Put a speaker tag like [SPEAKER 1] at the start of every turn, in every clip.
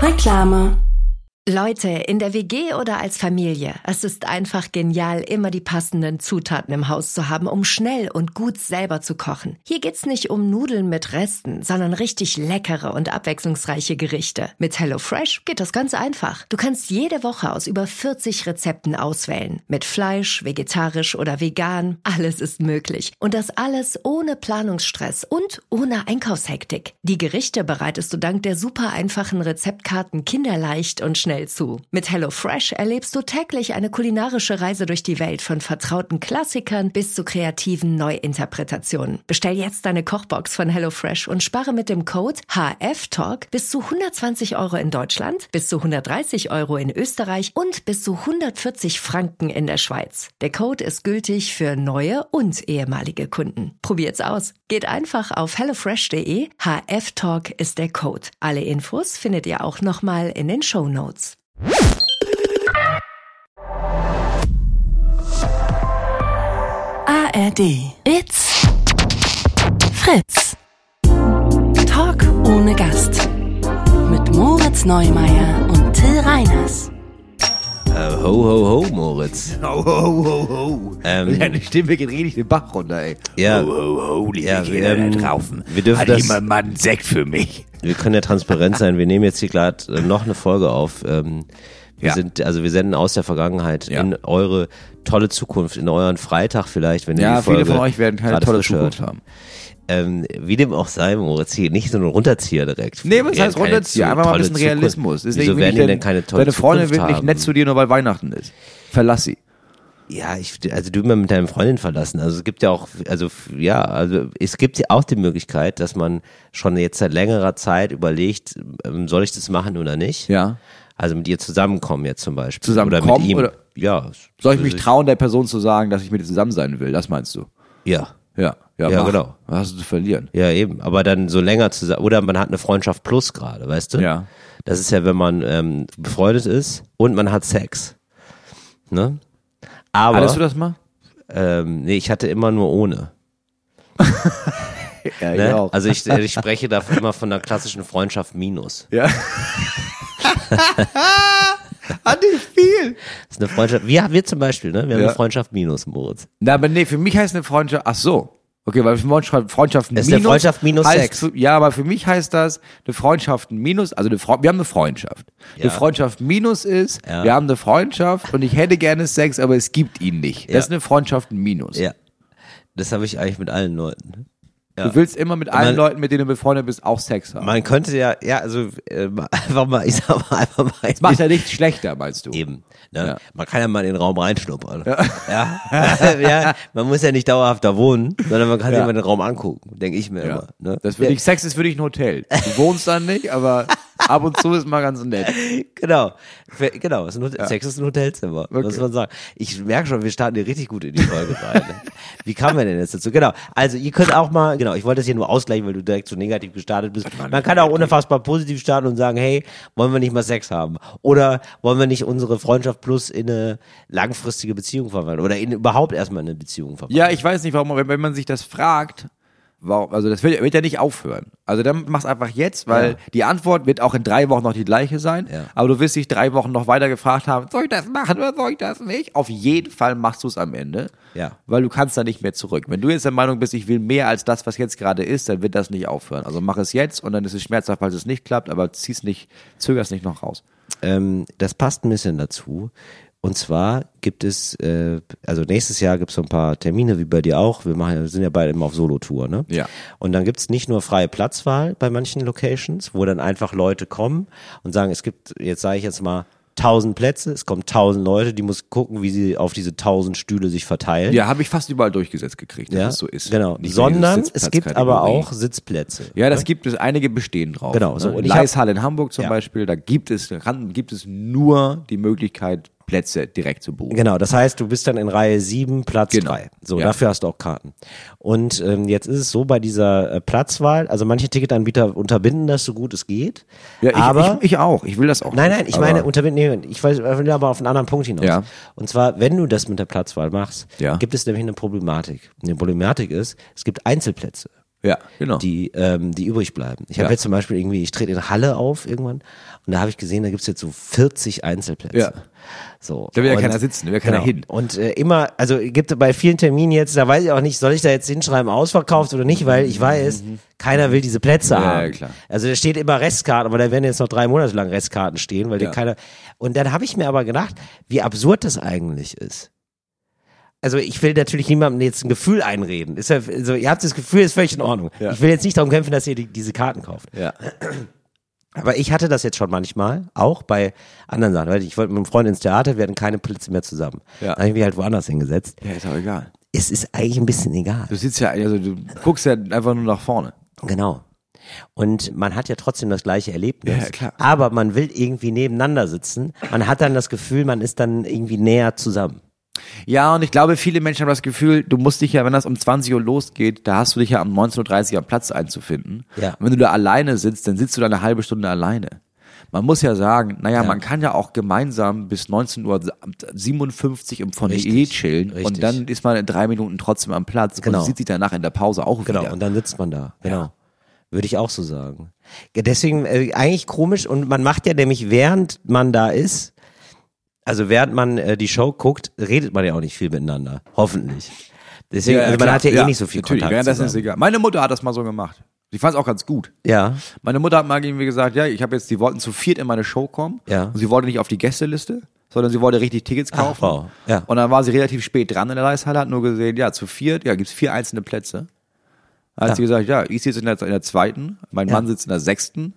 [SPEAKER 1] Reklame.
[SPEAKER 2] Leute, in der WG oder als Familie, es ist einfach genial, immer die passenden Zutaten im Haus zu haben, um schnell und gut selber zu kochen. Hier geht's nicht um Nudeln mit Resten, sondern richtig leckere und abwechslungsreiche Gerichte. Mit HelloFresh geht das ganz einfach. Du kannst jede Woche aus über 40 Rezepten auswählen. Mit Fleisch, vegetarisch oder vegan, alles ist möglich. Und das alles ohne Planungsstress und ohne Einkaufshektik. Die Gerichte bereitest du dank der super einfachen Rezeptkarten kinderleicht und schnell schnell zu. Mit HelloFresh erlebst du täglich eine kulinarische Reise durch die Welt von vertrauten Klassikern bis zu kreativen Neuinterpretationen. Bestell jetzt deine Kochbox von HelloFresh und spare mit dem Code HFTalk bis zu 120 Euro in Deutschland, bis zu 130 Euro in Österreich und bis zu 140 Franken in der Schweiz. Der Code ist gültig für neue und ehemalige Kunden. Probiert's aus. Geht einfach auf hellofresh.de. HFTalk ist der Code. Alle Infos findet ihr auch nochmal in den Show Notes.
[SPEAKER 1] ARD. It's Fritz. Talk ohne Gast. Mit Moritz Neumeier und Till Reiners.
[SPEAKER 3] Äh, ho, ho, ho, Moritz.
[SPEAKER 4] Ho, ho, ho, ho.
[SPEAKER 3] Ähm.
[SPEAKER 4] Deine Stimme geht richtig den Bach runter, ey.
[SPEAKER 3] Ja.
[SPEAKER 4] Ho, ho, ho, liebe
[SPEAKER 3] Ja,
[SPEAKER 4] Kinder
[SPEAKER 3] ähm,
[SPEAKER 4] da draußen.
[SPEAKER 3] wir dürfen
[SPEAKER 4] Hat
[SPEAKER 3] das-
[SPEAKER 4] jemand mal einen Sekt für mich?
[SPEAKER 3] Wir können ja transparent sein. Wir nehmen jetzt hier gerade äh, noch eine Folge auf. Ähm, wir
[SPEAKER 4] Ja.
[SPEAKER 3] sind, also wir senden aus der Vergangenheit
[SPEAKER 4] Ja.
[SPEAKER 3] in eure tolle Zukunft, in euren Freitag vielleicht, wenn ihr
[SPEAKER 4] Ja,
[SPEAKER 3] die Folge
[SPEAKER 4] viele von euch werden keine
[SPEAKER 3] gerade
[SPEAKER 4] tolle
[SPEAKER 3] frisch hört.
[SPEAKER 4] Zukunft haben.
[SPEAKER 3] Ähm, wie dem auch sei, Moritz, hier nicht so ein Runterzieher direkt.
[SPEAKER 4] Nee, was
[SPEAKER 3] Ja,
[SPEAKER 4] heißt
[SPEAKER 3] keine
[SPEAKER 4] runterziehen?
[SPEAKER 3] zu-
[SPEAKER 4] Einfach mal ein
[SPEAKER 3] tolle
[SPEAKER 4] bisschen
[SPEAKER 3] Zukunft.
[SPEAKER 4] Realismus. Ist
[SPEAKER 3] Wieso
[SPEAKER 4] irgendwie
[SPEAKER 3] werden
[SPEAKER 4] nicht
[SPEAKER 3] die denn
[SPEAKER 4] dein-
[SPEAKER 3] keine tolle
[SPEAKER 4] Deine Freundin
[SPEAKER 3] Zukunft
[SPEAKER 4] wird nicht
[SPEAKER 3] haben?
[SPEAKER 4] nett zu dir, nur weil Weihnachten ist. Verlass sie.
[SPEAKER 3] Ja, ich, also du immer mit deinem Freundin verlassen. Also es gibt ja auch, also ja, also es gibt ja auch die Möglichkeit, dass man schon jetzt seit längerer Zeit überlegt, ähm, soll ich das machen oder nicht?
[SPEAKER 4] Ja.
[SPEAKER 3] Also mit ihr zusammenkommen jetzt zum Beispiel. oder
[SPEAKER 4] Zusammenkommen
[SPEAKER 3] mit ihm.
[SPEAKER 4] oder-
[SPEAKER 3] Ja.
[SPEAKER 4] Soll ich mich
[SPEAKER 3] Also
[SPEAKER 4] trauen, der Person zu sagen, dass ich mit ihr zusammen sein will? Das meinst du?
[SPEAKER 3] Ja.
[SPEAKER 4] Ja. Ja,
[SPEAKER 3] Ja,
[SPEAKER 4] mach.
[SPEAKER 3] genau.
[SPEAKER 4] Was hast du zu verlieren?
[SPEAKER 3] Ja, eben. Aber dann so länger zusammen. Oder man hat eine Freundschaft plus gerade, weißt du?
[SPEAKER 4] Ja.
[SPEAKER 3] Das ist ja, wenn man ähm, befreundet ist und man hat Sex. Ne? Aber.
[SPEAKER 4] Hattest du das mal?
[SPEAKER 3] Ähm, nee, ich hatte immer nur ohne.
[SPEAKER 4] Ja,
[SPEAKER 3] Ne? Also ich, ich spreche da immer von einer klassischen Freundschaft minus.
[SPEAKER 4] ja. Hatte ich viel.
[SPEAKER 3] Das ist eine Freundschaft. Wir, wir zum Beispiel, ne? Wir haben
[SPEAKER 4] Ja.
[SPEAKER 3] eine Freundschaft minus, Moritz.
[SPEAKER 4] Na, aber nee, für mich heißt eine Freundschaft, ach so. Okay, weil Freundschaft, Freundschaft
[SPEAKER 3] Es
[SPEAKER 4] minus.
[SPEAKER 3] ist eine Freundschaft minus
[SPEAKER 4] heißt,
[SPEAKER 3] Sex.
[SPEAKER 4] Ja, aber für mich heißt das, eine Freundschaft minus, also eine Fre wir haben eine Freundschaft.
[SPEAKER 3] Ja.
[SPEAKER 4] Eine Freundschaft minus ist,
[SPEAKER 3] Ja.
[SPEAKER 4] wir haben eine Freundschaft und ich hätte gerne Sex, aber es gibt ihn nicht. Das
[SPEAKER 3] Ja.
[SPEAKER 4] ist eine Freundschaft minus.
[SPEAKER 3] Ja. Das habe ich eigentlich mit allen Leuten.
[SPEAKER 4] Du willst immer mit
[SPEAKER 3] Man-
[SPEAKER 4] allen Leuten, mit denen du befreundet bist, auch Sex haben.
[SPEAKER 3] Man könnte ja, ja, also äh, einfach mal, ich sag mal einfach mal.
[SPEAKER 4] Das macht ja nichts schlechter, meinst du?
[SPEAKER 3] Eben. Ne?
[SPEAKER 4] Ja.
[SPEAKER 3] Man kann ja mal in den Raum reinschnuppern. Ja. Ja. Man muss ja nicht dauerhaft da wohnen, sondern man kann sich
[SPEAKER 4] Ja.
[SPEAKER 3] mal den Raum angucken, denke ich mir immer. Ne?
[SPEAKER 4] Das würde
[SPEAKER 3] Ja,
[SPEAKER 4] ich, Sex ist für dich ein Hotel. Du wohnst dann nicht, aber ab und zu ist mal ganz nett.
[SPEAKER 3] Genau. Für, genau. Ist ein Hotel, Sex ist ein Hotelzimmer, muss
[SPEAKER 4] Okay.
[SPEAKER 3] man sagen. Ich merke schon, wir starten hier richtig gut in die Folge rein. ne? Wie kamen wir denn jetzt dazu? Genau. Also, ihr könnt auch mal, genau, ich wollte das hier nur ausgleichen, weil du direkt so negativ gestartet bist. Man kann auch unfassbar positiv starten und sagen, hey, wollen wir nicht mal Sex haben? Oder wollen wir nicht unsere Freundschaft plus in eine langfristige Beziehung verwandeln? Oder in überhaupt erstmal in eine Beziehung verwandeln?
[SPEAKER 4] Ja, ich weiß nicht, warum, wenn, wenn man sich das fragt, warum, also das wird, wird ja nicht aufhören. Also dann mach's einfach jetzt, weil
[SPEAKER 3] Ja.
[SPEAKER 4] die Antwort wird auch in drei Wochen noch die gleiche sein.
[SPEAKER 3] Ja.
[SPEAKER 4] Aber du wirst dich drei Wochen noch weiter gefragt haben, soll ich das machen oder soll ich das nicht? Auf jeden Fall machst du es am Ende.
[SPEAKER 3] Ja.
[SPEAKER 4] Weil du kannst da nicht mehr zurück. Wenn du jetzt der Meinung bist, ich will mehr als das, was jetzt gerade ist, dann wird das nicht aufhören. Also mach es jetzt und dann ist es schmerzhaft, falls es nicht klappt, aber zieh's nicht, zöger's nicht noch raus.
[SPEAKER 3] ähm, das passt ein bisschen dazu. Und zwar gibt es, äh, also nächstes Jahr gibt es so ein paar Termine, wie bei dir auch. Wir machen, wir sind ja beide immer auf Solo-Tour, ne?
[SPEAKER 4] Ja.
[SPEAKER 3] Und dann gibt es nicht nur freie Platzwahl bei manchen Locations, wo dann einfach Leute kommen und sagen, es gibt, jetzt sage ich jetzt mal, 1000 Plätze, es kommen 1000 Leute, die muss gucken, wie sie auf diese 1000 Stühle sich verteilen.
[SPEAKER 4] Ja, habe ich fast überall durchgesetzt gekriegt, dass
[SPEAKER 3] Ja,
[SPEAKER 4] es so ist.
[SPEAKER 3] Genau.
[SPEAKER 4] Nicht nur diese
[SPEAKER 3] Sondern es gibt aber
[SPEAKER 4] Sitzplatzkategorie.
[SPEAKER 3] auch Sitzplätze.
[SPEAKER 4] Ja, das gibt es, einige bestehen drauf.
[SPEAKER 3] Ne? Genau, so.
[SPEAKER 4] So,
[SPEAKER 3] Und
[SPEAKER 4] in
[SPEAKER 3] ich hab-
[SPEAKER 4] Leishall in Hamburg zum
[SPEAKER 3] Ja.
[SPEAKER 4] Beispiel, da gibt es, da kann, gibt es nur die Möglichkeit, Plätze direkt zu buchen.
[SPEAKER 3] Genau, das heißt, du bist dann in Reihe 7, Platz
[SPEAKER 4] Genau.
[SPEAKER 3] 3. So,
[SPEAKER 4] Ja.
[SPEAKER 3] dafür hast du auch Karten. Und ähm, jetzt ist es so bei dieser äh, Platzwahl, also manche Ticketanbieter unterbinden das so gut es geht.
[SPEAKER 4] Ja, ich,
[SPEAKER 3] aber
[SPEAKER 4] ich, ich auch. Ich will das auch.
[SPEAKER 3] Nein,
[SPEAKER 4] nicht,
[SPEAKER 3] nein, ich meine,
[SPEAKER 4] aber-
[SPEAKER 3] unterbinden, nee, ich weiß, ich will aber auf einen anderen Punkt hinaus.
[SPEAKER 4] Ja.
[SPEAKER 3] Und zwar, wenn du das mit der Platzwahl machst,
[SPEAKER 4] Ja.
[SPEAKER 3] gibt es nämlich eine Problematik. Und die Problematik ist, es gibt Einzelplätze.
[SPEAKER 4] Ja, genau.
[SPEAKER 3] die, ähm, die übrig bleiben. Ich habe
[SPEAKER 4] Ja.
[SPEAKER 3] jetzt zum Beispiel irgendwie, ich trete in Halle auf irgendwann und da habe ich gesehen, da gibt's jetzt so 40 Einzelplätze.
[SPEAKER 4] Ja.
[SPEAKER 3] So.
[SPEAKER 4] Da will ja
[SPEAKER 3] Und-
[SPEAKER 4] keiner sitzen, da will ja keiner hin.
[SPEAKER 3] Und äh, immer, also gibt bei vielen Terminen jetzt, da weiß ich auch nicht, soll ich da jetzt hinschreiben, ausverkauft oder nicht, weil ich weiß, keiner will diese Plätze haben.
[SPEAKER 4] Mhm. ja, klar.
[SPEAKER 3] Also da steht immer Restkarten, aber da werden jetzt noch drei Monate lang Restkarten stehen, weil die
[SPEAKER 4] Ja.
[SPEAKER 3] keiner. Und dann habe ich mir aber gedacht, wie absurd das eigentlich ist. Also ich will natürlich niemandem jetzt ein Gefühl einreden. Ist ja, also ihr habt das Gefühl, ist völlig in Ordnung.
[SPEAKER 4] Ja.
[SPEAKER 3] Ich will jetzt nicht darum kämpfen, dass ihr die, diese Karten kauft.
[SPEAKER 4] Ja.
[SPEAKER 3] Aber ich hatte das jetzt schon manchmal, auch bei anderen Sachen. Weil ich wollte mit einem Freund ins Theater, wir hatten keine Plätze mehr zusammen.
[SPEAKER 4] Ja.
[SPEAKER 3] Dann habe ich mich halt woanders hingesetzt.
[SPEAKER 4] Ja, ist auch egal.
[SPEAKER 3] Es ist eigentlich ein bisschen egal.
[SPEAKER 4] Du sitzt ja, also du guckst ja einfach nur nach vorne.
[SPEAKER 3] Genau. Und man hat ja trotzdem das gleiche Erlebnis.
[SPEAKER 4] Ja, klar.
[SPEAKER 3] Aber man will irgendwie nebeneinander sitzen. Man hat dann das Gefühl, man ist dann irgendwie näher zusammen.
[SPEAKER 4] Ja, und ich glaube, viele Menschen haben das Gefühl, du musst dich ja, wenn das um 20 Uhr losgeht, da hast du dich ja um 19.30 Uhr am Platz einzufinden.
[SPEAKER 3] Ja.
[SPEAKER 4] Und wenn du da alleine sitzt, dann sitzt du da eine halbe Stunde alleine. Man muss ja sagen, naja, man kann ja auch gemeinsam bis 19.57 Uhr im Foyer
[SPEAKER 3] Richtig.
[SPEAKER 4] E chillen
[SPEAKER 3] Richtig.
[SPEAKER 4] und dann ist man in drei Minuten trotzdem am Platz
[SPEAKER 3] Genau.
[SPEAKER 4] und sieht sich danach in der Pause auch
[SPEAKER 3] Genau.
[SPEAKER 4] wieder.
[SPEAKER 3] Und dann sitzt man da. Genau. Würde ich auch so sagen. Ja, Deswegen äh, eigentlich komisch. Und man macht ja nämlich, während man da ist, also während man äh, die Show guckt, redet man ja auch nicht viel miteinander. Hoffentlich. Deswegen, also man
[SPEAKER 4] klar.
[SPEAKER 3] hat ja, eh nicht so viel
[SPEAKER 4] natürlich.
[SPEAKER 3] Kontakt.
[SPEAKER 4] Währenddessen ist
[SPEAKER 3] Zusammen.
[SPEAKER 4] egal. Meine Mutter hat das mal so gemacht. Ich fand es auch ganz gut.
[SPEAKER 3] Ja.
[SPEAKER 4] Meine Mutter hat mal irgendwie gesagt, ja, ich habe jetzt, die wollten zu viert in meine Show kommen.
[SPEAKER 3] Ja.
[SPEAKER 4] Und sie wollte nicht auf die Gästeliste, sondern sie wollte richtig Tickets kaufen.
[SPEAKER 3] wow. Ja.
[SPEAKER 4] Und dann war sie relativ spät dran in der Reishalle, hat nur gesehen, ja, zu viert, ja, gibt's vier einzelne Plätze. Dann hat sie gesagt, ja, ich sitze in der, in der zweiten, mein Mann sitzt in der sechsten.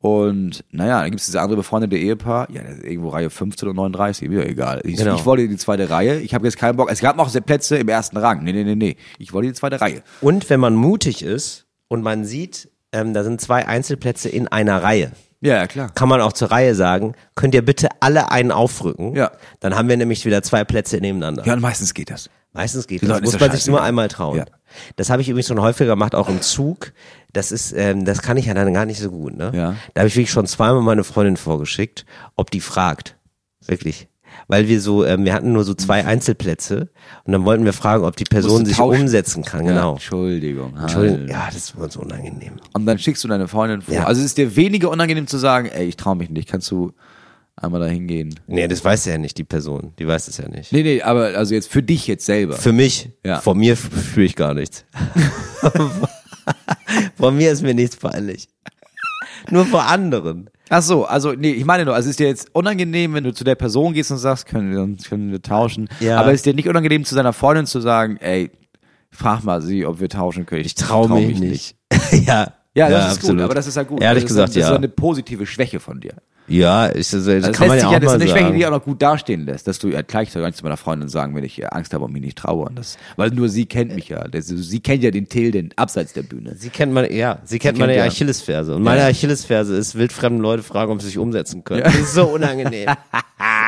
[SPEAKER 4] Und naja, dann gibt's dieses andere befreundete Ehepaar, ja, das ist irgendwo Reihe 15 und 39, mir egal. Ich,
[SPEAKER 3] Genau.
[SPEAKER 4] ich wollte in die zweite Reihe, ich habe jetzt keinen Bock. Es gab noch Plätze im ersten Rang. Nee, nee, nee, nee. Ich wollte in die zweite Reihe.
[SPEAKER 3] Und wenn man mutig ist und man sieht, ähm, da sind zwei Einzelplätze in einer Reihe,
[SPEAKER 4] Ja, ja, klar.
[SPEAKER 3] kann man auch zur Reihe sagen, könnt ihr bitte alle einen aufrücken?
[SPEAKER 4] Ja.
[SPEAKER 3] Dann haben wir nämlich wieder zwei Plätze nebeneinander.
[SPEAKER 4] Ja, und meistens geht das.
[SPEAKER 3] Meistens geht
[SPEAKER 4] Die
[SPEAKER 3] das.
[SPEAKER 4] Leute
[SPEAKER 3] Muss
[SPEAKER 4] ist doch
[SPEAKER 3] man sich nur
[SPEAKER 4] scheißegal.
[SPEAKER 3] einmal trauen.
[SPEAKER 4] Ja.
[SPEAKER 3] Das habe ich übrigens schon häufiger gemacht, auch im Zug. Das ist, ähm, das kann ich ja dann gar nicht so gut. Ne?
[SPEAKER 4] Ja.
[SPEAKER 3] Da habe ich wirklich schon zweimal meine Freundin vorgeschickt, ob die fragt. Wirklich. Weil wir so, ähm, wir hatten nur so zwei Einzelplätze und dann wollten wir fragen, ob die Person
[SPEAKER 4] Mhm. Musst du
[SPEAKER 3] sich
[SPEAKER 4] tauschen.
[SPEAKER 3] umsetzen kann.
[SPEAKER 4] Ja,
[SPEAKER 3] Genau.
[SPEAKER 4] Entschuldigung. halt.
[SPEAKER 3] Entschuldigung. Ja, das ist uns unangenehm.
[SPEAKER 4] Und dann schickst du deine Freundin vor.
[SPEAKER 3] Ja.
[SPEAKER 4] Also es ist dir weniger unangenehm zu sagen, ey, ich traue mich nicht, kannst du einmal da hingehen?
[SPEAKER 3] Nee, das weiß ja nicht die Person. Die weiß es ja nicht.
[SPEAKER 4] Nee, nee, aber also jetzt für dich jetzt selber.
[SPEAKER 3] Für mich,
[SPEAKER 4] Ja.
[SPEAKER 3] von mir f- fühle ich gar nichts. von mir ist mir nichts peinlich. Nur vor anderen.
[SPEAKER 4] Ach so, also nee, ich meine nur, also es ist dir jetzt unangenehm, wenn du zu der Person gehst und sagst, können wir, uns- können wir tauschen.
[SPEAKER 3] Ja.
[SPEAKER 4] Aber es ist dir nicht unangenehm, zu seiner Freundin zu sagen, ey, frag mal sie, ob wir tauschen können.
[SPEAKER 3] Ich traue mich, nicht. ja.
[SPEAKER 4] Ja, das ist gut, aber das ist halt gut.
[SPEAKER 3] Ehrlich
[SPEAKER 4] das
[SPEAKER 3] gesagt,
[SPEAKER 4] ist, dann- Das ist
[SPEAKER 3] ja.
[SPEAKER 4] so eine positive Schwäche von dir.
[SPEAKER 3] ja, ist, das, das
[SPEAKER 4] Das
[SPEAKER 3] kann man
[SPEAKER 4] lässt
[SPEAKER 3] ja
[SPEAKER 4] sich
[SPEAKER 3] auch
[SPEAKER 4] ja, das ist
[SPEAKER 3] mal
[SPEAKER 4] eine Schwäche, die
[SPEAKER 3] sagen.
[SPEAKER 4] auch noch gut dastehen lässt, dass du ja gleich sogar zu meiner Freundin sagen, wenn ich äh, Angst habe und mich nicht traue. Und das, weil nur sie kennt mich ja. Das, sie kennt ja den Tilden abseits der Bühne.
[SPEAKER 3] Sie kennt meine, ja, sie kennt
[SPEAKER 4] kennt
[SPEAKER 3] meine
[SPEAKER 4] ja.
[SPEAKER 3] Achillesferse. Und meine
[SPEAKER 4] Ja.
[SPEAKER 3] Achillesferse ist, wildfremden Leute fragen, ob sie sich umsetzen können. Das ist so unangenehm.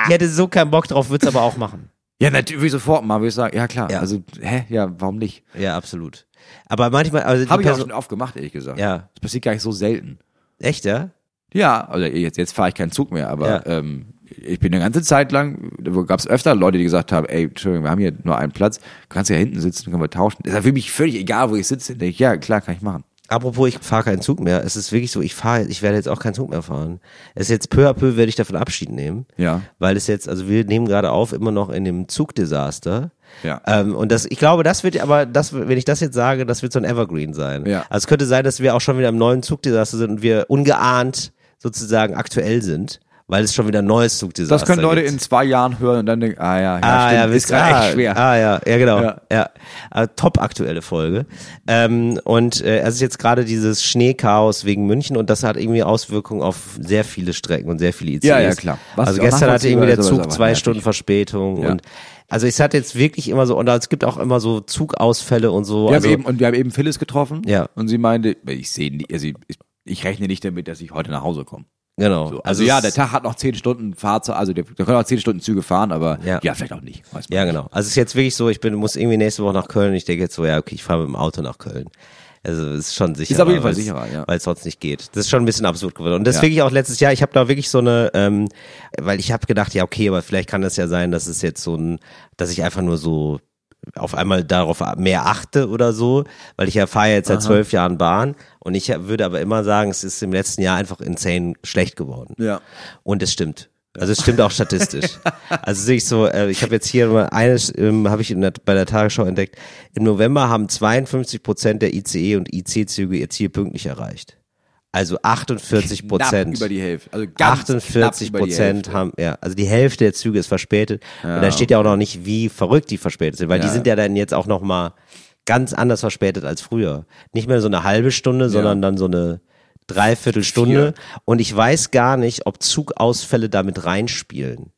[SPEAKER 3] ich hätte so keinen Bock drauf, würde es aber auch machen.
[SPEAKER 4] Ja, natürlich sofort mal, würde ich sagen, ja klar.
[SPEAKER 3] Ja.
[SPEAKER 4] Also, hä? Ja, warum nicht?
[SPEAKER 3] Ja, absolut. Aber manchmal, also die
[SPEAKER 4] Habe ich auch
[SPEAKER 3] Person-
[SPEAKER 4] schon oft gemacht, ehrlich gesagt.
[SPEAKER 3] Ja.
[SPEAKER 4] Das passiert gar nicht so selten.
[SPEAKER 3] Echt, ja?
[SPEAKER 4] Ja, also jetzt, jetzt fahre ich keinen Zug mehr, aber
[SPEAKER 3] Ja.
[SPEAKER 4] ähm, ich bin eine ganze Zeit lang, gab es öfter Leute, die gesagt haben, ey, Entschuldigung, wir haben hier nur einen Platz, kannst du ja hinten sitzen, können wir tauschen. Ist ja für mich völlig egal, wo ich sitze. Denk ich, ja, klar, kann ich machen.
[SPEAKER 3] Apropos, ich fahre keinen Zug mehr. Es ist wirklich so, ich fahre, ich werde jetzt auch keinen Zug mehr fahren. Es ist jetzt peu à peu werde ich davon Abschied nehmen.
[SPEAKER 4] Ja.
[SPEAKER 3] Weil es jetzt, also wir nehmen gerade auf, immer noch in dem Zugdesaster.
[SPEAKER 4] Ja.
[SPEAKER 3] Ähm, und das, ich glaube, das wird aber, das, wenn ich das jetzt sage, das wird so ein Evergreen sein.
[SPEAKER 4] Ja.
[SPEAKER 3] Also es könnte sein, dass wir auch schon wieder im neuen Zugdesaster sind und wir ungeahnt sozusagen aktuell sind, weil es schon wieder ein neues Zugdesaster
[SPEAKER 4] Das können Leute
[SPEAKER 3] gibt.
[SPEAKER 4] in zwei Jahren hören und dann denken, ah ja, ja
[SPEAKER 3] Ah,
[SPEAKER 4] stimmt,
[SPEAKER 3] ja,
[SPEAKER 4] ist
[SPEAKER 3] wisst-
[SPEAKER 4] gerade
[SPEAKER 3] ah,
[SPEAKER 4] echt schwer.
[SPEAKER 3] Ah, ja, ja, genau. Ja.
[SPEAKER 4] Ja.
[SPEAKER 3] Aber top aktuelle Folge. Ähm, und äh, es ist jetzt gerade dieses Schneechaos wegen München und das hat irgendwie Auswirkungen auf sehr viele Strecken und sehr viele ICEs.
[SPEAKER 4] Ja, ja, klar. Was
[SPEAKER 3] also
[SPEAKER 4] ich auch
[SPEAKER 3] gestern hatte irgendwie der
[SPEAKER 4] nachvollziehbar ist, aber
[SPEAKER 3] Zug
[SPEAKER 4] ist
[SPEAKER 3] zwei
[SPEAKER 4] nervig.
[SPEAKER 3] Stunden Verspätung
[SPEAKER 4] Ja.
[SPEAKER 3] und also es hat jetzt wirklich immer so, und es gibt auch immer so Zugausfälle und so.
[SPEAKER 4] wir
[SPEAKER 3] also,
[SPEAKER 4] haben eben, und wir haben eben Phyllis getroffen
[SPEAKER 3] Ja.
[SPEAKER 4] und sie meinte, ich sehe nicht, also ich, ich rechne nicht damit, dass ich heute nach Hause komme.
[SPEAKER 3] genau.
[SPEAKER 4] So, also, ja,
[SPEAKER 3] es-
[SPEAKER 4] der Tag hat noch zehn Stunden Fahrzeit, also der, da können auch zehn Stunden Züge fahren, aber
[SPEAKER 3] Ja.
[SPEAKER 4] ja, vielleicht auch nicht. Weiß man
[SPEAKER 3] Ja,
[SPEAKER 4] nicht.
[SPEAKER 3] genau. Also es ist jetzt wirklich so, ich bin, muss irgendwie nächste Woche nach Köln. Ich denke jetzt so, ja, okay, ich fahre mit dem Auto nach Köln. Also es ist schon sicherer.
[SPEAKER 4] auf jeden Fall
[SPEAKER 3] weil's-
[SPEAKER 4] sicherer, ja.
[SPEAKER 3] Weil es sonst nicht geht. Das ist schon ein bisschen absurd geworden. Und
[SPEAKER 4] Ja.
[SPEAKER 3] deswegen ich auch letztes Jahr, ich habe da wirklich so eine, ähm, weil ich habe gedacht, ja, okay, aber vielleicht kann das ja sein, dass es jetzt so ein, dass ich einfach nur so auf einmal darauf mehr achte oder so, weil ich ja fahre jetzt seit zwölf Jahren Bahn und ich würde aber immer sagen, es ist im letzten Jahr einfach insane schlecht geworden.
[SPEAKER 4] Ja.
[SPEAKER 3] Und es stimmt. Also es stimmt auch statistisch. Also sehe ich so, äh, ich habe jetzt hier mal eines, ähm, habe ich in der, bei der Tagesschau entdeckt. Im November haben 52 Prozent der ICE und IC-Züge ihr Ziel pünktlich erreicht. Also 48
[SPEAKER 4] Knapp
[SPEAKER 3] Prozent.
[SPEAKER 4] über die Hälfte. Also ganz knapp
[SPEAKER 3] 48
[SPEAKER 4] über die
[SPEAKER 3] Prozent
[SPEAKER 4] Hälfte.
[SPEAKER 3] haben, ja, also die Hälfte der Züge ist verspätet. Und da steht ja auch noch nicht, wie verrückt die verspätet sind, weil die
[SPEAKER 4] Ja.
[SPEAKER 3] sind ja dann jetzt auch noch mal ganz anders verspätet als früher. Nicht mehr so eine halbe Stunde, sondern dann so eine Dreiviertelstunde. Und ich weiß gar nicht, ob Zugausfälle damit reinspielen.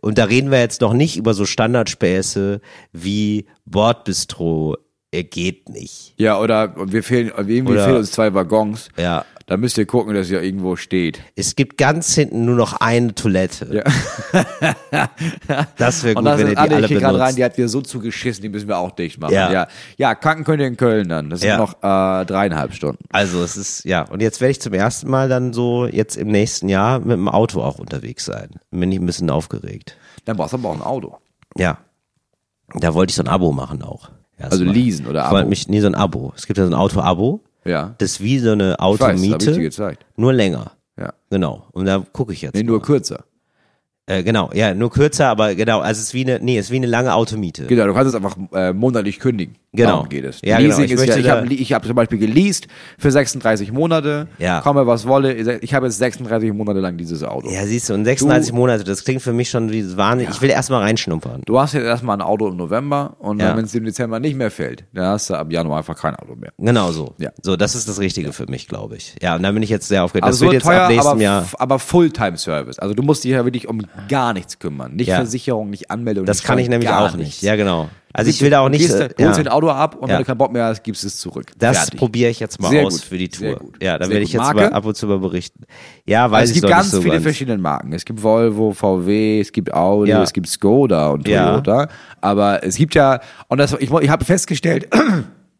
[SPEAKER 3] Und da reden wir jetzt noch nicht über so Standardspäße wie Bordbistro, er geht nicht.
[SPEAKER 4] Ja, oder wir fehlen, irgendwie
[SPEAKER 3] Oder-
[SPEAKER 4] fehlen uns zwei Waggons.
[SPEAKER 3] Ja,
[SPEAKER 4] Da müsst ihr gucken, dass ihr irgendwo steht.
[SPEAKER 3] es gibt ganz hinten nur noch eine Toilette. Das wäre gut,
[SPEAKER 4] Und das
[SPEAKER 3] wenn ihr
[SPEAKER 4] sind
[SPEAKER 3] die
[SPEAKER 4] alle, ich
[SPEAKER 3] alle
[SPEAKER 4] krieg gerade
[SPEAKER 3] benutzt.
[SPEAKER 4] rein, die hat wir so zugeschissen, die müssen wir auch dicht machen.
[SPEAKER 3] Ja.
[SPEAKER 4] ja. Ja, Kranken könnt ihr in Köln dann. Das sind
[SPEAKER 3] Ja.
[SPEAKER 4] noch äh, dreieinhalb Stunden.
[SPEAKER 3] Also es ist, ja, und jetzt werde ich zum ersten Mal dann so jetzt im nächsten Jahr mit dem Auto auch unterwegs sein. Bin ich ein bisschen aufgeregt.
[SPEAKER 4] Dann brauchst du aber auch ein Auto.
[SPEAKER 3] Ja. Da wollte ich so ein Abo machen auch.
[SPEAKER 4] Also leasen oder
[SPEAKER 3] Ich
[SPEAKER 4] Abo.
[SPEAKER 3] wollte mich, nee, so ein Abo. Es gibt ja so ein Auto-Abo.
[SPEAKER 4] Ja.
[SPEAKER 3] Das ist wie so eine
[SPEAKER 4] Ich weiß, das hab ich dir
[SPEAKER 3] Automiete,
[SPEAKER 4] gezeigt.
[SPEAKER 3] nur länger.
[SPEAKER 4] Ja.
[SPEAKER 3] Genau. Und da gucke ich jetzt.
[SPEAKER 4] Nee, nur
[SPEAKER 3] mal.
[SPEAKER 4] kürzer.
[SPEAKER 3] äh, genau, ja, nur kürzer, aber genau, also es ist wie eine, nee, es ist wie eine lange Automiete.
[SPEAKER 4] Genau, du kannst es einfach äh, monatlich kündigen.
[SPEAKER 3] Genau.
[SPEAKER 4] Darum geht es.
[SPEAKER 3] Ja, genau.
[SPEAKER 4] Leasing
[SPEAKER 3] Ich
[SPEAKER 4] ist ja,
[SPEAKER 3] möchte
[SPEAKER 4] ich
[SPEAKER 3] da-
[SPEAKER 4] habe ich hab zum Beispiel geleast für 36 Monate.
[SPEAKER 3] Ja.
[SPEAKER 4] Komme, was wolle. Ich habe jetzt 36 Monate lang dieses Auto.
[SPEAKER 3] Ja, siehst du, und 36 Monate, das klingt für mich schon wie wahnsinnig. Ich will erstmal reinschnuppern.
[SPEAKER 4] Du hast jetzt erstmal ein Auto im November und
[SPEAKER 3] Ja.
[SPEAKER 4] dann, wenn es dir im Dezember nicht mehr fällt, dann hast du ab Januar einfach kein Auto mehr.
[SPEAKER 3] Genau so.
[SPEAKER 4] Ja.
[SPEAKER 3] So, das ist das Richtige für mich, glaube ich. Ja, und da bin ich jetzt sehr aufgeregt.
[SPEAKER 4] Also
[SPEAKER 3] das wird
[SPEAKER 4] so
[SPEAKER 3] jetzt
[SPEAKER 4] teuer,
[SPEAKER 3] ab nächstem
[SPEAKER 4] aber,
[SPEAKER 3] Jahr.
[SPEAKER 4] aber Fulltime-Service. Also du musst dich ja wirklich um gar nichts kümmern. Nicht
[SPEAKER 3] Ja.
[SPEAKER 4] Versicherung, nicht Anmeldung.
[SPEAKER 3] Das
[SPEAKER 4] nicht
[SPEAKER 3] kann
[SPEAKER 4] schon
[SPEAKER 3] ich nämlich
[SPEAKER 4] gar
[SPEAKER 3] auch nicht.
[SPEAKER 4] nichts.
[SPEAKER 3] Ja, genau. Also ich will da auch nicht.
[SPEAKER 4] Gehst,
[SPEAKER 3] äh,
[SPEAKER 4] holst dir ein
[SPEAKER 3] ja.
[SPEAKER 4] Auto ab und
[SPEAKER 3] Ja.
[SPEAKER 4] wenn du keinen Bock mehr hast, gibst du es zurück.
[SPEAKER 3] Das
[SPEAKER 4] Fertig.
[SPEAKER 3] probiere ich jetzt mal
[SPEAKER 4] Sehr
[SPEAKER 3] aus
[SPEAKER 4] gut.
[SPEAKER 3] für die
[SPEAKER 4] Sehr
[SPEAKER 3] Tour.
[SPEAKER 4] gut.
[SPEAKER 3] Ja, da
[SPEAKER 4] Sehr
[SPEAKER 3] werde
[SPEAKER 4] gut.
[SPEAKER 3] ich jetzt
[SPEAKER 4] Marke?
[SPEAKER 3] mal ab und zu mal berichten. Ja, weiß
[SPEAKER 4] Also es
[SPEAKER 3] ich
[SPEAKER 4] gibt
[SPEAKER 3] noch
[SPEAKER 4] ganz
[SPEAKER 3] nicht so
[SPEAKER 4] viele
[SPEAKER 3] ganz.
[SPEAKER 4] verschiedene Marken. Es gibt Volvo, VW, es gibt Audi,
[SPEAKER 3] Ja.
[SPEAKER 4] es gibt Skoda und
[SPEAKER 3] Ja.
[SPEAKER 4] Toyota. Aber es gibt ja, und das, ich, ich habe festgestellt,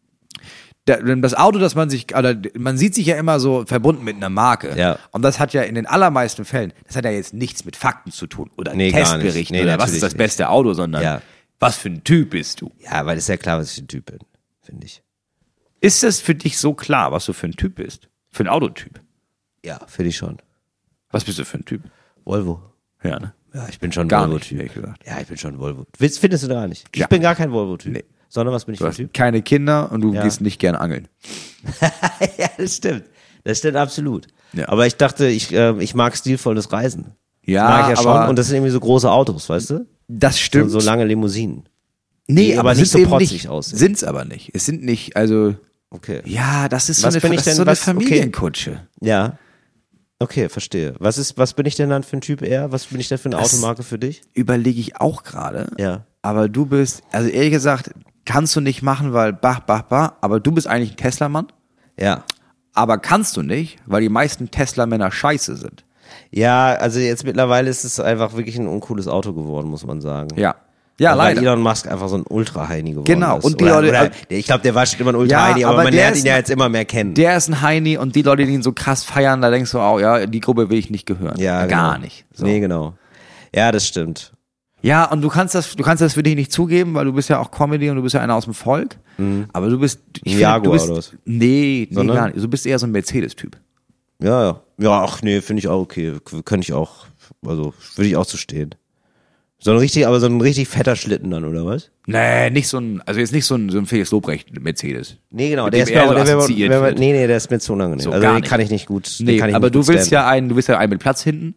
[SPEAKER 4] da- das Auto, das man sich, oder man sieht sich ja immer so verbunden mit einer Marke.
[SPEAKER 3] Ja.
[SPEAKER 4] Und das hat ja in den allermeisten Fällen, das hat ja jetzt nichts mit Fakten zu tun oder
[SPEAKER 3] Nee, gar nicht.
[SPEAKER 4] Testberichten
[SPEAKER 3] Nee,
[SPEAKER 4] oder was
[SPEAKER 3] natürlich
[SPEAKER 4] ist das
[SPEAKER 3] nicht.
[SPEAKER 4] beste Auto, sondern
[SPEAKER 3] Ja.
[SPEAKER 4] was für ein Typ bist du?
[SPEAKER 3] Ja, weil das ist ja klar, was ich für ein Typ bin, finde ich.
[SPEAKER 4] Ist das für dich so klar, was du für ein Typ bist? Für ein Autotyp?
[SPEAKER 3] Ja, finde ich schon.
[SPEAKER 4] Was bist du für ein Typ?
[SPEAKER 3] Volvo.
[SPEAKER 4] Ja, ne?
[SPEAKER 3] Ja, ich bin schon
[SPEAKER 4] Gar nicht,
[SPEAKER 3] Volvo-Typ.
[SPEAKER 4] ehrlich gesagt.
[SPEAKER 3] Ja, ich bin schon Volvo. Willst- Findest du gar nicht? Ich
[SPEAKER 4] Ja.
[SPEAKER 3] bin gar kein Volvo-Typ.
[SPEAKER 4] Nee.
[SPEAKER 3] Sondern was bin ich
[SPEAKER 4] Du
[SPEAKER 3] für ein
[SPEAKER 4] hast
[SPEAKER 3] Typ?
[SPEAKER 4] keine Kinder und du
[SPEAKER 3] Ja.
[SPEAKER 4] gehst nicht gern angeln.
[SPEAKER 3] Ja, das stimmt. Das stimmt absolut.
[SPEAKER 4] Ja.
[SPEAKER 3] Aber ich dachte, ich, äh, ich mag stilvolles Reisen.
[SPEAKER 4] Ja,
[SPEAKER 3] das mag ich ja
[SPEAKER 4] aber-
[SPEAKER 3] schon. Und das sind irgendwie so große Autos, weißt du?
[SPEAKER 4] Das
[SPEAKER 3] So,
[SPEAKER 4] stimmt.
[SPEAKER 3] so lange Limousinen.
[SPEAKER 4] nee,
[SPEAKER 3] die
[SPEAKER 4] aber
[SPEAKER 3] aber
[SPEAKER 4] sind's
[SPEAKER 3] nicht so
[SPEAKER 4] eben
[SPEAKER 3] protzig
[SPEAKER 4] nicht,
[SPEAKER 3] aussehen.
[SPEAKER 4] Sind's aber nicht. Es sind nicht, also
[SPEAKER 3] Okay.
[SPEAKER 4] ja, das ist so
[SPEAKER 3] Was
[SPEAKER 4] eine,
[SPEAKER 3] bin ich
[SPEAKER 4] das ist
[SPEAKER 3] denn-
[SPEAKER 4] so eine
[SPEAKER 3] was- okay.
[SPEAKER 4] Familienkutsche.
[SPEAKER 3] Ja. Okay, verstehe. Was ist, was bin ich denn dann für ein Typ eher? Was bin ich denn für eine Automarke für dich?
[SPEAKER 4] Überlege ich auch gerade.
[SPEAKER 3] Ja.
[SPEAKER 4] Aber du bist, also ehrlich gesagt, kannst du nicht machen, weil bach, bach, bach, aber du bist eigentlich ein Tesla-Mann,
[SPEAKER 3] Ja.
[SPEAKER 4] aber kannst du nicht, weil die meisten Tesla-Männer scheiße sind.
[SPEAKER 3] Ja, also jetzt mittlerweile ist es einfach wirklich ein uncooles Auto geworden, muss man sagen.
[SPEAKER 4] Ja. Ja,
[SPEAKER 3] weil
[SPEAKER 4] leider.
[SPEAKER 3] Elon Musk einfach so ein Ultra-Heini geworden
[SPEAKER 4] Genau.
[SPEAKER 3] ist.
[SPEAKER 4] Und die
[SPEAKER 3] oder,
[SPEAKER 4] Leute-
[SPEAKER 3] oder, ich glaube, der war schon immer ein Ultra-Heini,
[SPEAKER 4] Ja,
[SPEAKER 3] aber,
[SPEAKER 4] aber
[SPEAKER 3] man
[SPEAKER 4] der
[SPEAKER 3] lernt
[SPEAKER 4] ist-
[SPEAKER 3] ihn ja jetzt immer mehr kennen.
[SPEAKER 4] Der ist ein Heini und die Leute, die ihn so krass feiern, da denkst du, oh ja, die Gruppe will ich nicht gehören.
[SPEAKER 3] ja,
[SPEAKER 4] Gar
[SPEAKER 3] genau.
[SPEAKER 4] nicht. So.
[SPEAKER 3] Nee, genau. Ja, das stimmt.
[SPEAKER 4] Ja, und du kannst das, du kannst das für dich nicht zugeben, weil du bist ja auch Comedy und du bist ja einer aus dem Volk. Aber du bist, ich
[SPEAKER 3] Mhm. Ein
[SPEAKER 4] finde,
[SPEAKER 3] Jaguar
[SPEAKER 4] du bist,
[SPEAKER 3] oder was?
[SPEAKER 4] nee, nee,
[SPEAKER 3] Sondern?
[SPEAKER 4] gar nicht. Du bist eher so ein Mercedes-Typ.
[SPEAKER 3] Ja, ja. Ja, ach nee, finde ich auch okay. K- Könnte ich auch, also würde ich auch zu stehen. So ein richtig, aber so ein richtig fetter Schlitten dann, oder was?
[SPEAKER 4] Nee, nicht so ein, also jetzt nicht so ein, so ein Felix Lobrecht Mercedes.
[SPEAKER 3] Nee, genau.
[SPEAKER 4] Mit
[SPEAKER 3] Der
[SPEAKER 4] dem
[SPEAKER 3] ist
[SPEAKER 4] er
[SPEAKER 3] mir,
[SPEAKER 4] so
[SPEAKER 3] aber- der
[SPEAKER 4] assoziiert
[SPEAKER 3] mir,
[SPEAKER 4] wird.
[SPEAKER 3] nee, nee, der ist mir zu unangenehm.
[SPEAKER 4] So,
[SPEAKER 3] also
[SPEAKER 4] gar
[SPEAKER 3] den
[SPEAKER 4] nicht.
[SPEAKER 3] kann ich nicht gut. den
[SPEAKER 4] Nee,
[SPEAKER 3] kann ich
[SPEAKER 4] aber
[SPEAKER 3] nicht
[SPEAKER 4] du
[SPEAKER 3] gut
[SPEAKER 4] willst
[SPEAKER 3] stemmen.
[SPEAKER 4] ja einen, du willst ja einen mit Platz hinten.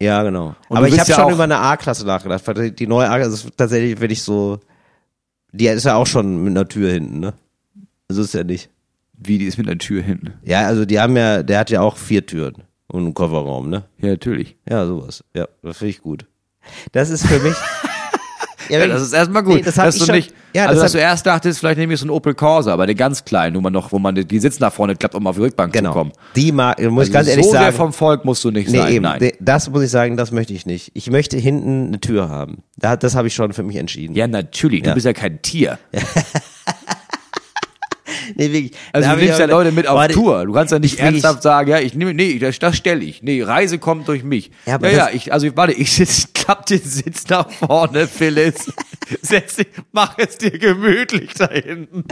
[SPEAKER 3] Ja, genau.
[SPEAKER 4] Und
[SPEAKER 3] aber
[SPEAKER 4] du
[SPEAKER 3] ich
[SPEAKER 4] bist
[SPEAKER 3] habe
[SPEAKER 4] ja
[SPEAKER 3] schon
[SPEAKER 4] auch-
[SPEAKER 3] über eine A-Klasse nachgedacht. weil Die neue A-Klasse ist tatsächlich, wenn ich so. Die ist ja auch schon mit einer Tür hinten, ne? So ist ja nicht.
[SPEAKER 4] Wie, die ist mit einer Tür hinten.
[SPEAKER 3] Ja, also die haben ja, der hat ja auch vier Türen und einen Kofferraum, ne?
[SPEAKER 4] Ja, natürlich.
[SPEAKER 3] Ja, sowas. Ja, das finde ich gut. Das ist für mich. ja,
[SPEAKER 4] Ja,
[SPEAKER 3] wenn
[SPEAKER 4] das
[SPEAKER 3] ich-
[SPEAKER 4] ist erstmal gut.
[SPEAKER 3] Nee, das hab
[SPEAKER 4] dass
[SPEAKER 3] ich
[SPEAKER 4] du
[SPEAKER 3] schon-
[SPEAKER 4] nicht,
[SPEAKER 3] Ja,
[SPEAKER 4] also,
[SPEAKER 3] das
[SPEAKER 4] dass
[SPEAKER 3] hab-
[SPEAKER 4] du erst dachtest, vielleicht nehme ich so einen Opel Corsa, aber den ganz kleinen, wo man noch, wo man die- die Sitz nach vorne klappt, um auf die Rückbank
[SPEAKER 3] Genau.
[SPEAKER 4] zu kommen.
[SPEAKER 3] Die mag, muss ich ganz
[SPEAKER 4] Also
[SPEAKER 3] ehrlich
[SPEAKER 4] so der
[SPEAKER 3] sagen.
[SPEAKER 4] vom Volk musst du nicht
[SPEAKER 3] Nee,
[SPEAKER 4] sein.
[SPEAKER 3] eben.
[SPEAKER 4] Nein.
[SPEAKER 3] De- Das muss ich sagen, das möchte ich nicht. Ich möchte hinten eine Tür haben. Da- Das habe ich schon für mich entschieden.
[SPEAKER 4] Ja, natürlich.
[SPEAKER 3] Ja.
[SPEAKER 4] Du bist ja kein Tier.
[SPEAKER 3] Nee, wirklich.
[SPEAKER 4] Also
[SPEAKER 3] Da hab
[SPEAKER 4] du
[SPEAKER 3] ich
[SPEAKER 4] nimmst
[SPEAKER 3] auch
[SPEAKER 4] ja
[SPEAKER 3] gedacht,
[SPEAKER 4] Leute mit auf
[SPEAKER 3] boah, die-
[SPEAKER 4] Tour. Du kannst ja nicht
[SPEAKER 3] ich- wirklich-
[SPEAKER 4] ernsthaft sagen, ja, ich nehme, nee, das, das stelle ich. Nee, Reise kommt durch mich.
[SPEAKER 3] Ja,
[SPEAKER 4] Ja,
[SPEAKER 3] aber
[SPEAKER 4] ja,
[SPEAKER 3] das-
[SPEAKER 4] ich, also warte, ich sitz, klapp den Sitz nach vorne, Phyllis. Setz dich, mach es dir gemütlich da hinten.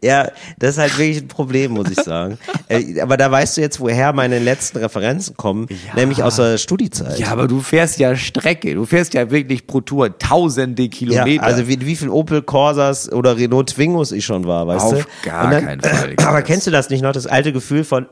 [SPEAKER 3] Ja, das ist halt wirklich ein Problem, muss ich sagen. äh, aber da weißt du jetzt, woher meine letzten Referenzen kommen, nämlich aus der Studiezeit.
[SPEAKER 4] Ja, aber du fährst ja Strecke. Du fährst ja wirklich pro Tour tausende
[SPEAKER 3] Ja,
[SPEAKER 4] Kilometer.
[SPEAKER 3] also wie, wie viel Opel Corsas oder Renault Twingos ich schon war, weißt
[SPEAKER 4] Auf
[SPEAKER 3] du? Und
[SPEAKER 4] gar keinen Fall.
[SPEAKER 3] Aber kennst du das nicht noch, das alte Gefühl von,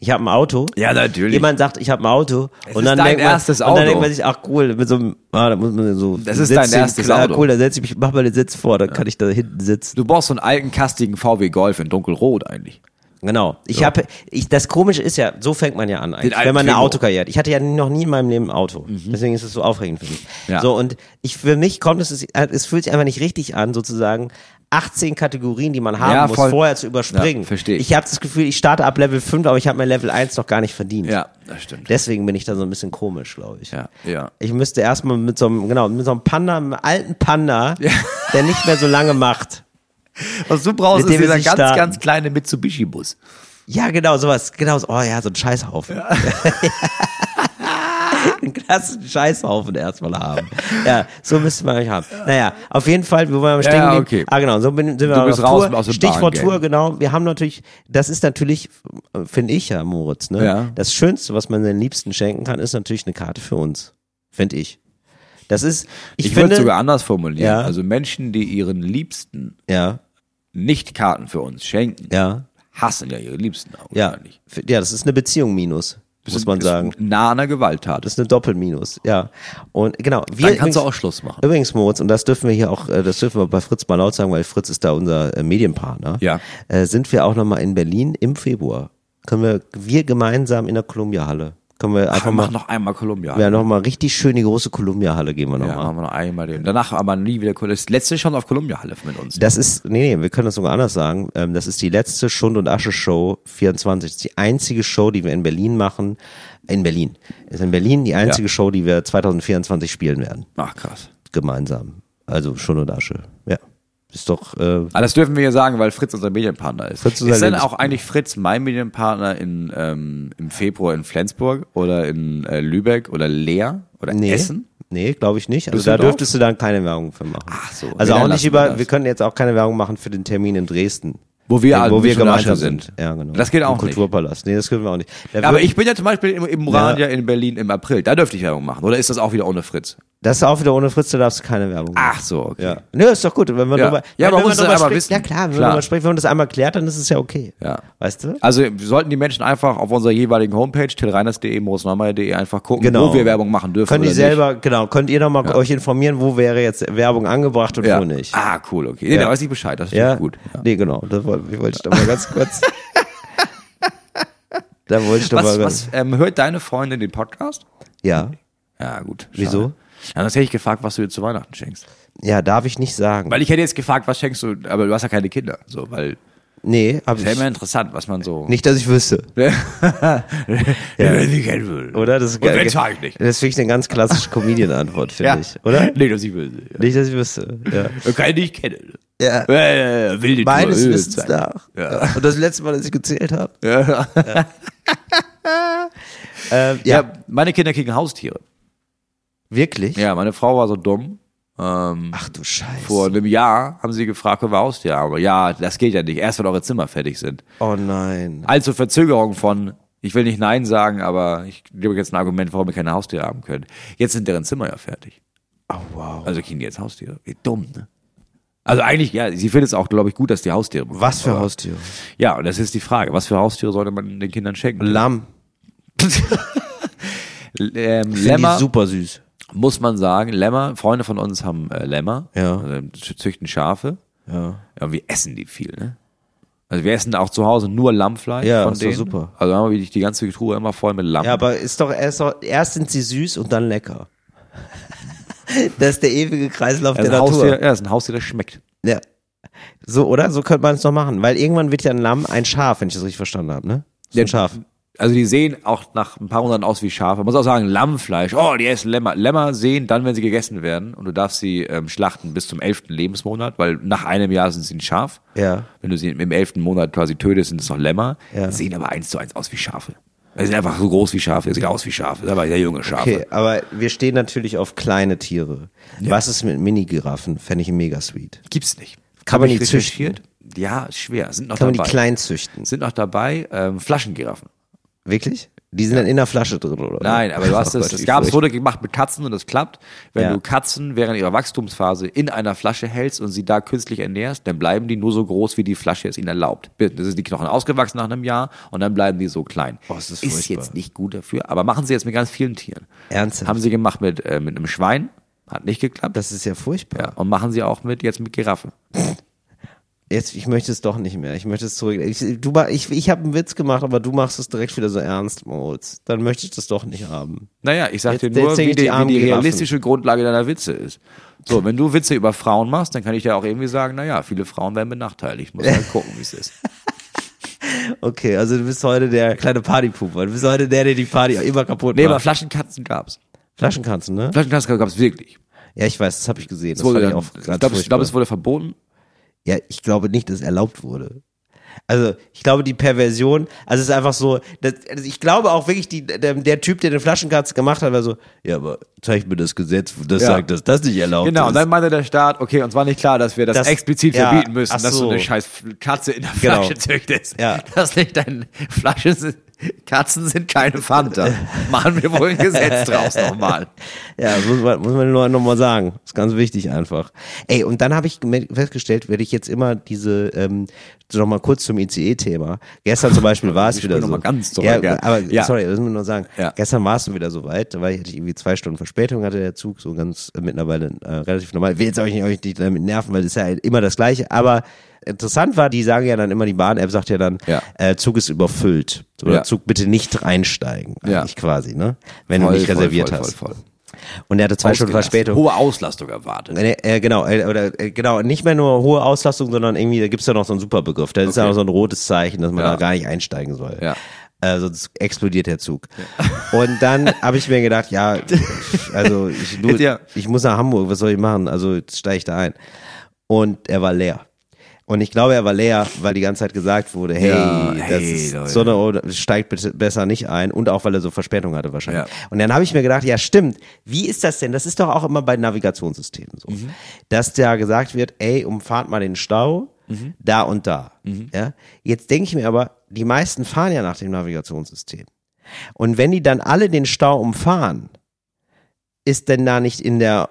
[SPEAKER 3] ich habe ein Auto?
[SPEAKER 4] Ja, natürlich.
[SPEAKER 3] Jemand sagt, ich habe ein Auto. und
[SPEAKER 4] ist
[SPEAKER 3] dann
[SPEAKER 4] dein
[SPEAKER 3] denkt man,
[SPEAKER 4] erstes
[SPEAKER 3] Und
[SPEAKER 4] Auto.
[SPEAKER 3] dann denkt man sich, ach cool, mit so einem, ah, da muss man so.
[SPEAKER 4] Das ist
[SPEAKER 3] setz
[SPEAKER 4] dein
[SPEAKER 3] den-
[SPEAKER 4] erstes
[SPEAKER 3] ah,
[SPEAKER 4] Auto.
[SPEAKER 3] cool, dann setz ich mich, mach mal den Sitz vor, dann kann ich da hinten sitzen.
[SPEAKER 4] du brauchst so einen alten, kastigen VW Golf in dunkelrot eigentlich.
[SPEAKER 3] Genau. Ich
[SPEAKER 4] Ja.
[SPEAKER 3] habe, ich, das Komische ist ja, so fängt man ja an eigentlich,
[SPEAKER 4] Den alten
[SPEAKER 3] wenn man eine
[SPEAKER 4] Twingo.
[SPEAKER 3] Autokarriere hat. Ich hatte ja noch nie in meinem Leben ein Auto, deswegen ist es so aufregend für mich.
[SPEAKER 4] Ja.
[SPEAKER 3] So und ich für mich kommt es, es fühlt sich einfach nicht richtig an, sozusagen 18 Kategorien, die man haben
[SPEAKER 4] Ja,
[SPEAKER 3] muss,
[SPEAKER 4] voll.
[SPEAKER 3] vorher zu überspringen.
[SPEAKER 4] Ja, versteh ich.
[SPEAKER 3] Ich habe das Gefühl, ich starte ab Level 5, aber ich habe mein Level 1 noch gar nicht verdient.
[SPEAKER 4] Ja, das stimmt.
[SPEAKER 3] Deswegen bin ich da so ein bisschen komisch, glaube ich.
[SPEAKER 4] Ja, ja.
[SPEAKER 3] Ich müsste erstmal mit so einem, genau, mit so einem Panda, einem alten Panda, der nicht mehr so lange macht.
[SPEAKER 4] Was du brauchst,
[SPEAKER 3] Mit
[SPEAKER 4] ist
[SPEAKER 3] dem wir
[SPEAKER 4] dieser
[SPEAKER 3] sie
[SPEAKER 4] ganz,
[SPEAKER 3] starten.
[SPEAKER 4] ganz kleine Mitsubishi-Bus.
[SPEAKER 3] Ja, genau, sowas. Genau, so, oh ja, so ein Scheißhaufen. Einen klassischen Scheißhaufen erstmal haben. Ja, so müsste man euch haben. Naja, auf jeden Fall, wo waren wir stehen
[SPEAKER 4] Ja,
[SPEAKER 3] geblieben?
[SPEAKER 4] okay.
[SPEAKER 3] Ah, genau, so bin, sind wir
[SPEAKER 4] Du bist
[SPEAKER 3] auf
[SPEAKER 4] raus
[SPEAKER 3] Tour.
[SPEAKER 4] aus dem
[SPEAKER 3] Stichwort
[SPEAKER 4] Bahn-Game.
[SPEAKER 3] Tour, genau. Wir haben natürlich, das ist natürlich, äh, finde ich ja, Moritz, ne?
[SPEAKER 4] Ja.
[SPEAKER 3] Das Schönste, was man seinen Liebsten schenken kann, ist natürlich eine Karte für uns. Finde ich. Das ist, ich,
[SPEAKER 4] Ich,
[SPEAKER 3] finde,
[SPEAKER 4] würde sogar anders formulieren.
[SPEAKER 3] Ja.
[SPEAKER 4] Also Menschen, die ihren Liebsten
[SPEAKER 3] ja,
[SPEAKER 4] nicht Karten für uns schenken,
[SPEAKER 3] ja,
[SPEAKER 4] hassen ja ihre Liebsten auch.
[SPEAKER 3] ja,
[SPEAKER 4] wahrscheinlich.
[SPEAKER 3] F- ja, das ist eine Beziehung minus, muss man
[SPEAKER 4] ist
[SPEAKER 3] sagen.
[SPEAKER 4] Nah an einer Gewalttat.
[SPEAKER 3] Das ist eine Doppelminus, ja. Und genau, wir
[SPEAKER 4] Dann kannst du auch
[SPEAKER 3] übrigens-
[SPEAKER 4] Schluss machen.
[SPEAKER 3] Übrigens, Moritz, und das dürfen wir hier auch, äh, das dürfen wir bei Fritz mal laut sagen, weil Fritz ist da unser äh, Medienpartner.
[SPEAKER 4] Ja.
[SPEAKER 3] Äh, Sind wir auch nochmal in Berlin im Februar. Können wir, wir gemeinsam in der Columbia-Halle. Können wir einfach
[SPEAKER 4] Wir
[SPEAKER 3] mal,
[SPEAKER 4] machen noch einmal Kolumbia.
[SPEAKER 3] ja, nochmal richtig schön die große Columbia-Halle gehen wir
[SPEAKER 4] Ja,
[SPEAKER 3] nochmal.
[SPEAKER 4] machen wir noch einmal den. Danach aber nie wieder Kolumbia. Das letzte schon auf Kolumbia Halle mit uns.
[SPEAKER 3] Das ist, nee, nee, wir können das sogar anders sagen. Ähm, das ist die letzte Schund und Asche Show 24. Das ist die einzige Show, die wir in Berlin machen. In Berlin. Ist in Berlin die einzige
[SPEAKER 4] Ja.
[SPEAKER 3] Show, die wir 2024 spielen werden.
[SPEAKER 4] Ach krass.
[SPEAKER 3] Gemeinsam. Also Schund und Asche. Ja. Ist doch, äh,
[SPEAKER 4] Aber Ah, das dürfen wir hier sagen, weil Fritz unser Medienpartner ist.
[SPEAKER 3] Fritz ist
[SPEAKER 4] Fritz ist
[SPEAKER 3] unser
[SPEAKER 4] denn
[SPEAKER 3] Lebens-
[SPEAKER 4] auch eigentlich Fritz mein Medienpartner in, ähm, im Februar in Flensburg oder in äh, Lübeck oder Leer oder Essen?
[SPEAKER 3] Nee, glaube ich nicht. Also da
[SPEAKER 4] Düsseldorf?
[SPEAKER 3] dürftest du dann keine Werbung für machen.
[SPEAKER 4] Ach so. Nee,
[SPEAKER 3] Also
[SPEAKER 4] dann
[SPEAKER 3] auch nicht
[SPEAKER 4] lassen wir
[SPEAKER 3] über,
[SPEAKER 4] das.
[SPEAKER 3] wir können jetzt auch keine Werbung machen für den Termin in Dresden.
[SPEAKER 4] Wo wir alle
[SPEAKER 3] wo wir
[SPEAKER 4] schon
[SPEAKER 3] gemeinsam
[SPEAKER 4] Asche
[SPEAKER 3] sind.
[SPEAKER 4] sind.
[SPEAKER 3] Ja, genau.
[SPEAKER 4] Das geht auch
[SPEAKER 3] Im
[SPEAKER 4] nicht.
[SPEAKER 3] Kulturpalast. Nee, das können wir auch nicht. Da
[SPEAKER 4] Ja, aber
[SPEAKER 3] wird-
[SPEAKER 4] ich bin ja zum Beispiel im, im Moradia in Berlin im April. Da dürfte ich Werbung machen. Oder ist das auch wieder ohne Fritz?
[SPEAKER 3] das ist auch wieder ohne Fritz, da darfst du keine Werbung machen.
[SPEAKER 4] Ach so, okay.
[SPEAKER 3] Ja. Nö, ist doch gut. Wenn man
[SPEAKER 4] Ah. Ja.
[SPEAKER 3] drüber,
[SPEAKER 4] Ja,
[SPEAKER 3] wenn
[SPEAKER 4] man
[SPEAKER 3] man
[SPEAKER 4] muss es
[SPEAKER 3] drüber
[SPEAKER 4] aber
[SPEAKER 3] spricht,
[SPEAKER 4] wissen.
[SPEAKER 3] Ja klar, wenn man
[SPEAKER 4] Klar.
[SPEAKER 3] drüber spricht, wenn man das einmal klärt, dann ist es ja okay.
[SPEAKER 4] Ja.
[SPEAKER 3] Weißt du?
[SPEAKER 4] Also sollten die Menschen einfach auf unserer jeweiligen Homepage, tillreiners.de, moosneumeier.de, einfach gucken,
[SPEAKER 3] Genau.
[SPEAKER 4] wo wir Werbung machen dürfen
[SPEAKER 3] Könnt
[SPEAKER 4] oder
[SPEAKER 3] ihr selber, genau, könnt ihr nochmal
[SPEAKER 4] Ja.
[SPEAKER 3] euch informieren, wo wäre jetzt Werbung angebracht und
[SPEAKER 4] nicht. Ja.
[SPEAKER 3] wo nicht.
[SPEAKER 4] Ah, cool, okay. Nee,
[SPEAKER 3] Ja.
[SPEAKER 4] Da weiß ich Bescheid, das ist
[SPEAKER 3] Ja,
[SPEAKER 4] ja. gut. Ja.
[SPEAKER 3] Nee, genau. Das wollte, ich wollte ich doch mal ganz kurz. da wollte ich doch mal
[SPEAKER 4] Was,
[SPEAKER 3] ganz.
[SPEAKER 4] was ähm, hört deine Freundin den Podcast?
[SPEAKER 3] Ja.
[SPEAKER 4] Ja, gut. schade.
[SPEAKER 3] Wieso?
[SPEAKER 4] Ja, sonst hätte ich gefragt, was du ihr zu Weihnachten schenkst.
[SPEAKER 3] Ja, darf ich nicht sagen.
[SPEAKER 4] Weil ich hätte jetzt gefragt, was schenkst du, aber du hast ja keine Kinder. So, weil
[SPEAKER 3] nee, hab
[SPEAKER 4] das ist ja immer
[SPEAKER 3] ich.
[SPEAKER 4] interessant, was man so.
[SPEAKER 3] Nicht, dass ich wüsste.
[SPEAKER 4] Wenn sie kennen will.
[SPEAKER 3] Oder? Das ist
[SPEAKER 4] Und wenn
[SPEAKER 3] geil.
[SPEAKER 4] sag ich nicht.
[SPEAKER 3] Das finde ich eine ganz klassische Comedian-Antwort, finde ich. Oder?
[SPEAKER 4] Nee, dass ich will. Ja.
[SPEAKER 3] Nicht, dass ich wüsste. Ja.
[SPEAKER 4] Keine, die ich kenne.
[SPEAKER 3] Ja.
[SPEAKER 4] Äh, äh, wilde
[SPEAKER 3] Meines
[SPEAKER 4] Tour, äh,
[SPEAKER 3] Wissens
[SPEAKER 4] Zeit.
[SPEAKER 3] nach. Ja. Und das letzte Mal, dass ich gezählt habe.
[SPEAKER 4] Ja.
[SPEAKER 3] Ähm, ja,
[SPEAKER 4] Ja. meine Kinder kriegen Haustiere.
[SPEAKER 3] wirklich?
[SPEAKER 4] Ja, meine Frau war so dumm. Ähm,
[SPEAKER 3] Ach du Scheiße.
[SPEAKER 4] vor einem Jahr haben sie gefragt, ob wir Haustiere haben. Aber Ja, das geht ja nicht. Erst, wenn eure Zimmer fertig sind.
[SPEAKER 3] Oh nein.
[SPEAKER 4] Also Verzögerung von, ich will nicht Nein sagen, aber ich gebe jetzt ein Argument, warum wir keine Haustiere haben können. Jetzt sind deren Zimmer ja fertig.
[SPEAKER 3] Oh wow.
[SPEAKER 4] Also kriegen die jetzt Haustiere. Wie dumm, ne? Also eigentlich, ja, sie findet es auch, glaube ich, gut, dass die Haustiere bekommen.
[SPEAKER 3] Was für Haustiere?
[SPEAKER 4] Ja, und das ist die Frage. Was für Haustiere sollte man den Kindern schenken?
[SPEAKER 3] Lamm.
[SPEAKER 4] ähm,
[SPEAKER 3] Finde ich
[SPEAKER 4] Lämmer.
[SPEAKER 3] super süß.
[SPEAKER 4] muss man sagen, Lämmer, Freunde von uns haben äh, Lämmer,
[SPEAKER 3] Ja.
[SPEAKER 4] also, zü- züchten Schafe.
[SPEAKER 3] Ja.
[SPEAKER 4] Ja, wir essen die viel, ne? Also wir essen auch zu Hause nur Lammfleisch
[SPEAKER 3] Ja,
[SPEAKER 4] von
[SPEAKER 3] ist doch
[SPEAKER 4] denen.
[SPEAKER 3] super.
[SPEAKER 4] Also haben wir die, die ganze Truhe immer voll mit Lamm.
[SPEAKER 3] Ja, aber ist doch erst, doch- erst sind sie süß und dann lecker. Das ist der ewige Kreislauf
[SPEAKER 4] das
[SPEAKER 3] der
[SPEAKER 4] ist ein Haustier, ja,
[SPEAKER 3] Natur.
[SPEAKER 4] das ist ein Haustier, das schmeckt.
[SPEAKER 3] Ja. So, oder? So könnte man es noch machen. Weil irgendwann wird ja ein Lamm ein Schaf, wenn ich das richtig verstanden habe, ne? So ein
[SPEAKER 4] Ja,
[SPEAKER 3] Schaf.
[SPEAKER 4] also die sehen auch nach ein paar Monaten aus wie Schafe. Man muss auch sagen, Lammfleisch. Oh, die essen Lämmer. Lämmer sehen dann, wenn sie gegessen werden. Und du darfst sie ähm, schlachten bis zum elften Lebensmonat, weil nach einem Jahr sind sie ein Schaf.
[SPEAKER 3] Ja.
[SPEAKER 4] Wenn du sie im elften Monat quasi tötest, sind es noch Lämmer.
[SPEAKER 3] Ja.
[SPEAKER 4] Die Sehen aber eins zu eins aus wie Schafe. Die sind einfach so groß wie Schafe. Die sehen aus wie Schafe. Das sind aber sehr junge Schafe.
[SPEAKER 3] Okay, aber wir stehen natürlich auf kleine Tiere. Was ist mit Mini-Giraffen? Fände ich mega sweet.
[SPEAKER 4] Gibt's nicht.
[SPEAKER 3] Kann
[SPEAKER 4] Hab
[SPEAKER 3] man
[SPEAKER 4] ich
[SPEAKER 3] die züchten?
[SPEAKER 4] recherchiert? Ja, ist schwer. Sind noch
[SPEAKER 3] Kann man die
[SPEAKER 4] dabei.
[SPEAKER 3] klein züchten?
[SPEAKER 4] sind noch dabei ähm, Flaschengiraffen.
[SPEAKER 3] Wirklich? Die sind dann in der Flasche drin, oder?
[SPEAKER 4] Nein, aber du hast
[SPEAKER 3] Oh
[SPEAKER 4] es.
[SPEAKER 3] Gott,
[SPEAKER 4] Es
[SPEAKER 3] wie
[SPEAKER 4] gab, es
[SPEAKER 3] furcht-
[SPEAKER 4] wurde gemacht mit Katzen und das klappt. Wenn
[SPEAKER 3] Ja.
[SPEAKER 4] du Katzen während ihrer Wachstumsphase in einer Flasche hältst und sie da künstlich ernährst, dann bleiben die nur so groß, wie die Flasche es ihnen erlaubt. Das ist die Knochen ausgewachsen nach einem Jahr und dann bleiben die so klein.
[SPEAKER 3] Oh, es ist
[SPEAKER 4] ist
[SPEAKER 3] furchtbar.
[SPEAKER 4] jetzt nicht gut dafür, aber machen sie jetzt mit ganz vielen Tieren.
[SPEAKER 3] Ernsthaft?
[SPEAKER 4] Haben sie gemacht mit, äh, mit einem Schwein, hat nicht geklappt.
[SPEAKER 3] Das ist ja furchtbar.
[SPEAKER 4] ja, und machen sie auch mit jetzt mit Giraffe.
[SPEAKER 3] Jetzt, ich möchte es doch nicht mehr. Ich möchte es zurück. Ich, du, ma- ich, ich habe einen Witz gemacht, aber du machst es direkt wieder so ernst, Moritz. Dann möchte ich das doch nicht haben.
[SPEAKER 4] Naja, ich sag
[SPEAKER 3] Jetzt-
[SPEAKER 4] dir nur,
[SPEAKER 3] jetzt denke
[SPEAKER 4] wie
[SPEAKER 3] ich die
[SPEAKER 4] die, wie
[SPEAKER 3] armen
[SPEAKER 4] die
[SPEAKER 3] Giraffen.
[SPEAKER 4] realistische Grundlage deiner Witze ist. So, wenn du Witze über Frauen machst, dann kann ich dir auch irgendwie sagen, naja, viele Frauen werden benachteiligt. Muss halt gucken, wie es ist.
[SPEAKER 3] Okay, also du bist heute der kleine Partypooper. Du bist heute der, der die Party auch immer kaputt
[SPEAKER 4] Nee,
[SPEAKER 3] macht.
[SPEAKER 4] aber Flaschenkatzen gab's.
[SPEAKER 3] Flaschenkanzen, ne?
[SPEAKER 4] Flaschenkatzen gab's wirklich.
[SPEAKER 3] Ja, ich weiß, das habe ich gesehen. Das
[SPEAKER 4] Es wurde
[SPEAKER 3] fand ich
[SPEAKER 4] dann-
[SPEAKER 3] auch
[SPEAKER 4] ich
[SPEAKER 3] ganz
[SPEAKER 4] glaube, es- ich
[SPEAKER 3] furchtbar.
[SPEAKER 4] glaub, es wurde verboten.
[SPEAKER 3] Ja, ich glaube nicht, dass es erlaubt wurde. Also, ich glaube, die Perversion, also es ist einfach so, dass, also ich glaube auch wirklich, die, der, der Typ, der den Flaschenkarz gemacht hat, war so, ja, aber zeig mir das Gesetz, das
[SPEAKER 4] Ja.
[SPEAKER 3] sagt, dass das nicht erlaubt
[SPEAKER 4] Genau,
[SPEAKER 3] ist.
[SPEAKER 4] und dann meinte der Staat, okay, uns war nicht klar, dass wir das,
[SPEAKER 3] Das-
[SPEAKER 4] explizit
[SPEAKER 3] ja,
[SPEAKER 4] verbieten müssen,
[SPEAKER 3] ach
[SPEAKER 4] dass du
[SPEAKER 3] so.
[SPEAKER 4] eine scheiß Katze in der
[SPEAKER 3] Genau.
[SPEAKER 4] Flasche züchtest.
[SPEAKER 3] Ja.
[SPEAKER 4] Dass nicht deine Flaschen sind, Katzen sind keine Fanta. Machen wir wohl ein Gesetz draus nochmal.
[SPEAKER 3] Ja, das muss man, muss man den Leuten nochmal sagen. ist ganz wichtig einfach. Ey, und dann habe ich gemerkt- festgestellt, werde ich jetzt immer diese, ähm, so noch mal kurz zum ICE-Thema. Gestern zum Beispiel war es
[SPEAKER 4] Ich
[SPEAKER 3] wieder
[SPEAKER 4] spring noch
[SPEAKER 3] so.
[SPEAKER 4] mal ganz zurück,
[SPEAKER 3] ja,
[SPEAKER 4] ja.
[SPEAKER 3] aber
[SPEAKER 4] Ja.
[SPEAKER 3] sorry, das muss man noch sagen.
[SPEAKER 4] Ja.
[SPEAKER 3] Gestern war es wieder so weit, da war ich, hatte ich irgendwie zwei Stunden Verspätung, hatte der Zug so ganz äh, mittlerweile äh, relativ normal. Ich will jetzt euch nicht, euch nicht damit nerven, weil das ist ja immer das Gleiche. Aber interessant war, die sagen ja dann immer, die Bahn-App sagt ja dann,
[SPEAKER 4] Ja.
[SPEAKER 3] Äh, Zug ist überfüllt oder
[SPEAKER 4] Ja.
[SPEAKER 3] Zug bitte nicht einsteigen,
[SPEAKER 4] Ja.
[SPEAKER 3] eigentlich quasi, ne? Wenn
[SPEAKER 4] Voll,
[SPEAKER 3] du nicht
[SPEAKER 4] voll,
[SPEAKER 3] reserviert
[SPEAKER 4] voll,
[SPEAKER 3] hast.
[SPEAKER 4] voll, voll.
[SPEAKER 3] Und er hatte zwei Stunden
[SPEAKER 4] Ausgelastet.
[SPEAKER 3] Verspätung.
[SPEAKER 4] Hohe Auslastung erwartet.
[SPEAKER 3] Äh, äh, genau, äh, oder äh, genau, nicht mehr nur hohe Auslastung, sondern irgendwie, da gibt's ja noch so einen Superbegriff. Da ist ja
[SPEAKER 4] Okay.
[SPEAKER 3] noch so ein rotes Zeichen, dass man
[SPEAKER 4] Ja.
[SPEAKER 3] da gar nicht einsteigen soll.
[SPEAKER 4] Ja.
[SPEAKER 3] Äh, sonst explodiert der Zug. Und dann habe ich mir gedacht, ja, also ich, du,
[SPEAKER 4] Ja.
[SPEAKER 3] ich muss nach Hamburg, was soll ich machen? Also jetzt steige ich da ein. Und er war leer. Und ich glaube, er war leer, weil die ganze Zeit gesagt wurde, hey,
[SPEAKER 4] Ja,
[SPEAKER 3] das
[SPEAKER 4] hey,
[SPEAKER 3] ist
[SPEAKER 4] Leute.
[SPEAKER 3] so eine, oder steigt bitte besser nicht ein. Und auch, weil er so Verspätung hatte wahrscheinlich.
[SPEAKER 4] Ja.
[SPEAKER 3] Und dann habe ich mir gedacht, ja stimmt, wie ist das denn? Das ist doch auch immer bei Navigationssystemen so,
[SPEAKER 4] Mhm.
[SPEAKER 3] dass da gesagt wird, ey, umfahrt mal den Stau,
[SPEAKER 4] Mhm.
[SPEAKER 3] da und da. Ja? Jetzt denke ich mir aber, die meisten fahren ja nach dem Navigationssystem. Und wenn die dann alle den Stau umfahren, ist denn da nicht in der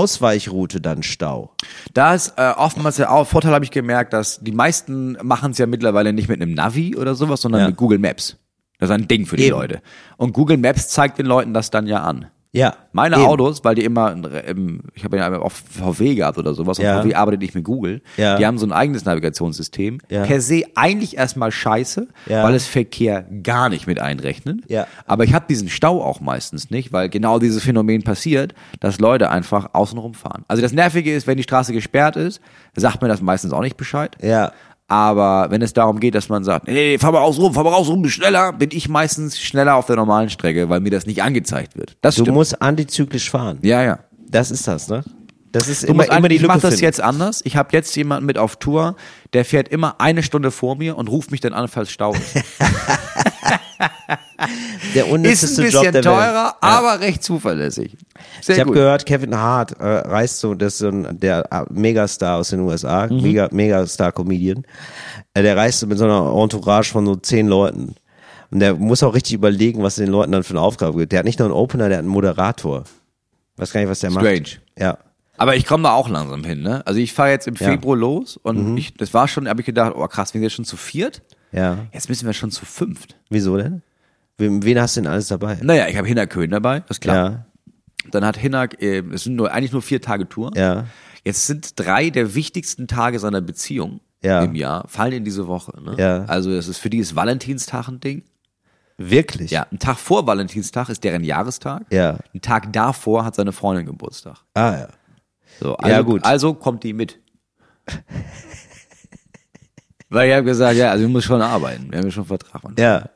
[SPEAKER 3] Ausweichroute dann Stau?
[SPEAKER 4] Da ist äh, oftmals der Au- Vorteil, habe ich gemerkt, dass die meisten machen es ja mittlerweile nicht mit einem Navi oder sowas, sondern
[SPEAKER 3] Ja.
[SPEAKER 4] mit Google Maps. Das ist ein Ding für die
[SPEAKER 3] Eben.
[SPEAKER 4] Leute. Und Google Maps zeigt den Leuten das dann ja an.
[SPEAKER 3] Ja.
[SPEAKER 4] Meine
[SPEAKER 3] eben.
[SPEAKER 4] Autos, weil die immer, ein Re- im, ich habe ja einmal auf VW gehabt oder sowas, und
[SPEAKER 3] Ja.
[SPEAKER 4] VW arbeitet nicht mit Google,
[SPEAKER 3] Ja.
[SPEAKER 4] die haben so ein eigenes Navigationssystem.
[SPEAKER 3] Ja.
[SPEAKER 4] Per se eigentlich erstmal scheiße,
[SPEAKER 3] Ja.
[SPEAKER 4] weil es Verkehr gar nicht mit einrechnet.
[SPEAKER 3] Ja.
[SPEAKER 4] Aber ich habe diesen Stau auch meistens nicht, weil genau dieses Phänomen passiert, dass Leute einfach außenrum fahren. Also das Nervige ist, wenn die Straße gesperrt ist, sagt mir das meistens auch nicht Bescheid.
[SPEAKER 3] Ja.
[SPEAKER 4] Aber wenn es darum geht, dass man sagt, nee, nee, nee, fahr mal außen rum, fahr mal außen rum, schneller, bin ich meistens schneller auf der normalen Strecke, weil mir das nicht angezeigt wird. Das
[SPEAKER 3] Du
[SPEAKER 4] stimmt.
[SPEAKER 3] musst antizyklisch fahren.
[SPEAKER 4] ja, ja.
[SPEAKER 3] Das ist das, ne? Das ist
[SPEAKER 4] Du
[SPEAKER 3] immer,
[SPEAKER 4] musst ein-
[SPEAKER 3] immer die
[SPEAKER 4] ich
[SPEAKER 3] Lücke
[SPEAKER 4] mache das
[SPEAKER 3] finden.
[SPEAKER 4] jetzt anders. Ich habe jetzt jemanden mit auf Tour, der fährt immer eine Stunde vor mir und ruft mich dann an, falls Stau ist.
[SPEAKER 3] der
[SPEAKER 4] ist
[SPEAKER 3] unnützeste
[SPEAKER 4] ein
[SPEAKER 3] Job
[SPEAKER 4] bisschen
[SPEAKER 3] der Welt.
[SPEAKER 4] teurer, aber recht zuverlässig. Sehr
[SPEAKER 3] Ich habe
[SPEAKER 4] gut.
[SPEAKER 3] gehört, Kevin Hart äh, reist so, das ist so ein, der äh, Megastar aus den USA,
[SPEAKER 4] Mhm.
[SPEAKER 3] Mega, Megastar-Comedian. Äh, der reist so mit so einer Entourage von so zehn Leuten. Und der muss auch richtig überlegen, was er den Leuten dann für eine Aufgabe gibt. Der hat nicht nur einen Opener, der hat einen Moderator. Weiß gar nicht, was der macht.
[SPEAKER 4] Strange.
[SPEAKER 3] Ja.
[SPEAKER 4] Aber ich komme da auch langsam hin, ne? Also ich fahre jetzt im
[SPEAKER 3] Ja. Mhm.
[SPEAKER 4] Februar los und ich, das war schon, habe ich gedacht, oh krass, wir sind jetzt schon zu viert.
[SPEAKER 3] Ja.
[SPEAKER 4] Jetzt müssen wir schon zu fünft.
[SPEAKER 3] Wieso denn? Wen, wen hast du denn alles dabei?
[SPEAKER 4] Naja, ich habe Hinnerk Köhn dabei, das klar.
[SPEAKER 3] Ja.
[SPEAKER 4] Dann hat Hinnerk, äh, es sind nur, eigentlich nur vier Tage Tour.
[SPEAKER 3] Ja.
[SPEAKER 4] Jetzt sind drei der wichtigsten Tage seiner Beziehung
[SPEAKER 3] Ja.
[SPEAKER 4] im Jahr, fallen in diese Woche. Ne?
[SPEAKER 3] Ja.
[SPEAKER 4] Also es ist für die ist Valentinstag ein Ding.
[SPEAKER 3] Wirklich?
[SPEAKER 4] Ja, ein Tag vor Valentinstag ist deren Jahrestag.
[SPEAKER 3] Ja.
[SPEAKER 4] Ein Tag davor hat seine Freundin Geburtstag.
[SPEAKER 3] Ah, ja.
[SPEAKER 4] So, also,
[SPEAKER 3] Ja, gut.
[SPEAKER 4] Also kommt die mit. Weil ich habe gesagt, ja, also wir müssen schon arbeiten. Wir haben ja schon einen Vertrag. Mann.
[SPEAKER 3] Ja.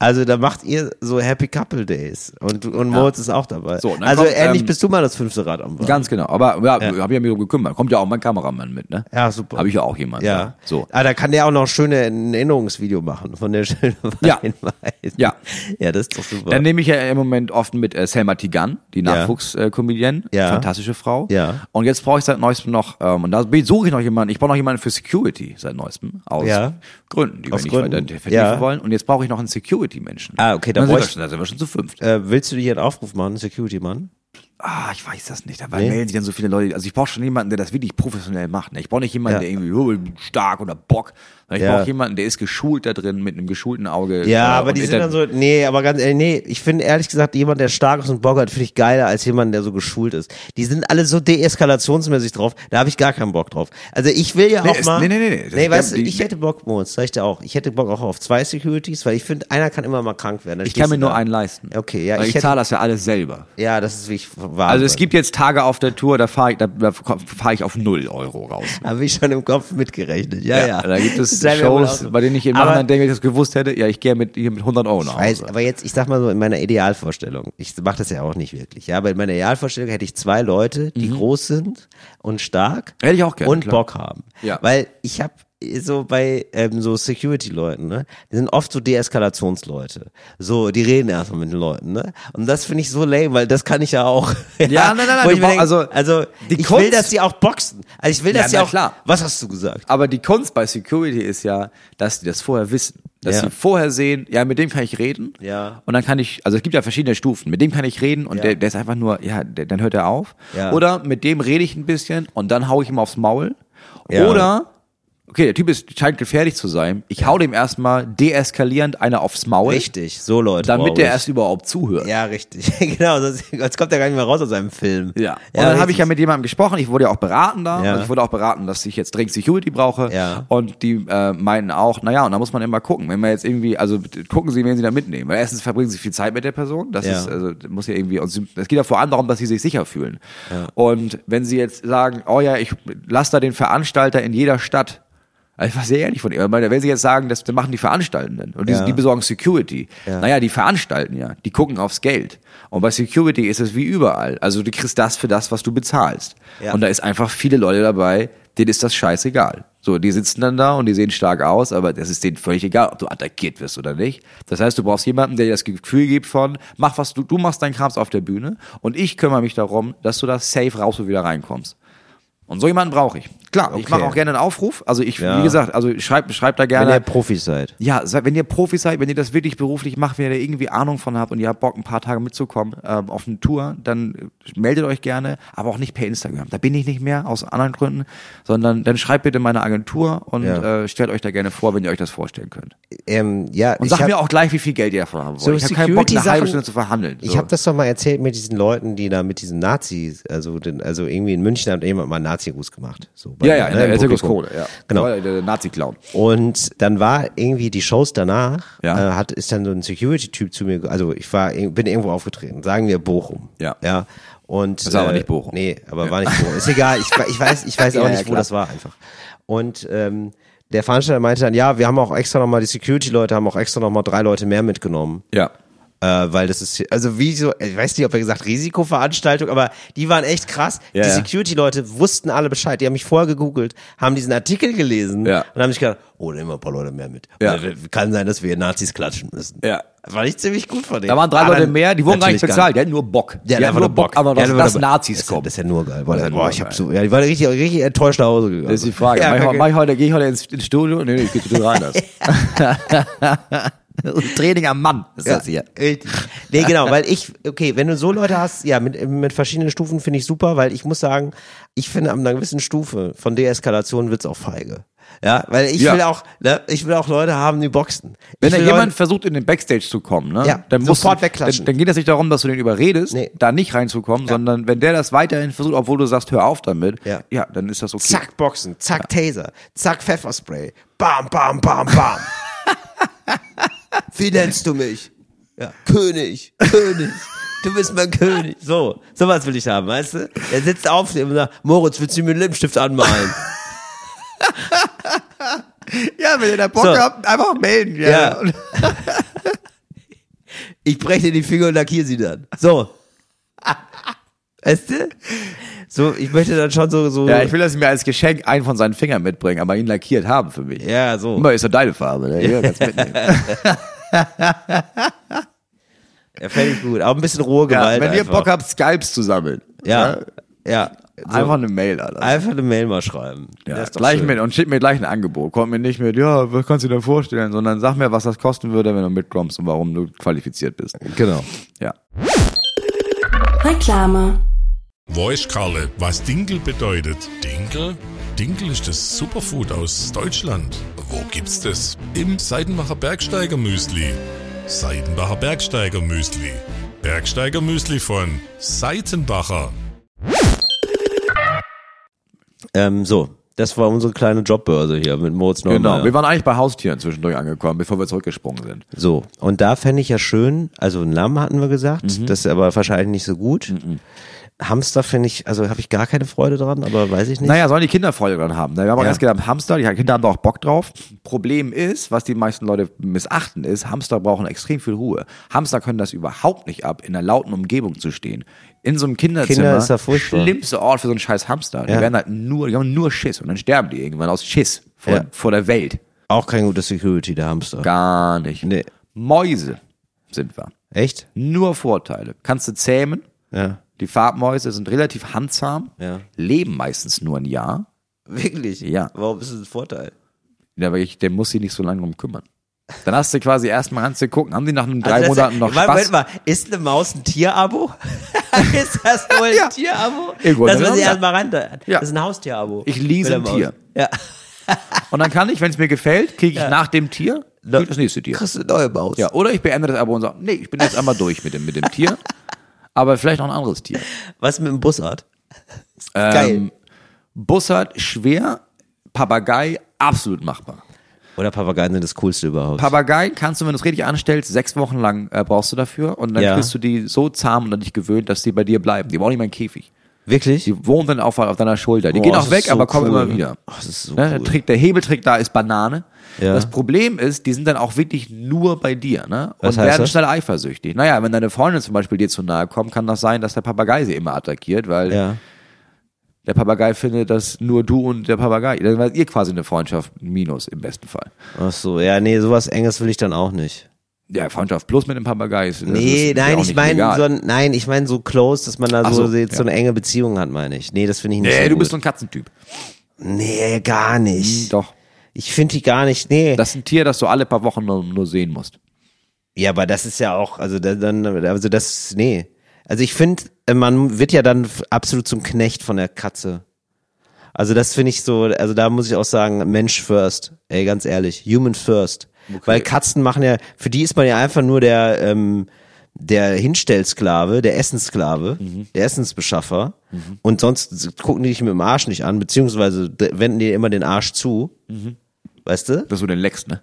[SPEAKER 3] Also da macht ihr so Happy Couple Days und, und
[SPEAKER 4] Ja.
[SPEAKER 3] Moritz ist auch dabei.
[SPEAKER 4] So, und dann
[SPEAKER 3] also
[SPEAKER 4] kommt,
[SPEAKER 3] ähnlich
[SPEAKER 4] ähm,
[SPEAKER 3] bist du mal das fünfte Rad am Wagen.
[SPEAKER 4] Ganz genau. Aber ja, habe ich ja mich drum gekümmert. Kommt ja auch mein Kameramann mit, ne?
[SPEAKER 3] Ja, super.
[SPEAKER 4] Habe ich ja auch jemanden.
[SPEAKER 3] ja.
[SPEAKER 4] So.
[SPEAKER 3] Ah, da kann der auch noch schöne ein Erinnerungsvideo machen von der schönen
[SPEAKER 4] Ja.
[SPEAKER 3] Weinweise.
[SPEAKER 4] Ja.
[SPEAKER 3] Ja, das ist doch super.
[SPEAKER 4] Dann nehme ich ja im Moment oft mit äh, Selma Tigan, die Nachwuchs-Comedian.
[SPEAKER 3] Ja.
[SPEAKER 4] Fantastische Frau.
[SPEAKER 3] Ja.
[SPEAKER 4] Und jetzt brauche ich seit neuestem noch, ähm, und da suche ich noch jemanden, ich brauche noch jemanden für Security seit neuestem. Aus
[SPEAKER 3] Ja.
[SPEAKER 4] Gründen, die
[SPEAKER 3] Aus
[SPEAKER 4] wir
[SPEAKER 3] Gründen.
[SPEAKER 4] nicht weiter vertiefen
[SPEAKER 3] Ja.
[SPEAKER 4] wollen. Und jetzt brauche ich noch einen Security-Menschen.
[SPEAKER 3] Ah, okay, dann
[SPEAKER 4] dann sind, wir
[SPEAKER 3] bräuchte-
[SPEAKER 4] schon, dann sind wir schon zu fünft.
[SPEAKER 3] äh, willst du dir einen Aufruf machen, Security-Mann?
[SPEAKER 4] Ah, ich weiß das nicht. Dabei melden sich dann so viele Leute. Also ich brauche schon jemanden, der das wirklich professionell macht. Ne? Ich brauche nicht jemanden,
[SPEAKER 3] Ja.
[SPEAKER 4] der irgendwie oh, stark oder Bock. sondern Ich
[SPEAKER 3] Ja.
[SPEAKER 4] brauche jemanden, der ist geschult da drin mit einem geschulten Auge.
[SPEAKER 3] Ja,
[SPEAKER 4] äh,
[SPEAKER 3] aber
[SPEAKER 4] und
[SPEAKER 3] die sind
[SPEAKER 4] Inter-
[SPEAKER 3] dann so, nee, aber ganz ehrlich, nee, ich finde ehrlich gesagt, jemand, der stark ist und Bock hat, finde ich geiler als jemand, der so geschult ist. Die sind alle so deeskalationsmäßig drauf, da habe ich gar keinen Bock drauf. Also ich will ja
[SPEAKER 4] Nee,
[SPEAKER 3] auch
[SPEAKER 4] es-
[SPEAKER 3] mal.
[SPEAKER 4] nee, nee, nee, nee. Das-
[SPEAKER 3] nee weißt du,
[SPEAKER 4] die-
[SPEAKER 3] ich hätte Bock, Moritz, sag ich dir auch. Ich hätte Bock auch auf zwei Securities, weil ich finde, einer kann immer mal krank werden. Dann
[SPEAKER 4] Ich kann
[SPEAKER 3] stehst
[SPEAKER 4] mir
[SPEAKER 3] du
[SPEAKER 4] nur
[SPEAKER 3] da.
[SPEAKER 4] einen leisten.
[SPEAKER 3] ne? Okay, ja,
[SPEAKER 4] Weil
[SPEAKER 3] ich
[SPEAKER 4] ich
[SPEAKER 3] hätte-
[SPEAKER 4] zahle das ja alles selber.
[SPEAKER 3] Ja, das ist wirklich wahr.
[SPEAKER 4] Also es gibt jetzt Tage auf der Tour, da fahre ich, da, da fahr ich auf null Euro raus.
[SPEAKER 3] Habe ich schon im Kopf mitgerechnet. Ja, ja.
[SPEAKER 4] Da gibt es
[SPEAKER 3] Sei mir wohl auch
[SPEAKER 4] Shows,
[SPEAKER 3] so.
[SPEAKER 4] bei denen ich im
[SPEAKER 3] Aber-
[SPEAKER 4] Nachhinein denke, wenn ich das gewusst hätte, ja, ich gehe mit, hier mit 100 Euro nach
[SPEAKER 3] Weiß,
[SPEAKER 4] Hause.
[SPEAKER 3] aber jetzt, ich sag mal so, in meiner Idealvorstellung, ich mache das ja auch nicht wirklich, ja, aber in meiner Idealvorstellung hätte ich zwei Leute, die groß sind und stark
[SPEAKER 4] Mhm. Hätte ich auch gerne,
[SPEAKER 3] und
[SPEAKER 4] klar.
[SPEAKER 3] Bock haben.
[SPEAKER 4] Ja.
[SPEAKER 3] Weil ich habe so bei ähm, so Security-Leuten, ne, die sind oft so Deeskalationsleute. So, die reden erstmal mit den Leuten, ne? Und das finde ich so lame, weil das kann ich ja auch.
[SPEAKER 4] Ja, nein, nein, nein,
[SPEAKER 3] Wo
[SPEAKER 4] du
[SPEAKER 3] ich mir
[SPEAKER 4] brauch-
[SPEAKER 3] denk,
[SPEAKER 4] also,
[SPEAKER 3] also
[SPEAKER 4] die
[SPEAKER 3] ich will,
[SPEAKER 4] Kunst-
[SPEAKER 3] dass die auch boxen. Also ich will,
[SPEAKER 4] Ja,
[SPEAKER 3] dass
[SPEAKER 4] na
[SPEAKER 3] die auch.
[SPEAKER 4] klar.
[SPEAKER 3] Was hast du gesagt?
[SPEAKER 4] Aber die Kunst bei Security ist ja, dass die das vorher wissen. Dass
[SPEAKER 3] Ja.
[SPEAKER 4] sie vorher sehen, ja, mit dem kann ich reden.
[SPEAKER 3] Ja.
[SPEAKER 4] Und dann kann ich, also es gibt ja verschiedene Stufen. Mit dem kann ich reden und der, der ist einfach nur, ja, der, dann hört er auf.
[SPEAKER 3] Ja.
[SPEAKER 4] Oder mit dem rede ich ein bisschen und dann hau ich ihm aufs Maul.
[SPEAKER 3] Ja.
[SPEAKER 4] Oder, okay, der Typ ist, scheint gefährlich zu sein. Ich hau dem erstmal deeskalierend einer aufs Maul,
[SPEAKER 3] Richtig, so Leute.
[SPEAKER 4] damit
[SPEAKER 3] brauche
[SPEAKER 4] der
[SPEAKER 3] ich.
[SPEAKER 4] erst überhaupt zuhört.
[SPEAKER 3] Ja, richtig. genau, sonst, sonst kommt er gar nicht mehr raus aus seinem Film.
[SPEAKER 4] Ja. Und dann habe ich ja
[SPEAKER 3] richtig.
[SPEAKER 4] mit jemandem gesprochen, ich wurde ja auch beraten da,
[SPEAKER 3] Ja.
[SPEAKER 4] also ich wurde auch beraten, dass ich jetzt dringend Security brauche
[SPEAKER 3] Ja.
[SPEAKER 4] und die äh, meinten auch, naja, und da muss man immer gucken, wenn man jetzt irgendwie, also gucken sie, wen sie da mitnehmen, weil erstens verbringen sie viel Zeit mit der Person, das
[SPEAKER 3] Ja.
[SPEAKER 4] ist, also muss ja irgendwie, und sie- es geht ja vor allem darum, dass sie sich sicher fühlen und wenn sie jetzt sagen, oh ja, ich lasse da den Veranstalter in jeder Stadt, also ich war sehr ehrlich von ihr, weil wenn sie jetzt sagen, das machen die Veranstaltenden und die,
[SPEAKER 3] Ja.
[SPEAKER 4] die besorgen Security, naja, die veranstalten ja, die gucken aufs Geld. Und bei Security ist es wie überall. Also du kriegst das für das, was du bezahlst.
[SPEAKER 3] Ja.
[SPEAKER 4] Und da ist einfach viele Leute dabei, denen ist das scheißegal. So, die sitzen dann da und die sehen stark aus, aber das ist denen völlig egal, ob du attackiert wirst oder nicht. Das heißt, du brauchst jemanden, der dir das Gefühl gibt von, mach was du, du machst deinen Krams auf der Bühne und ich kümmere mich darum, dass du da safe raus und wieder reinkommst. Und so jemanden brauche ich. Klar, ich
[SPEAKER 3] Okay.
[SPEAKER 4] mache auch gerne einen Aufruf. Also ich,
[SPEAKER 3] Ja.
[SPEAKER 4] wie gesagt, also schreibt schreibt da
[SPEAKER 3] Wenn
[SPEAKER 4] gerne.
[SPEAKER 3] ihr Profis seid.
[SPEAKER 4] Ja, se- wenn ihr Profi seid, wenn ihr das wirklich beruflich macht, wenn ihr da irgendwie Ahnung von habt und ihr habt Bock, ein paar Tage mitzukommen ähm, auf eine Tour, dann äh, meldet euch gerne, aber auch nicht per Instagram. Da bin ich nicht mehr, aus anderen Gründen, sondern dann schreibt bitte meine Agentur und
[SPEAKER 3] Ja.
[SPEAKER 4] äh, stellt euch da gerne vor, wenn ihr euch das vorstellen könnt.
[SPEAKER 3] Ähm, ja,
[SPEAKER 4] Und
[SPEAKER 3] ich
[SPEAKER 4] sagt
[SPEAKER 3] hab-
[SPEAKER 4] mir auch gleich, wie viel Geld ihr davon haben wollt.
[SPEAKER 3] So
[SPEAKER 4] ich habe keinen Bock, eine halbe
[SPEAKER 3] Security-Sachen-
[SPEAKER 4] Stunde zu verhandeln. So.
[SPEAKER 3] Ich habe das doch mal erzählt mit diesen Leuten, die da mit diesen Nazis, also, den, also irgendwie in München hat jemand mal einen Nazi-Gruß gemacht. So bei
[SPEAKER 4] ja,
[SPEAKER 3] mir,
[SPEAKER 4] ja,
[SPEAKER 3] ne, im
[SPEAKER 4] der Zirkus
[SPEAKER 3] Publikum.
[SPEAKER 4] Kohle, ja.
[SPEAKER 3] Genau.
[SPEAKER 4] Der- Der Nazi-Clown.
[SPEAKER 3] Und dann war irgendwie die Shows danach,
[SPEAKER 4] Ja.
[SPEAKER 3] äh, hat, ist dann so ein Security-Typ zu mir, ge- also ich war, ir- bin irgendwo aufgetreten, sagen wir Bochum.
[SPEAKER 4] Ja.
[SPEAKER 3] ja. Und, äh,
[SPEAKER 4] Das war aber nicht Bochum.
[SPEAKER 3] Nee, aber war nicht Bochum. Ist egal, ich, we- ich weiß, ich weiß auch
[SPEAKER 4] Ja, ja,
[SPEAKER 3] nicht, wo
[SPEAKER 4] klar.
[SPEAKER 3] das war einfach. Und ähm, der Veranstalter meinte dann, ja, wir haben auch extra nochmal, die Security-Leute haben auch extra nochmal drei Leute mehr mitgenommen.
[SPEAKER 4] Ja.
[SPEAKER 3] Äh, weil das ist, also wie so, ich weiß nicht, ob er gesagt Risikoveranstaltung, aber die waren echt krass.
[SPEAKER 4] Ja,
[SPEAKER 3] die
[SPEAKER 4] ja.
[SPEAKER 3] Security-Leute wussten alle Bescheid. Die haben mich vorher gegoogelt, haben diesen Artikel gelesen
[SPEAKER 4] Ja.
[SPEAKER 3] und haben sich gedacht, oh, da nehmen wir ein paar Leute mehr mit.
[SPEAKER 4] Ja.
[SPEAKER 3] Oder, Kann sein, dass wir hier Nazis klatschen müssen.
[SPEAKER 4] Ja.
[SPEAKER 3] Das War nicht ziemlich gut von denen.
[SPEAKER 4] Da waren drei
[SPEAKER 3] Aber
[SPEAKER 4] Leute
[SPEAKER 3] dann-
[SPEAKER 4] mehr, die wurden gar
[SPEAKER 3] natürlich
[SPEAKER 4] nicht bezahlt, die hatten nur Bock.
[SPEAKER 3] Ja,
[SPEAKER 4] die
[SPEAKER 3] einfach
[SPEAKER 4] hatten
[SPEAKER 3] nur Bock.
[SPEAKER 4] aber
[SPEAKER 3] ja,
[SPEAKER 4] dass,
[SPEAKER 3] die hatten
[SPEAKER 4] dass
[SPEAKER 3] nur Bock.
[SPEAKER 4] Nazis
[SPEAKER 3] Das ist-
[SPEAKER 4] kommen.
[SPEAKER 3] Das ist ja nur geil. Boah,
[SPEAKER 4] Das ist ja
[SPEAKER 3] boah,
[SPEAKER 4] nur
[SPEAKER 3] ich hab
[SPEAKER 4] geil.
[SPEAKER 3] so, ja, die waren richtig, richtig enttäuscht nach Hause gegangen.
[SPEAKER 4] Das ist die Frage.
[SPEAKER 3] Ja,
[SPEAKER 4] mach, ich,
[SPEAKER 3] okay.
[SPEAKER 4] mach ich heute, gehe ich heute ins ins Studio? Nee, nee, ich gehe zu Reiners. Training am Mann ist das hier.
[SPEAKER 3] Richtig. Nee, genau, weil ich, okay, wenn du so Leute hast, ja, mit, mit verschiedenen Stufen finde ich super, weil ich muss sagen, ich finde an einer gewissen Stufe von Deeskalation wird's auch feige. Ja, weil ich
[SPEAKER 4] Ja.
[SPEAKER 3] will auch, ne, ich will auch Leute haben, die boxen.
[SPEAKER 4] Wenn
[SPEAKER 3] ich
[SPEAKER 4] da
[SPEAKER 3] will
[SPEAKER 4] jemand
[SPEAKER 3] Leute,
[SPEAKER 4] versucht, in den Backstage zu kommen, ne,
[SPEAKER 3] Ja,
[SPEAKER 4] dann musst
[SPEAKER 3] sofort
[SPEAKER 4] du,
[SPEAKER 3] wegklatschen.
[SPEAKER 4] Dann, dann geht das nicht darum, dass du den überredest,
[SPEAKER 3] Nee.
[SPEAKER 4] da nicht reinzukommen, sondern wenn der das weiterhin versucht, obwohl du sagst, hör auf damit,
[SPEAKER 3] Ja.
[SPEAKER 4] dann ist das okay.
[SPEAKER 3] zack, boxen, zack, Taser, zack, Pfefferspray, bam, bam, bam, bam. Wie nennst du mich? Ja, König, König. Du bist mein König. So, sowas will ich haben, weißt du? Er sitzt auf dem und sagt, Moritz, willst du mir einen Lippenstift anmalen?
[SPEAKER 4] Ja, wenn ihr da Bock
[SPEAKER 3] So.
[SPEAKER 4] habt, einfach melden.
[SPEAKER 3] Ja. Ich breche dir die Finger und lackiere sie dann. So. Weißt du? So, ich möchte dann schon so, so.
[SPEAKER 4] Ja, ich will, dass sie mir als Geschenk einen von seinen Fingern mitbringen, aber ihn lackiert haben für mich.
[SPEAKER 3] ja so.
[SPEAKER 4] Immer ist ja deine Farbe, ne? Ja, kannst mitnehmen.
[SPEAKER 3] Ja, fände ich gut. Aber ein bisschen rohe
[SPEAKER 4] ja,
[SPEAKER 3] Gewalt.
[SPEAKER 4] wenn ihr
[SPEAKER 3] einfach.
[SPEAKER 4] Bock habt, Skypes zu sammeln.
[SPEAKER 3] Ja.
[SPEAKER 4] ne?
[SPEAKER 3] Ja. So.
[SPEAKER 4] Einfach eine Mail, Alter.
[SPEAKER 3] Einfach eine Mail mal schreiben.
[SPEAKER 4] Ja,
[SPEAKER 3] Das ist doch
[SPEAKER 4] gleich
[SPEAKER 3] schön.
[SPEAKER 4] mit und schickt mir gleich ein Angebot. Kommt mir nicht mit, ja, was kannst du dir vorstellen, sondern sag mir, was das kosten würde, wenn du mitkommst und warum du qualifiziert bist.
[SPEAKER 3] Genau.
[SPEAKER 4] Ja.
[SPEAKER 1] Reklame.
[SPEAKER 5] Voice Karle, was Dinkel bedeutet. Dinkel? Dinkel ist das Superfood aus Deutschland. Wo gibt's das? Im Seidenbacher Bergsteiger Müsli. Seidenbacher Bergsteiger Müsli. Bergsteiger Müsli von Seitenbacher.
[SPEAKER 3] Ähm, so. Das war unsere kleine Jobbörse hier mit Moritz Neumann.
[SPEAKER 4] Genau. Wir waren eigentlich bei Haustieren zwischendurch angekommen, bevor wir zurückgesprungen sind.
[SPEAKER 3] So, und da fände ich ja schön, also ein Lamm hatten wir gesagt,
[SPEAKER 4] Mhm.
[SPEAKER 3] das ist aber wahrscheinlich nicht so gut. Hamster finde ich, also habe ich gar keine Freude dran, aber weiß ich nicht.
[SPEAKER 4] Naja, sollen die Kinder Freude dran haben. ne? Wir haben auch
[SPEAKER 3] Ja.
[SPEAKER 4] erst gedacht, Hamster, die Kinder haben da auch Bock drauf. Problem ist, was die meisten Leute missachten, ist, Hamster brauchen extrem viel Ruhe. Hamster können das überhaupt nicht ab, in einer lauten Umgebung zu stehen. In so einem Kinderzimmer,
[SPEAKER 3] Kinder ist ja furchtbar.
[SPEAKER 4] schlimmste Ort für so einen scheiß Hamster. Die
[SPEAKER 3] Ja.
[SPEAKER 4] werden halt nur, die haben nur Schiss und dann sterben die irgendwann aus Schiss vor,
[SPEAKER 3] Ja.
[SPEAKER 4] vor der Welt.
[SPEAKER 3] Auch kein gutes Security, der Hamster.
[SPEAKER 4] Gar nicht.
[SPEAKER 3] Nee.
[SPEAKER 4] Mäuse sind wir.
[SPEAKER 3] Echt?
[SPEAKER 4] Nur Vorteile. Kannst du zähmen.
[SPEAKER 3] Ja.
[SPEAKER 4] Die Farbmäuse sind relativ handzahm,
[SPEAKER 3] Ja.
[SPEAKER 4] leben meistens nur ein Jahr.
[SPEAKER 3] Wirklich?
[SPEAKER 4] Ja.
[SPEAKER 3] Warum ist das ein Vorteil?
[SPEAKER 4] Ja, aber ich, der muss sich nicht so lange drum kümmern. Dann hast du quasi erstmal kannst du gucken, haben die nach den drei
[SPEAKER 3] Also das-
[SPEAKER 4] Monaten noch
[SPEAKER 3] Warte,
[SPEAKER 4] Spaß?
[SPEAKER 3] Moment mal, ist eine Maus ein Tierabo? ist das wohl ein Tierabo?
[SPEAKER 4] Im Grunde
[SPEAKER 3] Dass man
[SPEAKER 4] genommen,
[SPEAKER 3] sie
[SPEAKER 4] ja.
[SPEAKER 3] erstmal ran hat.
[SPEAKER 4] Ja.
[SPEAKER 3] Das ist ein Haustierabo.
[SPEAKER 4] Ich lese
[SPEAKER 3] Mit der
[SPEAKER 4] ein Tier.
[SPEAKER 3] Maus. Ja.
[SPEAKER 4] Und dann kann ich, wenn es mir gefällt, kriege ich nach dem Tier
[SPEAKER 3] Na,
[SPEAKER 4] krieg das nächste Tier.
[SPEAKER 3] Kriegst du eine neue Maus.
[SPEAKER 4] Ja, oder ich beende das Abo und sage, nee, ich bin jetzt einmal durch mit dem, mit dem Tier. Aber vielleicht noch ein anderes Tier.
[SPEAKER 3] Was mit dem Bussard?
[SPEAKER 4] Ähm,
[SPEAKER 3] Geil.
[SPEAKER 4] Bussard, schwer, Papagei, absolut machbar.
[SPEAKER 3] Oder Papageien sind das Coolste überhaupt.
[SPEAKER 4] Papageien kannst du, wenn du es richtig anstellst, sechs Wochen lang äh, brauchst du dafür und dann
[SPEAKER 3] Ja.
[SPEAKER 4] kriegst du die so zahm und an dich gewöhnt, dass die bei dir bleiben. Die brauchen nicht mal einen Käfig.
[SPEAKER 3] Wirklich?
[SPEAKER 4] Die wohnen dann auf, auf deiner Schulter. Die
[SPEAKER 3] Boah,
[SPEAKER 4] gehen
[SPEAKER 3] das
[SPEAKER 4] auch
[SPEAKER 3] ist
[SPEAKER 4] weg,
[SPEAKER 3] so
[SPEAKER 4] aber kommen
[SPEAKER 3] cool.
[SPEAKER 4] immer wieder.
[SPEAKER 3] Oh, das ist so
[SPEAKER 4] ne? der,
[SPEAKER 3] cool.
[SPEAKER 4] Trick, der Hebeltrick da ist Banane.
[SPEAKER 3] Ja.
[SPEAKER 4] Das Problem ist, die sind dann auch wirklich nur bei dir ne? und
[SPEAKER 3] Was heißt
[SPEAKER 4] werden
[SPEAKER 3] das?
[SPEAKER 4] schnell eifersüchtig. Naja, wenn deine Freundin zum Beispiel dir zu nahe kommt, kann das sein, dass der Papagei sie immer attackiert, weil
[SPEAKER 3] Ja.
[SPEAKER 4] der Papagei findet, dass nur du und der Papagei, dann seid ihr quasi eine Freundschaft minus im besten Fall.
[SPEAKER 3] Ach so, ja, nee, sowas Enges will ich dann auch nicht.
[SPEAKER 4] Ja, Freundschaft plus mit dem Papagei ist. das
[SPEAKER 3] Nee,
[SPEAKER 4] ist
[SPEAKER 3] nein,
[SPEAKER 4] auch
[SPEAKER 3] ich
[SPEAKER 4] nicht
[SPEAKER 3] meine
[SPEAKER 4] legal.
[SPEAKER 3] so, ein- nein, ich meine so close, dass man da
[SPEAKER 4] Ach
[SPEAKER 3] so,
[SPEAKER 4] so,
[SPEAKER 3] jetzt so
[SPEAKER 4] ja.
[SPEAKER 3] eine enge Beziehung hat, meine ich. Nee, das finde ich nicht.
[SPEAKER 4] Nee,
[SPEAKER 3] so
[SPEAKER 4] du
[SPEAKER 3] gut.
[SPEAKER 4] bist so ein Katzentyp.
[SPEAKER 3] Nee, gar nicht.
[SPEAKER 4] Doch.
[SPEAKER 3] Ich finde die gar nicht. Nee.
[SPEAKER 4] Das ist ein Tier, das du alle paar Wochen nur, nur sehen musst.
[SPEAKER 3] ja, aber das ist ja auch, also da- dann, also das, nee. Also ich finde, man wird ja dann f- absolut zum Knecht von der Katze. Also das finde ich so, also da muss ich auch sagen, Mensch first. Ey, ganz ehrlich, human first. Weil Katzen machen ja, für die ist man ja einfach nur der, ähm, der Hinstellsklave, der Essenssklave,
[SPEAKER 4] Mhm.
[SPEAKER 3] der Essensbeschaffer. Und sonst gucken die dich mit dem Arsch nicht an, beziehungsweise d- wenden dir immer den Arsch zu.
[SPEAKER 4] Mhm.
[SPEAKER 3] Weißt du?
[SPEAKER 4] Dass du den leckst, ne?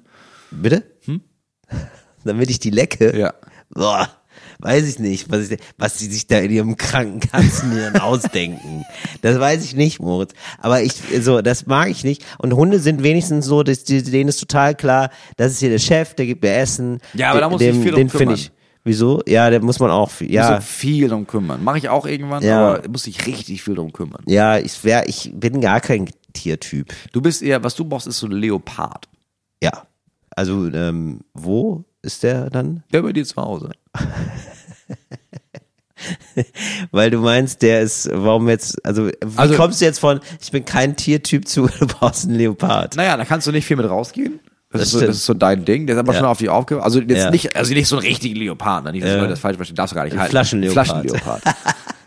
[SPEAKER 3] Bitte? Damit ich die lecke?
[SPEAKER 4] Hm? Ja.
[SPEAKER 3] Boah, weiß ich nicht, was, ich, was die sich da in ihrem kranken Katzenhirn ausdenken. Das weiß ich nicht, Moritz. Aber ich, so, das mag ich nicht. Und Hunde sind wenigstens so, dass die, denen ist total klar, das ist hier der Chef, der gibt mir Essen.
[SPEAKER 4] Ja, aber da muss ich
[SPEAKER 3] dem,
[SPEAKER 4] viel drum
[SPEAKER 3] Den finde
[SPEAKER 4] kümmern.
[SPEAKER 3] ich. Wieso? Ja, da muss man auch, viel- ja.
[SPEAKER 4] Muss ich viel drum kümmern. Mache ich auch irgendwann,
[SPEAKER 3] Ja.
[SPEAKER 4] aber muss ich richtig viel drum kümmern.
[SPEAKER 3] Ja, ich wär, ich bin gar kein Tiertyp.
[SPEAKER 4] Du bist eher, was du brauchst, ist so ein Leopard.
[SPEAKER 3] Ja. Also, ähm, wo ist der dann?
[SPEAKER 4] Der bei dir zu Hause.
[SPEAKER 3] Weil du meinst, der ist, warum jetzt, also, wie
[SPEAKER 4] Also-
[SPEAKER 3] kommst du jetzt von, ich bin kein Tiertyp zu, du brauchst einen Leopard?
[SPEAKER 4] Naja, da kannst du nicht viel mit rausgehen. Das,
[SPEAKER 3] Das
[SPEAKER 4] ist, so,
[SPEAKER 3] stimmt.
[SPEAKER 4] das ist so dein Ding. Der ist aber
[SPEAKER 3] Ja.
[SPEAKER 4] schon auf die Aufgabe. Also jetzt
[SPEAKER 3] Ja.
[SPEAKER 4] nicht, also nicht so einen richtigen Leopard. ne? Nicht, dass Leute das falsch verstehen. Darfst du gar nicht
[SPEAKER 3] Ein
[SPEAKER 4] halten.
[SPEAKER 3] Flaschenleopard.
[SPEAKER 4] Flaschenleopard.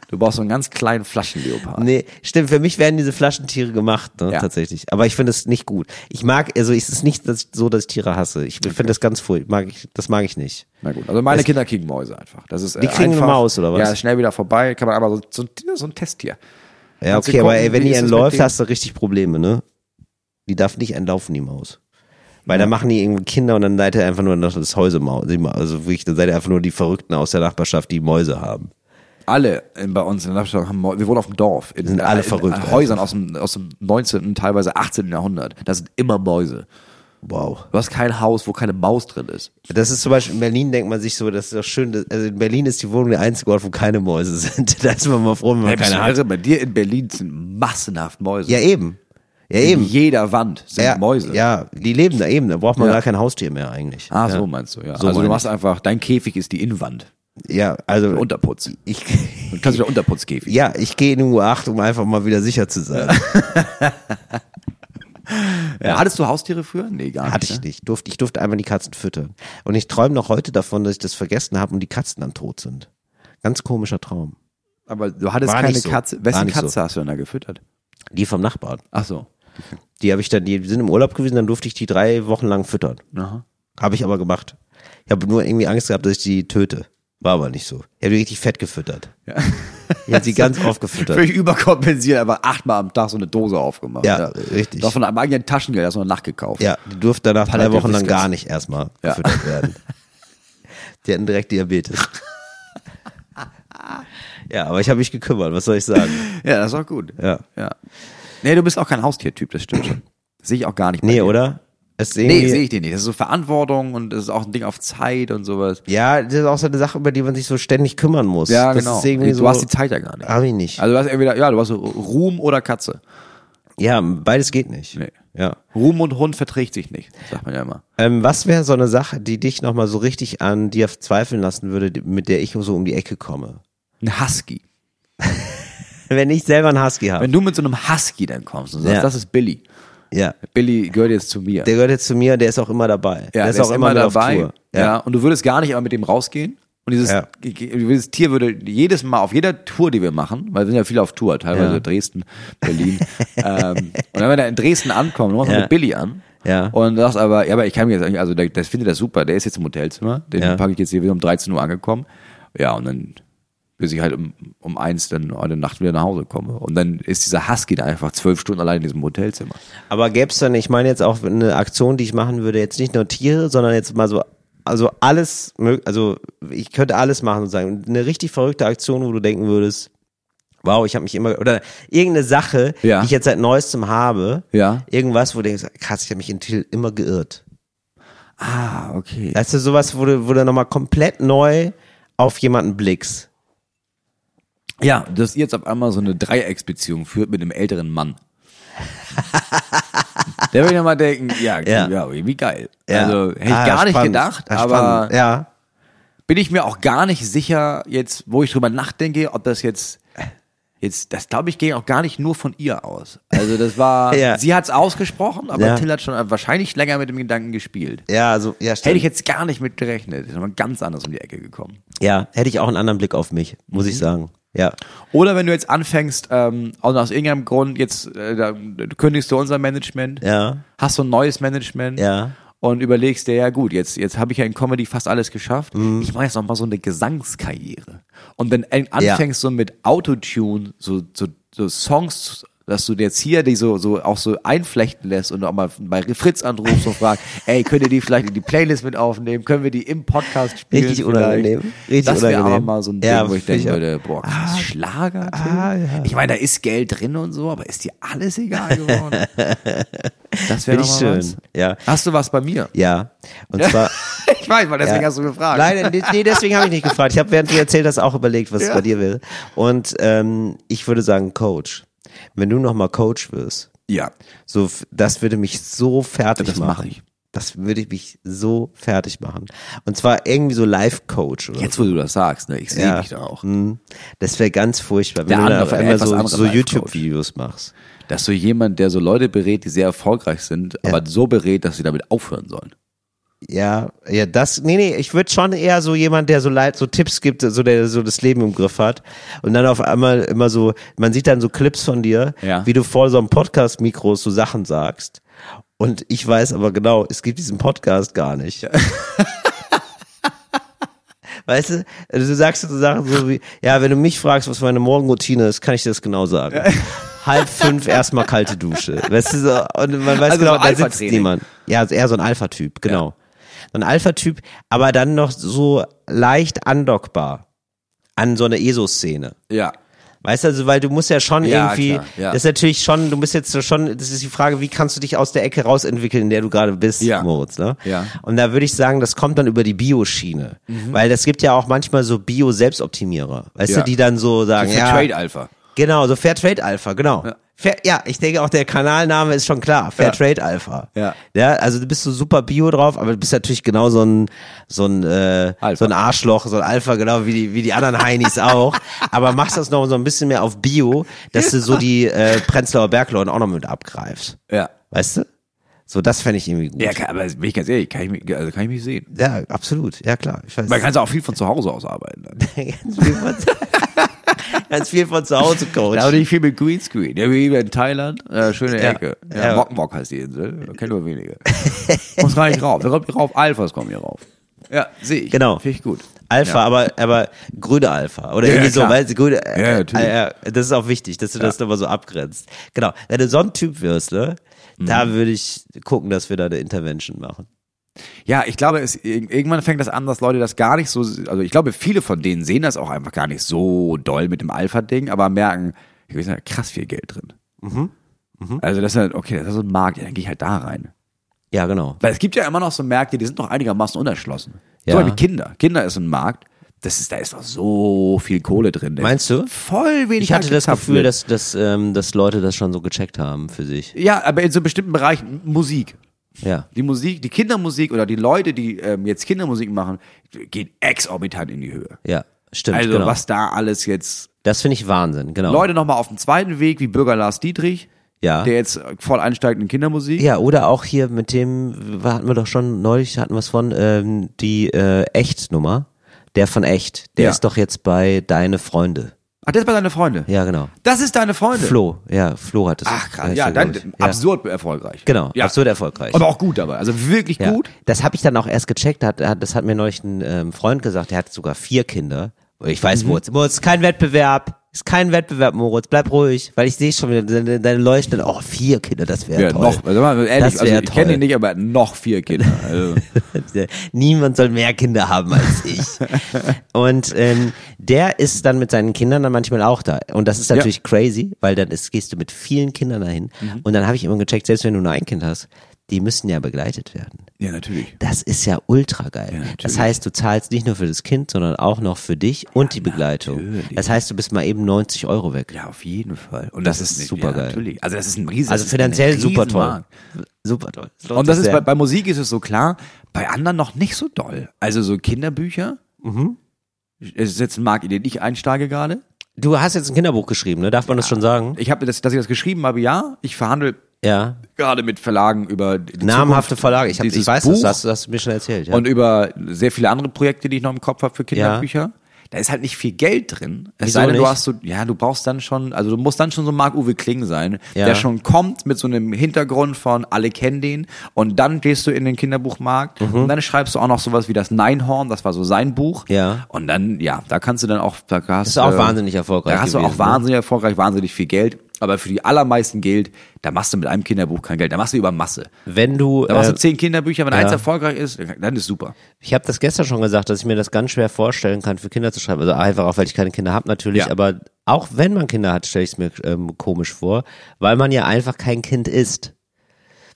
[SPEAKER 4] du brauchst so einen ganz kleinen Flaschenleopard.
[SPEAKER 3] Nee, stimmt, für mich werden diese Flaschentiere gemacht, ne,
[SPEAKER 4] Ja.
[SPEAKER 3] tatsächlich. Aber ich finde es nicht gut. Ich mag, also es ist nicht dass ich, so, dass ich Tiere hasse. Ich finde das ganz furchtbar. Mag ich, das mag ich nicht.
[SPEAKER 4] Na gut. Also meine Kinder kriegen Mäuse einfach. Das ist
[SPEAKER 3] Die
[SPEAKER 4] äh,
[SPEAKER 3] kriegen eine
[SPEAKER 4] einfach.
[SPEAKER 3] Maus oder was?
[SPEAKER 4] Ja, ist schnell wieder vorbei. Kann man aber so, so, ein- so ein Testtier.
[SPEAKER 3] Ja,
[SPEAKER 4] Kannst du
[SPEAKER 3] okay, aber
[SPEAKER 4] gucken,
[SPEAKER 3] ey, wenn
[SPEAKER 4] wie
[SPEAKER 3] die
[SPEAKER 4] ist es mit
[SPEAKER 3] entläuft,
[SPEAKER 4] denen?
[SPEAKER 3] hast du richtig Probleme, ne? Die darf nicht entlaufen, die Maus. Weil dann machen die irgendwie Kinder und dann seid ihr einfach nur noch das Häusemaus. Also wirklich, dann seid ihr einfach nur die Verrückten aus der Nachbarschaft, die Mäuse haben.
[SPEAKER 4] Alle in, bei uns in der Nachbarschaft haben Mäuse. Wir wohnen auf dem Dorf. In,
[SPEAKER 3] Sind alle
[SPEAKER 4] in, äh,
[SPEAKER 3] verrückt,
[SPEAKER 4] In Häusern aus dem, aus dem 19. und teilweise 18. Jahrhundert. Das sind immer Mäuse.
[SPEAKER 3] Wow.
[SPEAKER 4] Du hast kein Haus, wo keine Maus drin ist.
[SPEAKER 3] Das ist zum Beispiel in Berlin, denkt man sich so, das ist doch schön. dass- Also in Berlin ist die Wohnung der einzige Ort, wo keine Mäuse sind. Da ist man mal froh, wenn man
[SPEAKER 4] Hey, bist
[SPEAKER 3] keine
[SPEAKER 4] du
[SPEAKER 3] hat.
[SPEAKER 4] irre? bei dir in Berlin sind massenhaft Mäuse.
[SPEAKER 3] Ja, eben. Ja,
[SPEAKER 4] In
[SPEAKER 3] eben.
[SPEAKER 4] jeder Wand sind
[SPEAKER 3] Ja,
[SPEAKER 4] Mäuse.
[SPEAKER 3] Ja, die leben da eben. Da braucht man
[SPEAKER 4] Ja.
[SPEAKER 3] gar kein Haustier mehr eigentlich.
[SPEAKER 4] Ah,
[SPEAKER 3] ja.
[SPEAKER 4] so meinst du, ja.
[SPEAKER 3] So
[SPEAKER 4] also du
[SPEAKER 3] meine
[SPEAKER 4] machst einfach, dein Käfig ist die Innenwand.
[SPEAKER 3] Ja, also.
[SPEAKER 4] Der Unterputz.
[SPEAKER 3] ich,
[SPEAKER 4] Du kannst wieder Unterputzkäfig.
[SPEAKER 3] ja, ich gehe in die U8, um einfach mal wieder sicher zu sein.
[SPEAKER 4] Ja. Hattest du Haustiere früher? Nee, gar
[SPEAKER 3] Hatte
[SPEAKER 4] nicht.
[SPEAKER 3] ich
[SPEAKER 4] ne?
[SPEAKER 3] nicht. Durfte, ich durfte einmal die Katzen füttern. Und ich träume noch heute davon, dass ich das vergessen habe und die Katzen dann tot sind. Ganz komischer Traum.
[SPEAKER 4] Aber du hattest
[SPEAKER 3] War
[SPEAKER 4] keine
[SPEAKER 3] nicht so.
[SPEAKER 4] Katze.
[SPEAKER 3] War
[SPEAKER 4] Wessen
[SPEAKER 3] nicht so.
[SPEAKER 4] Katze hast du denn da gefüttert?
[SPEAKER 3] Die vom Nachbarn.
[SPEAKER 4] Ach so.
[SPEAKER 3] Die habe ich dann, die sind im Urlaub gewesen, dann durfte ich die drei Wochen lang füttern.
[SPEAKER 4] Aha.
[SPEAKER 3] Habe ich aber gemacht. Ich habe nur irgendwie Angst gehabt, dass ich die töte. War aber nicht so. Ich habe die richtig fett gefüttert.
[SPEAKER 4] Ja.
[SPEAKER 3] Ich habe sie ganz oft gefüttert.
[SPEAKER 4] Völlig überkompensiert, aber achtmal am Tag so eine Dose aufgemacht.
[SPEAKER 3] Ja, richtig.
[SPEAKER 4] Doch von einem eigenen Taschengeld hast du noch nachgekauft.
[SPEAKER 3] Ja, die durfte danach drei
[SPEAKER 4] Palladium
[SPEAKER 3] Wochen lang
[SPEAKER 4] Whiskers.
[SPEAKER 3] gar nicht erstmal
[SPEAKER 4] Ja.
[SPEAKER 3] gefüttert werden. Die hatten direkt Diabetes. Ja, aber ich habe mich gekümmert, was soll ich sagen?
[SPEAKER 4] Ja, das ist auch gut.
[SPEAKER 3] Ja.
[SPEAKER 4] ja. Nee, du bist auch kein Haustiertyp, das stimmt schon. Sehe ich auch gar nicht. bei
[SPEAKER 3] Nee,
[SPEAKER 4] dir.
[SPEAKER 3] oder? Es ist irgendwie-
[SPEAKER 4] Nee, sehe ich den nicht. Das ist so Verantwortung und das ist auch ein Ding auf Zeit und sowas.
[SPEAKER 3] Ja, das ist auch so eine Sache, über die man sich so ständig kümmern muss. das Ist irgendwie
[SPEAKER 4] genau. du
[SPEAKER 3] so, Ah.
[SPEAKER 4] hast die Zeit ja gar nicht.
[SPEAKER 3] Hab ich nicht.
[SPEAKER 4] Also du hast entweder, ja, du hast so Ruhm oder Katze.
[SPEAKER 3] ja, beides geht nicht.
[SPEAKER 4] Nee.
[SPEAKER 3] Ja.
[SPEAKER 4] Ruhm und Hund verträgt sich nicht, sagt man ja immer.
[SPEAKER 3] Ähm, was wäre so eine Sache, die dich nochmal so richtig an dir zweifeln lassen würde, die- mit der ich so um die Ecke komme?
[SPEAKER 4] Ein Husky.
[SPEAKER 3] Wenn ich selber einen Husky habe.
[SPEAKER 4] Wenn du mit so einem Husky dann kommst und sagst,
[SPEAKER 3] Ja.
[SPEAKER 4] das ist Billy.
[SPEAKER 3] Ja.
[SPEAKER 4] Billy gehört jetzt zu mir.
[SPEAKER 3] Der gehört jetzt zu mir und der ist auch immer dabei.
[SPEAKER 4] ja,
[SPEAKER 3] der ist auch immer, mit Auf Tour.
[SPEAKER 4] Ja. und du würdest gar nicht immer mit dem rausgehen. Und dieses,
[SPEAKER 3] Ja.
[SPEAKER 4] dieses Tier würde jedes Mal auf jeder Tour, die wir machen, weil wir sind ja viel auf Tour, teilweise
[SPEAKER 3] Ja.
[SPEAKER 4] Dresden, Berlin. ähm, und wenn wir da in Dresden ankommen, du machst
[SPEAKER 3] Ja.
[SPEAKER 4] mit Billy an.
[SPEAKER 3] Ja.
[SPEAKER 4] Und sagst aber, ja, aber ich kann mir jetzt eigentlich, also der, der findet das super, der ist jetzt im Hotelzimmer, den
[SPEAKER 3] Ja.
[SPEAKER 4] packe ich jetzt hier wieder um 13 Uhr angekommen. Ja, und dann bis ich halt um, um eins dann heute Nacht wieder nach Hause komme. Und dann ist dieser Husky da einfach zwölf Stunden allein in diesem Hotelzimmer.
[SPEAKER 3] Aber gäbe es dann, ich meine jetzt auch eine Aktion, die ich machen würde, jetzt nicht nur Tiere, sondern jetzt mal so, also alles, mög- also ich könnte alles machen und sagen, eine richtig verrückte Aktion, wo du denken würdest, wow, ich habe mich immer, oder irgendeine Sache,
[SPEAKER 4] Ja.
[SPEAKER 3] die ich jetzt seit Neuestem habe,
[SPEAKER 4] Ja.
[SPEAKER 3] irgendwas, wo du denkst, krass, ich habe mich in Till immer geirrt.
[SPEAKER 4] Ah, okay.
[SPEAKER 3] Weißt du, sowas, wo du, wo du nochmal komplett neu auf jemanden blickst.
[SPEAKER 4] Ja, dass ihr jetzt auf einmal so eine Dreiecksbeziehung führt mit einem älteren Mann. Der würde ich nochmal denken, ja, ja,
[SPEAKER 3] Ja.
[SPEAKER 4] wie geil.
[SPEAKER 3] Ja.
[SPEAKER 4] Also hätte ich
[SPEAKER 3] Ah,
[SPEAKER 4] gar nicht
[SPEAKER 3] spannend.
[SPEAKER 4] gedacht,
[SPEAKER 3] Ah,
[SPEAKER 4] aber
[SPEAKER 3] spannend. ja.
[SPEAKER 4] bin ich mir auch gar nicht sicher, jetzt, wo ich drüber nachdenke, ob das jetzt, jetzt, das glaube ich, ging auch gar nicht nur von ihr aus. Also das war,
[SPEAKER 3] Ja.
[SPEAKER 4] sie hat es ausgesprochen, aber
[SPEAKER 3] Ja.
[SPEAKER 4] Till hat schon wahrscheinlich länger mit dem Gedanken gespielt.
[SPEAKER 3] Ja, also, ja, stimmt.
[SPEAKER 4] Hätte ich jetzt gar nicht mit gerechnet. Ist nochmal ganz anders um die Ecke gekommen.
[SPEAKER 3] ja, hätte ich auch einen anderen Blick auf mich, muss
[SPEAKER 4] Mhm.
[SPEAKER 3] ich sagen. Ja.
[SPEAKER 4] Oder wenn du jetzt anfängst, ähm, also aus irgendeinem Grund, jetzt äh, da, du kündigst du unser Management,
[SPEAKER 3] Ja.
[SPEAKER 4] hast so ein neues Management
[SPEAKER 3] Ja.
[SPEAKER 4] und überlegst dir, ja gut, jetzt, jetzt habe ich ja in Comedy fast alles geschafft,
[SPEAKER 3] Mhm.
[SPEAKER 4] ich mache jetzt nochmal so eine Gesangskarriere. Und dann an- anfängst so mit Autotune, so, so, so Songs, dass du jetzt hier die so, so auch so einflechten lässt und auch mal bei Fritz anrufst und fragst, ey, könnt ihr die vielleicht in die Playlist mit aufnehmen? Können wir die im Podcast spielen?
[SPEAKER 3] Richtig
[SPEAKER 4] vielleicht?
[SPEAKER 3] unangenehm. Richtig
[SPEAKER 4] das wäre aber
[SPEAKER 3] unangenehm.
[SPEAKER 4] mal so ein Ding,
[SPEAKER 3] Ja,
[SPEAKER 4] wo ich
[SPEAKER 3] finde
[SPEAKER 4] denken
[SPEAKER 3] ich auch. Ah,
[SPEAKER 4] würde, boah, krass, Schlager? Till? Ich meine, da ist Geld drin und so, aber ist dir alles egal geworden? Das wäre
[SPEAKER 3] Finde ich schön.
[SPEAKER 4] Was.
[SPEAKER 3] Ja.
[SPEAKER 4] Hast du was bei mir?
[SPEAKER 3] Ja. Und zwar.
[SPEAKER 4] Ich weiß, weil deswegen
[SPEAKER 3] ja.
[SPEAKER 4] hast du gefragt.
[SPEAKER 3] Leider, nee, deswegen habe ich nicht gefragt. Ich habe während du erzählt hast auch überlegt, was
[SPEAKER 4] Ja.
[SPEAKER 3] es bei dir wäre. Und ähm, ich würde sagen, Coach. Wenn du nochmal Coach wirst,
[SPEAKER 4] Ja.
[SPEAKER 3] so, f- das würde mich so fertig
[SPEAKER 4] Das
[SPEAKER 3] machen.
[SPEAKER 4] mache ich.
[SPEAKER 3] Das würde mich so fertig machen. Und zwar irgendwie so Live-Coach oder
[SPEAKER 4] Jetzt, wo du das sagst, ne, ich sehe
[SPEAKER 3] Ja.
[SPEAKER 4] mich da auch.
[SPEAKER 3] Hm. Das wäre ganz furchtbar,
[SPEAKER 4] Der
[SPEAKER 3] wenn du
[SPEAKER 4] andere, äh,
[SPEAKER 3] da auf einmal
[SPEAKER 4] etwas
[SPEAKER 3] so,
[SPEAKER 4] andere
[SPEAKER 3] so
[SPEAKER 4] Life-Coach.
[SPEAKER 3] YouTube-Videos machst.
[SPEAKER 4] Dass so jemand, der so Leute berät, die sehr erfolgreich sind, aber so berät, dass sie damit aufhören sollen.
[SPEAKER 3] Ja, ja, das, nee, nee, ich würde schon eher so jemand, der so leid, so Tipps gibt, so der so das Leben im Griff hat. Und dann auf einmal immer so, man sieht dann so Clips von dir,
[SPEAKER 4] Ja.
[SPEAKER 3] wie du vor so einem Podcast-Mikro so Sachen sagst. Und ich weiß aber genau, es gibt diesen Podcast gar nicht. Weißt du, also du sagst so Sachen so wie, ja, wenn du mich fragst, was meine Morgenroutine ist, kann ich dir das genau sagen. Halb fünf erstmal kalte Dusche. Weißt du, so, und man weiß
[SPEAKER 4] Also
[SPEAKER 3] genau,
[SPEAKER 4] so
[SPEAKER 3] da sitzt
[SPEAKER 4] Alpha-Training.
[SPEAKER 3] niemand. Ja, also eher so ein Alpha-Typ, genau. So ein Alpha-Typ, aber E dann noch so leicht andockbar an so eine ESO-Szene.
[SPEAKER 4] Ja.
[SPEAKER 3] Weißt du, also, weil du musst ja schon
[SPEAKER 4] Ja,
[SPEAKER 3] irgendwie,
[SPEAKER 4] klar, ja.
[SPEAKER 3] das ist natürlich schon, du bist jetzt so schon, das ist die Frage, wie kannst du dich aus der Ecke rausentwickeln, in der du gerade bist,
[SPEAKER 4] Ja.
[SPEAKER 3] Moritz, ne?
[SPEAKER 4] Ja. Mhm.
[SPEAKER 3] Und da würde ich sagen, das kommt dann über die Bio-Schiene. Weil es gibt ja auch manchmal so Bio-Selbstoptimierer, weißt
[SPEAKER 4] Ja.
[SPEAKER 3] du, die dann so sagen,
[SPEAKER 4] Für
[SPEAKER 3] ja.
[SPEAKER 4] Trade Alpha.
[SPEAKER 3] Genau, so Fairtrade Alpha, genau.
[SPEAKER 4] Ja.
[SPEAKER 3] Ja. Fair, ja, ich denke auch der Kanalname ist schon klar. Fairtrade Alpha.
[SPEAKER 4] Ja.
[SPEAKER 3] Ja, also du bist so super Bio drauf, aber du bist natürlich genau so ein, so ein, äh,
[SPEAKER 4] Alpha.
[SPEAKER 3] so ein Arschloch, so ein Alpha, genau wie die, wie die anderen Heinis auch. Aber machst das noch so ein bisschen mehr auf Bio, dass du so die äh, Prenzlauer Bergleute auch noch mit abgreifst.
[SPEAKER 4] Ja.
[SPEAKER 3] Weißt du? So, das fände ich irgendwie gut.
[SPEAKER 4] Ja, kann, aber bin ich ganz ehrlich, kann ich, mich- also kann ich mich sehen.
[SPEAKER 3] Ja, absolut. Ja, klar. Ich weiß.
[SPEAKER 4] Man kann es auch viel von zu Hause aus arbeiten. Dann.
[SPEAKER 3] ganz, viel von, ganz viel von zu Hause coachen.
[SPEAKER 4] Da hatte ich viel mit Greenscreen. Ja, wie in Thailand. Äh, schöne
[SPEAKER 3] Ja.
[SPEAKER 4] Ecke. Ja,
[SPEAKER 3] Ja.
[SPEAKER 4] Mok Mok heißt die Insel. Kennen nur wenige. Kommst gar nicht rauf. Da kommt ihr rauf. Alphas kommen hier rauf. Ja, sehe ich.
[SPEAKER 3] Genau.
[SPEAKER 4] Finde ich gut.
[SPEAKER 3] Alpha,
[SPEAKER 4] Ja.
[SPEAKER 3] aber, aber grüne Alpha. Oder
[SPEAKER 4] Ja,
[SPEAKER 3] irgendwie
[SPEAKER 4] ja,
[SPEAKER 3] so,
[SPEAKER 4] klar.
[SPEAKER 3] weißt du, grüne, äh,
[SPEAKER 4] Ja,
[SPEAKER 3] ja,
[SPEAKER 4] natürlich.
[SPEAKER 3] äh, das ist auch wichtig, dass du das nochmal so abgrenzt. Genau. Wenn du so ein Typ wirst, ne,
[SPEAKER 4] Mhm.
[SPEAKER 3] da würde ich gucken, dass wir da eine Intervention machen.
[SPEAKER 4] Ja, ich glaube, es, ir- irgendwann fängt das an, dass Leute das gar nicht so, also ich glaube, viele von denen sehen das auch einfach gar nicht so doll mit dem Alpha-Ding, aber merken, hier ist ja krass viel Geld drin.
[SPEAKER 3] Mhm.
[SPEAKER 4] Also das ist halt, okay, das ist so ein Markt, ja, dann gehe ich halt da rein.
[SPEAKER 3] Ja, genau.
[SPEAKER 4] Weil es gibt ja immer noch so Märkte, die sind noch einigermaßen unerschlossen.
[SPEAKER 3] Ja.
[SPEAKER 4] Zum Beispiel Kinder. Kinder ist ein Markt, das ist, da ist noch so viel Kohle drin. ey.
[SPEAKER 3] Meinst du?
[SPEAKER 4] Voll wenig
[SPEAKER 3] Ich hatte das
[SPEAKER 4] angezapft
[SPEAKER 3] Gefühl,
[SPEAKER 4] wird.
[SPEAKER 3] dass, dass, ähm, dass Leute das schon so gecheckt haben für sich.
[SPEAKER 4] Ja, aber in so bestimmten Bereichen, Musik.
[SPEAKER 3] Ja.
[SPEAKER 4] Die Musik, die Kindermusik oder die Leute, die ähm, jetzt Kindermusik machen, gehen exorbitant in die Höhe.
[SPEAKER 3] Ja, stimmt.
[SPEAKER 4] Also
[SPEAKER 3] genau.
[SPEAKER 4] was da alles jetzt.
[SPEAKER 3] Das finde ich Wahnsinn, genau.
[SPEAKER 4] Leute nochmal auf dem zweiten Weg, wie Bürger Lars Dietrich,
[SPEAKER 3] Ja.
[SPEAKER 4] der jetzt voll einsteigt in Kindermusik.
[SPEAKER 3] Ja, oder auch hier mit dem, hatten wir doch schon neulich, hatten wir es von, ähm, die äh, Echt-Nummer. Der von Echt, der
[SPEAKER 4] Ja.
[SPEAKER 3] ist doch jetzt bei Deine Freunde.
[SPEAKER 4] Ach, das ist bei deine Freunde.
[SPEAKER 3] Ja, genau.
[SPEAKER 4] Das ist deine Freunde.
[SPEAKER 3] Flo, ja, Flo hat es.
[SPEAKER 4] Ach krass.
[SPEAKER 3] Äh,
[SPEAKER 4] Ja,
[SPEAKER 3] schon,
[SPEAKER 4] dann
[SPEAKER 3] glaub ich. Ja.
[SPEAKER 4] absurd erfolgreich.
[SPEAKER 3] Genau,
[SPEAKER 4] ja.
[SPEAKER 3] absurd erfolgreich.
[SPEAKER 4] Aber auch gut dabei. Also wirklich
[SPEAKER 3] ja.
[SPEAKER 4] gut.
[SPEAKER 3] Das habe ich dann auch erst gecheckt. Hat, hat, das hat mir neulich ein ähm, Freund gesagt. Der hat sogar vier Kinder. Ich
[SPEAKER 4] Mhm.
[SPEAKER 3] weiß, Moritz, Moritz, kein Wettbewerb. Ist kein Wettbewerb, Moritz. Bleib ruhig, weil ich sehe schon wieder deine, deine Leuchten. Oh, vier Kinder, das wäre
[SPEAKER 4] Ja,
[SPEAKER 3] toll.
[SPEAKER 4] noch. Also, mal ehrlich,
[SPEAKER 3] Das
[SPEAKER 4] also
[SPEAKER 3] wär
[SPEAKER 4] ich kenne
[SPEAKER 3] toll.
[SPEAKER 4] ihn nicht, aber noch vier Kinder. Also,
[SPEAKER 3] Niemand soll mehr Kinder haben als ich. und ähm, der ist dann mit seinen Kindern dann manchmal auch da. Und das ist natürlich crazy, weil dann ist, gehst du mit vielen Kindern dahin.
[SPEAKER 4] Mhm.
[SPEAKER 3] Und dann habe ich immer gecheckt, selbst wenn du nur ein Kind hast, die müssen ja begleitet werden.
[SPEAKER 4] ja, natürlich.
[SPEAKER 3] Das ist ja ultra geil. das heißt, du zahlst nicht nur für das Kind, sondern auch noch für dich und die Begleitung. Das heißt, du bist mal eben 90 Euro weg.
[SPEAKER 4] Ja, auf jeden Fall. Und
[SPEAKER 3] Das
[SPEAKER 4] das,
[SPEAKER 3] ist
[SPEAKER 4] ist
[SPEAKER 3] super
[SPEAKER 4] ja,
[SPEAKER 3] geil.
[SPEAKER 4] Natürlich. Also das ist ein riesen.
[SPEAKER 3] also
[SPEAKER 4] das ist ein
[SPEAKER 3] finanziell super toll.
[SPEAKER 4] Riesenmarkt.
[SPEAKER 3] Super toll. Es lohnt
[SPEAKER 4] Und das
[SPEAKER 3] sich
[SPEAKER 4] ist
[SPEAKER 3] sehr.
[SPEAKER 4] bei, bei Musik ist es so klar, bei anderen noch nicht so doll. Also so Kinderbücher.
[SPEAKER 3] Mhm.
[SPEAKER 4] Es ist jetzt ein Markt, in den ich einsteige gerade.
[SPEAKER 3] du hast jetzt ein Kinderbuch geschrieben, ne? Darf man das schon sagen?
[SPEAKER 4] Ich habe das, dass ich das geschrieben habe, ja. Ich verhandle
[SPEAKER 3] Ja.
[SPEAKER 4] gerade mit Verlagen über die
[SPEAKER 3] Namhafte
[SPEAKER 4] Zukunft
[SPEAKER 3] Verlage. Ich, hab, ich
[SPEAKER 4] dieses
[SPEAKER 3] weiß,
[SPEAKER 4] Buch
[SPEAKER 3] das hast, du- hast du mir schon erzählt. Ja.
[SPEAKER 4] und über sehr viele andere Projekte, die ich noch im Kopf habe für Kinderbücher. Da ist halt nicht viel Geld drin. Es
[SPEAKER 3] Wieso
[SPEAKER 4] sei denn, du
[SPEAKER 3] nicht?
[SPEAKER 4] hast so, ja, du brauchst dann schon, also du musst dann schon so Marc-Uwe Kling sein,
[SPEAKER 3] Ja.
[SPEAKER 4] der schon kommt mit so einem Hintergrund von alle kennen den und dann gehst du in den Kinderbuchmarkt
[SPEAKER 3] Mhm.
[SPEAKER 4] und dann schreibst du auch noch sowas wie das Neinhorn, das war so sein Buch.
[SPEAKER 3] Ja.
[SPEAKER 4] Und dann, ja, da kannst du dann auch, da hast,
[SPEAKER 3] ist auch wahnsinnig erfolgreich
[SPEAKER 4] äh, Da hast du auch
[SPEAKER 3] gewesen, ne?
[SPEAKER 4] wahnsinnig erfolgreich, wahnsinnig viel Geld. Aber für die allermeisten gilt, da machst du mit einem Kinderbuch kein Geld, da machst du über Masse.
[SPEAKER 3] wenn du,
[SPEAKER 4] Da machst
[SPEAKER 3] äh,
[SPEAKER 4] du zehn Kinderbücher, wenn
[SPEAKER 3] ja.
[SPEAKER 4] eins erfolgreich ist, dann ist super.
[SPEAKER 3] ich habe das gestern schon gesagt, dass ich mir das ganz schwer vorstellen kann, für Kinder zu schreiben. Also einfach auch, weil ich keine Kinder habe natürlich,
[SPEAKER 4] Ja.
[SPEAKER 3] aber auch wenn man Kinder hat, stelle ich es mir ähm, komisch vor, weil man ja einfach kein Kind ist.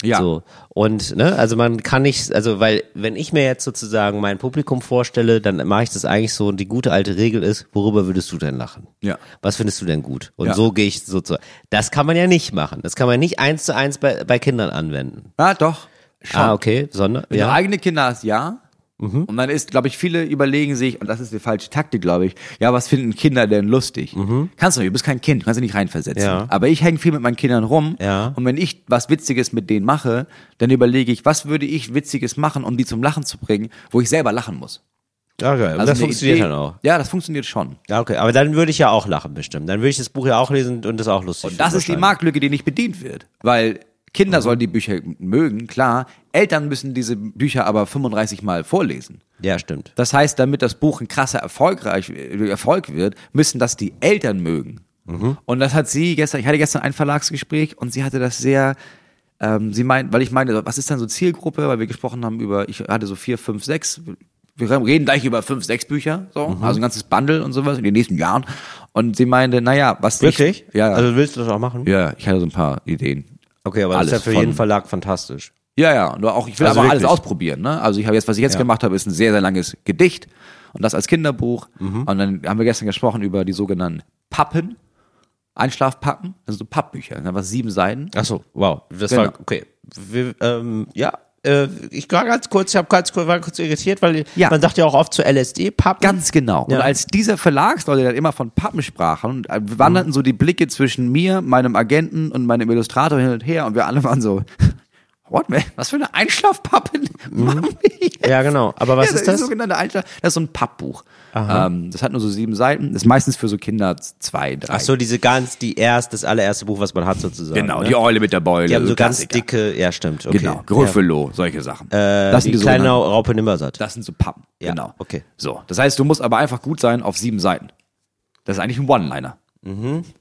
[SPEAKER 4] Ja.
[SPEAKER 3] So. Und, ne, also man kann nicht, also weil, wenn ich mir jetzt sozusagen mein Publikum vorstelle, dann mache ich das eigentlich so und die gute alte Regel ist, worüber würdest du denn lachen?
[SPEAKER 4] Ja.
[SPEAKER 3] Was findest du denn gut? Und
[SPEAKER 4] Ja.
[SPEAKER 3] so gehe ich sozusagen. Das kann man ja nicht machen. Das kann man nicht eins zu eins bei, bei Kindern anwenden.
[SPEAKER 4] Ah, doch. Schon.
[SPEAKER 3] Ah, okay, sondern,
[SPEAKER 4] Wenn du
[SPEAKER 3] ja. Mhm.
[SPEAKER 4] eigene Kinder hast, ja. Und dann ist, glaube ich, viele überlegen sich, und das ist die falsche Taktik, glaube ich, ja, was finden Kinder denn lustig? Kannst du nicht, du bist kein Kind, kannst du nicht reinversetzen.
[SPEAKER 3] Mhm. Ja.
[SPEAKER 4] Aber ich hänge viel mit meinen Kindern rum.
[SPEAKER 3] Ja.
[SPEAKER 4] Und wenn ich was Witziges mit denen mache, dann überlege ich, was würde ich Witziges machen, um die zum Lachen zu bringen, wo ich selber lachen muss. Also
[SPEAKER 3] Ja, geil. Und das
[SPEAKER 4] eine
[SPEAKER 3] funktioniert
[SPEAKER 4] Idee-
[SPEAKER 3] dann auch.
[SPEAKER 4] Ja, das funktioniert schon.
[SPEAKER 3] Ja, okay. Aber dann würde ich ja auch lachen bestimmt. Dann würde ich das Buch ja auch lesen und das auch lustig
[SPEAKER 4] Und
[SPEAKER 3] finden
[SPEAKER 4] das ist die
[SPEAKER 3] wahrscheinlich. Mhm.
[SPEAKER 4] Marktlücke, die nicht bedient wird. Weil Kinder sollen die Bücher mögen, klar. Eltern müssen diese Bücher aber 35 Mal vorlesen.
[SPEAKER 3] Ja, stimmt.
[SPEAKER 4] Das heißt, damit das Buch ein krasser erfolgreich, äh, Erfolg wird, müssen das die Eltern mögen.
[SPEAKER 3] Mhm.
[SPEAKER 4] Und das hat sie gestern, ich hatte gestern ein Verlagsgespräch und sie hatte das sehr, ähm, sie meint, weil ich meine, was ist dann so Zielgruppe, weil wir gesprochen haben über, ich hatte so vier, fünf,
[SPEAKER 3] Mhm.
[SPEAKER 4] sechs, wir reden gleich über fünf, sechs Bücher, so, also ein ganzes Bundle und sowas in den nächsten Jahren. Und sie meinte, naja, was
[SPEAKER 3] Wirklich?
[SPEAKER 4] ich... Ja,
[SPEAKER 3] Also willst du das auch machen?
[SPEAKER 4] ja, ich hatte so ein paar Ideen.
[SPEAKER 3] Okay, aber
[SPEAKER 4] Alles
[SPEAKER 3] das ist ja für
[SPEAKER 4] von-
[SPEAKER 3] jeden Verlag fantastisch.
[SPEAKER 4] Ja, ja, und auch ich will
[SPEAKER 3] Also
[SPEAKER 4] aber alles
[SPEAKER 3] wirklich?
[SPEAKER 4] ausprobieren. Ne? Also ich habe jetzt, was ich jetzt gemacht habe, ist ein sehr, sehr langes Gedicht und das als Kinderbuch.
[SPEAKER 3] Mhm.
[SPEAKER 4] Und dann haben wir gestern gesprochen über die sogenannten Pappen, Einschlafpappen, das sind so Pappbücher, das sind einfach sieben Seiten.
[SPEAKER 3] Ach so, wow. Das
[SPEAKER 4] Genau.
[SPEAKER 3] war okay. Wir, ähm, ja, äh, ich war ganz kurz, ich habe ganz kurz, war kurz irritiert, weil
[SPEAKER 4] Ja.
[SPEAKER 3] man sagt ja auch oft zu LSD Pappen.
[SPEAKER 4] Ganz genau.
[SPEAKER 3] Ja.
[SPEAKER 4] Und als dieser Verlagsleute dann immer von Pappen sprachen, und, äh,
[SPEAKER 3] Mhm.
[SPEAKER 4] wanderten so die Blicke zwischen mir, meinem Agenten und meinem Illustrator hin und her und wir alle waren so, what man, was für eine Einschlafpappen?
[SPEAKER 3] Mhm.
[SPEAKER 4] machen wir hier?
[SPEAKER 3] Ja, genau. Aber was
[SPEAKER 4] ja,
[SPEAKER 3] ist das?
[SPEAKER 4] sogenannte Einschlaf das ist so ein Pappbuch. Ähm, das hat nur so sieben Seiten. Ist meistens für so Kinder zwei, drei.
[SPEAKER 3] Ach so, diese ganz, die erst, das allererste Buch, was man hat sozusagen.
[SPEAKER 4] genau.
[SPEAKER 3] ne?
[SPEAKER 4] Die Eule mit der Beule.
[SPEAKER 3] Die haben so ganz
[SPEAKER 4] Klassiker.
[SPEAKER 3] dicke, ja stimmt, okay.
[SPEAKER 4] Genau. Gruffelo, solche Sachen.
[SPEAKER 3] Ja. Äh,
[SPEAKER 4] das
[SPEAKER 3] die
[SPEAKER 4] sind die
[SPEAKER 3] kleine
[SPEAKER 4] sogenannten-
[SPEAKER 3] Raupe Nimmersatt.
[SPEAKER 4] Das sind so Pappen.
[SPEAKER 3] Ja,
[SPEAKER 4] genau.
[SPEAKER 3] okay.
[SPEAKER 4] So. Das heißt, du musst aber einfach gut sein auf sieben Seiten. Das ist eigentlich ein One-Liner. Das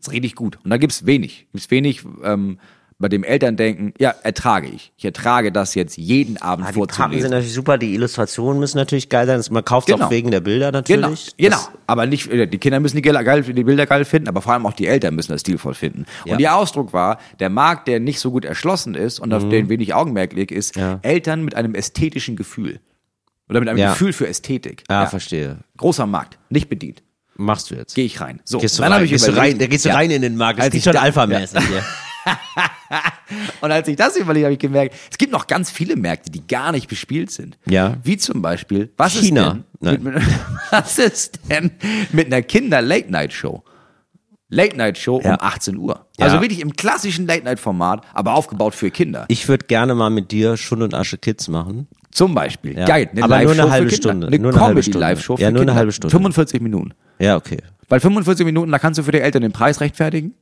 [SPEAKER 4] ist richtig gut. Und da gibt's wenig. Gibt's wenig, ähm, bei dem Eltern denken, ja, ertrage ich. Ich ertrage das jetzt jeden Abend
[SPEAKER 3] Ah, die Pappen sind
[SPEAKER 4] vorzulesen.
[SPEAKER 3] natürlich super, die Illustrationen müssen natürlich geil sein. Man kauft es
[SPEAKER 4] Genau.
[SPEAKER 3] auch wegen der Bilder
[SPEAKER 4] Genau,
[SPEAKER 3] natürlich.
[SPEAKER 4] genau.
[SPEAKER 3] Das-
[SPEAKER 4] Aber nicht, äh, die Kinder müssen die, geil- geil, die Bilder geil finden, aber vor allem auch die Eltern müssen das stilvoll finden.
[SPEAKER 3] Ja.
[SPEAKER 4] Und ihr Ausdruck war, der Markt, der nicht so gut erschlossen ist und auf den wenig Augenmerk liegt, ist
[SPEAKER 3] Mhm. Ja.
[SPEAKER 4] Eltern mit einem ästhetischen Gefühl. Oder mit einem
[SPEAKER 3] Ja. Ah,
[SPEAKER 4] Gefühl für Ästhetik.
[SPEAKER 3] Ja,
[SPEAKER 4] Ja.
[SPEAKER 3] verstehe.
[SPEAKER 4] Großer Markt, nicht bedient.
[SPEAKER 3] Machst du jetzt.
[SPEAKER 4] Gehe ich rein. So,
[SPEAKER 3] Gehst du
[SPEAKER 4] dann
[SPEAKER 3] rein,
[SPEAKER 4] habe ich
[SPEAKER 3] gehst du
[SPEAKER 4] überlegt-
[SPEAKER 3] rein, da gehst du
[SPEAKER 4] Ja.
[SPEAKER 3] rein in den Markt. Das
[SPEAKER 4] Als
[SPEAKER 3] klingt
[SPEAKER 4] ich
[SPEAKER 3] schon
[SPEAKER 4] da-
[SPEAKER 3] alphamäßig hier.
[SPEAKER 4] Und als ich das überlegt, habe ich gemerkt, es gibt noch ganz viele Märkte, die gar nicht bespielt sind.
[SPEAKER 3] Ja.
[SPEAKER 4] Wie zum Beispiel, was
[SPEAKER 3] China.
[SPEAKER 4] ist denn mit, mit, was ist denn mit einer Kinder-Late-Night-Show? Late-Night-Show
[SPEAKER 3] Ja.
[SPEAKER 4] um 18 Uhr.
[SPEAKER 3] Ja.
[SPEAKER 4] Also wirklich im klassischen Late-Night-Format, aber aufgebaut für Kinder.
[SPEAKER 3] Ich würde gerne mal mit dir Schund und Asche Kids machen.
[SPEAKER 4] zum Beispiel.
[SPEAKER 3] Ja.
[SPEAKER 4] Geil. Eine
[SPEAKER 3] Aber nur eine
[SPEAKER 4] Live-Show für
[SPEAKER 3] halbe
[SPEAKER 4] Kinder.
[SPEAKER 3] Stunde.
[SPEAKER 4] Eine
[SPEAKER 3] Nur eine halbe
[SPEAKER 4] Comedy-Live-Show
[SPEAKER 3] Stunde. Ja,
[SPEAKER 4] für
[SPEAKER 3] nur eine
[SPEAKER 4] Kinder.
[SPEAKER 3] halbe Stunde.
[SPEAKER 4] 45 Minuten.
[SPEAKER 3] Ja, okay.
[SPEAKER 4] Bei 45 Minuten, da kannst du für die Eltern den Preis rechtfertigen.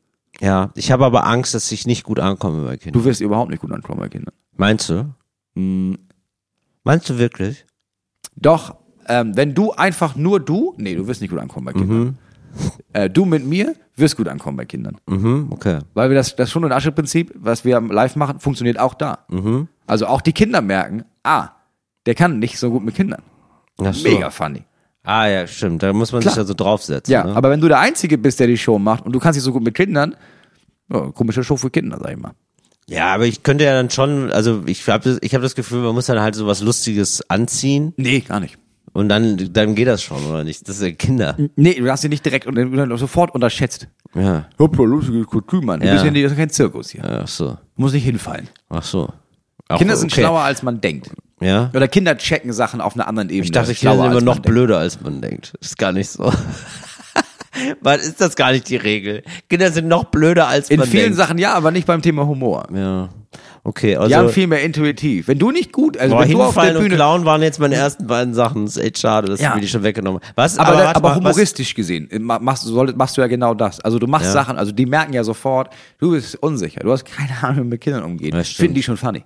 [SPEAKER 3] Ja, ich habe aber Angst, dass ich nicht gut ankomme bei Kindern.
[SPEAKER 4] Du wirst überhaupt nicht gut ankommen bei Kindern.
[SPEAKER 3] Meinst du?
[SPEAKER 4] Mm.
[SPEAKER 3] Meinst du wirklich?
[SPEAKER 4] Doch, ähm, wenn du einfach nur du, nee, du wirst nicht gut ankommen bei Kindern. Äh, du mit mir wirst gut ankommen bei Kindern.
[SPEAKER 3] Mhm, okay.
[SPEAKER 4] Weil wir das, das Schon- und Asche-Prinzip, was wir live machen, funktioniert auch da.
[SPEAKER 3] Mhm.
[SPEAKER 4] Also auch die Kinder merken, ah, der kann nicht so gut mit Kindern.
[SPEAKER 3] Ach so.
[SPEAKER 4] Mega funny.
[SPEAKER 3] Ah ja, stimmt. Da muss man
[SPEAKER 4] Klar.
[SPEAKER 3] sich also draufsetzen.
[SPEAKER 4] Ja,
[SPEAKER 3] ne?
[SPEAKER 4] aber wenn du der Einzige bist, der die Show macht und du kannst nicht so gut mit Kindern, ja, komische Show für Kinder, sag ich mal.
[SPEAKER 3] ja, aber ich könnte ja dann schon, also ich habe ich hab das Gefühl, man muss dann halt so was Lustiges anziehen
[SPEAKER 4] Nee, gar nicht.
[SPEAKER 3] und dann, dann geht das schon, oder nicht? Das sind ja Kinder.
[SPEAKER 4] Nee, du hast sie nicht direkt und sofort unterschätzt.
[SPEAKER 3] Ja.
[SPEAKER 4] Hoppla, lustiges Kostüm, Mann. Du
[SPEAKER 3] Ja.
[SPEAKER 4] bist ja nicht, das ist kein Zirkus hier.
[SPEAKER 3] Ach so.
[SPEAKER 4] Du musst nicht hinfallen.
[SPEAKER 3] Ach so. Auch-
[SPEAKER 4] Kinder sind
[SPEAKER 3] okay.
[SPEAKER 4] schlauer, als man denkt.
[SPEAKER 3] Ja.
[SPEAKER 4] Oder Kinder checken Sachen auf einer anderen Ebene.
[SPEAKER 3] Ich dachte, Kinder
[SPEAKER 4] Schlauer,
[SPEAKER 3] sind immer
[SPEAKER 4] als
[SPEAKER 3] noch
[SPEAKER 4] man denkt.
[SPEAKER 3] blöder, als man denkt. Ist gar nicht so. Man ist das gar nicht die Regel. Kinder sind noch blöder, als
[SPEAKER 4] In
[SPEAKER 3] man
[SPEAKER 4] vielen
[SPEAKER 3] denkt.
[SPEAKER 4] Sachen ja, aber nicht beim Thema Humor.
[SPEAKER 3] Ja. Okay,
[SPEAKER 4] Die haben
[SPEAKER 3] also
[SPEAKER 4] viel mehr intuitiv. Wenn du nicht gut, also
[SPEAKER 3] boah,
[SPEAKER 4] wenn du auf der
[SPEAKER 3] hinfallen und
[SPEAKER 4] Bühne,
[SPEAKER 3] klauen waren jetzt meine ersten beiden Sachen. Ist echt schade, dass
[SPEAKER 4] Ja.
[SPEAKER 3] wir die schon weggenommen haben. Was?
[SPEAKER 4] aber, aber,
[SPEAKER 3] warte mal,
[SPEAKER 4] humoristisch gesehen äh, ma- machst, du- solltest- machst du ja genau das. Also du machst Sachen, also die merken ja sofort, du bist unsicher, du hast keine Ahnung, wie man mit Kindern umgeht.
[SPEAKER 3] Das stimmt.
[SPEAKER 4] Finden die schon funny.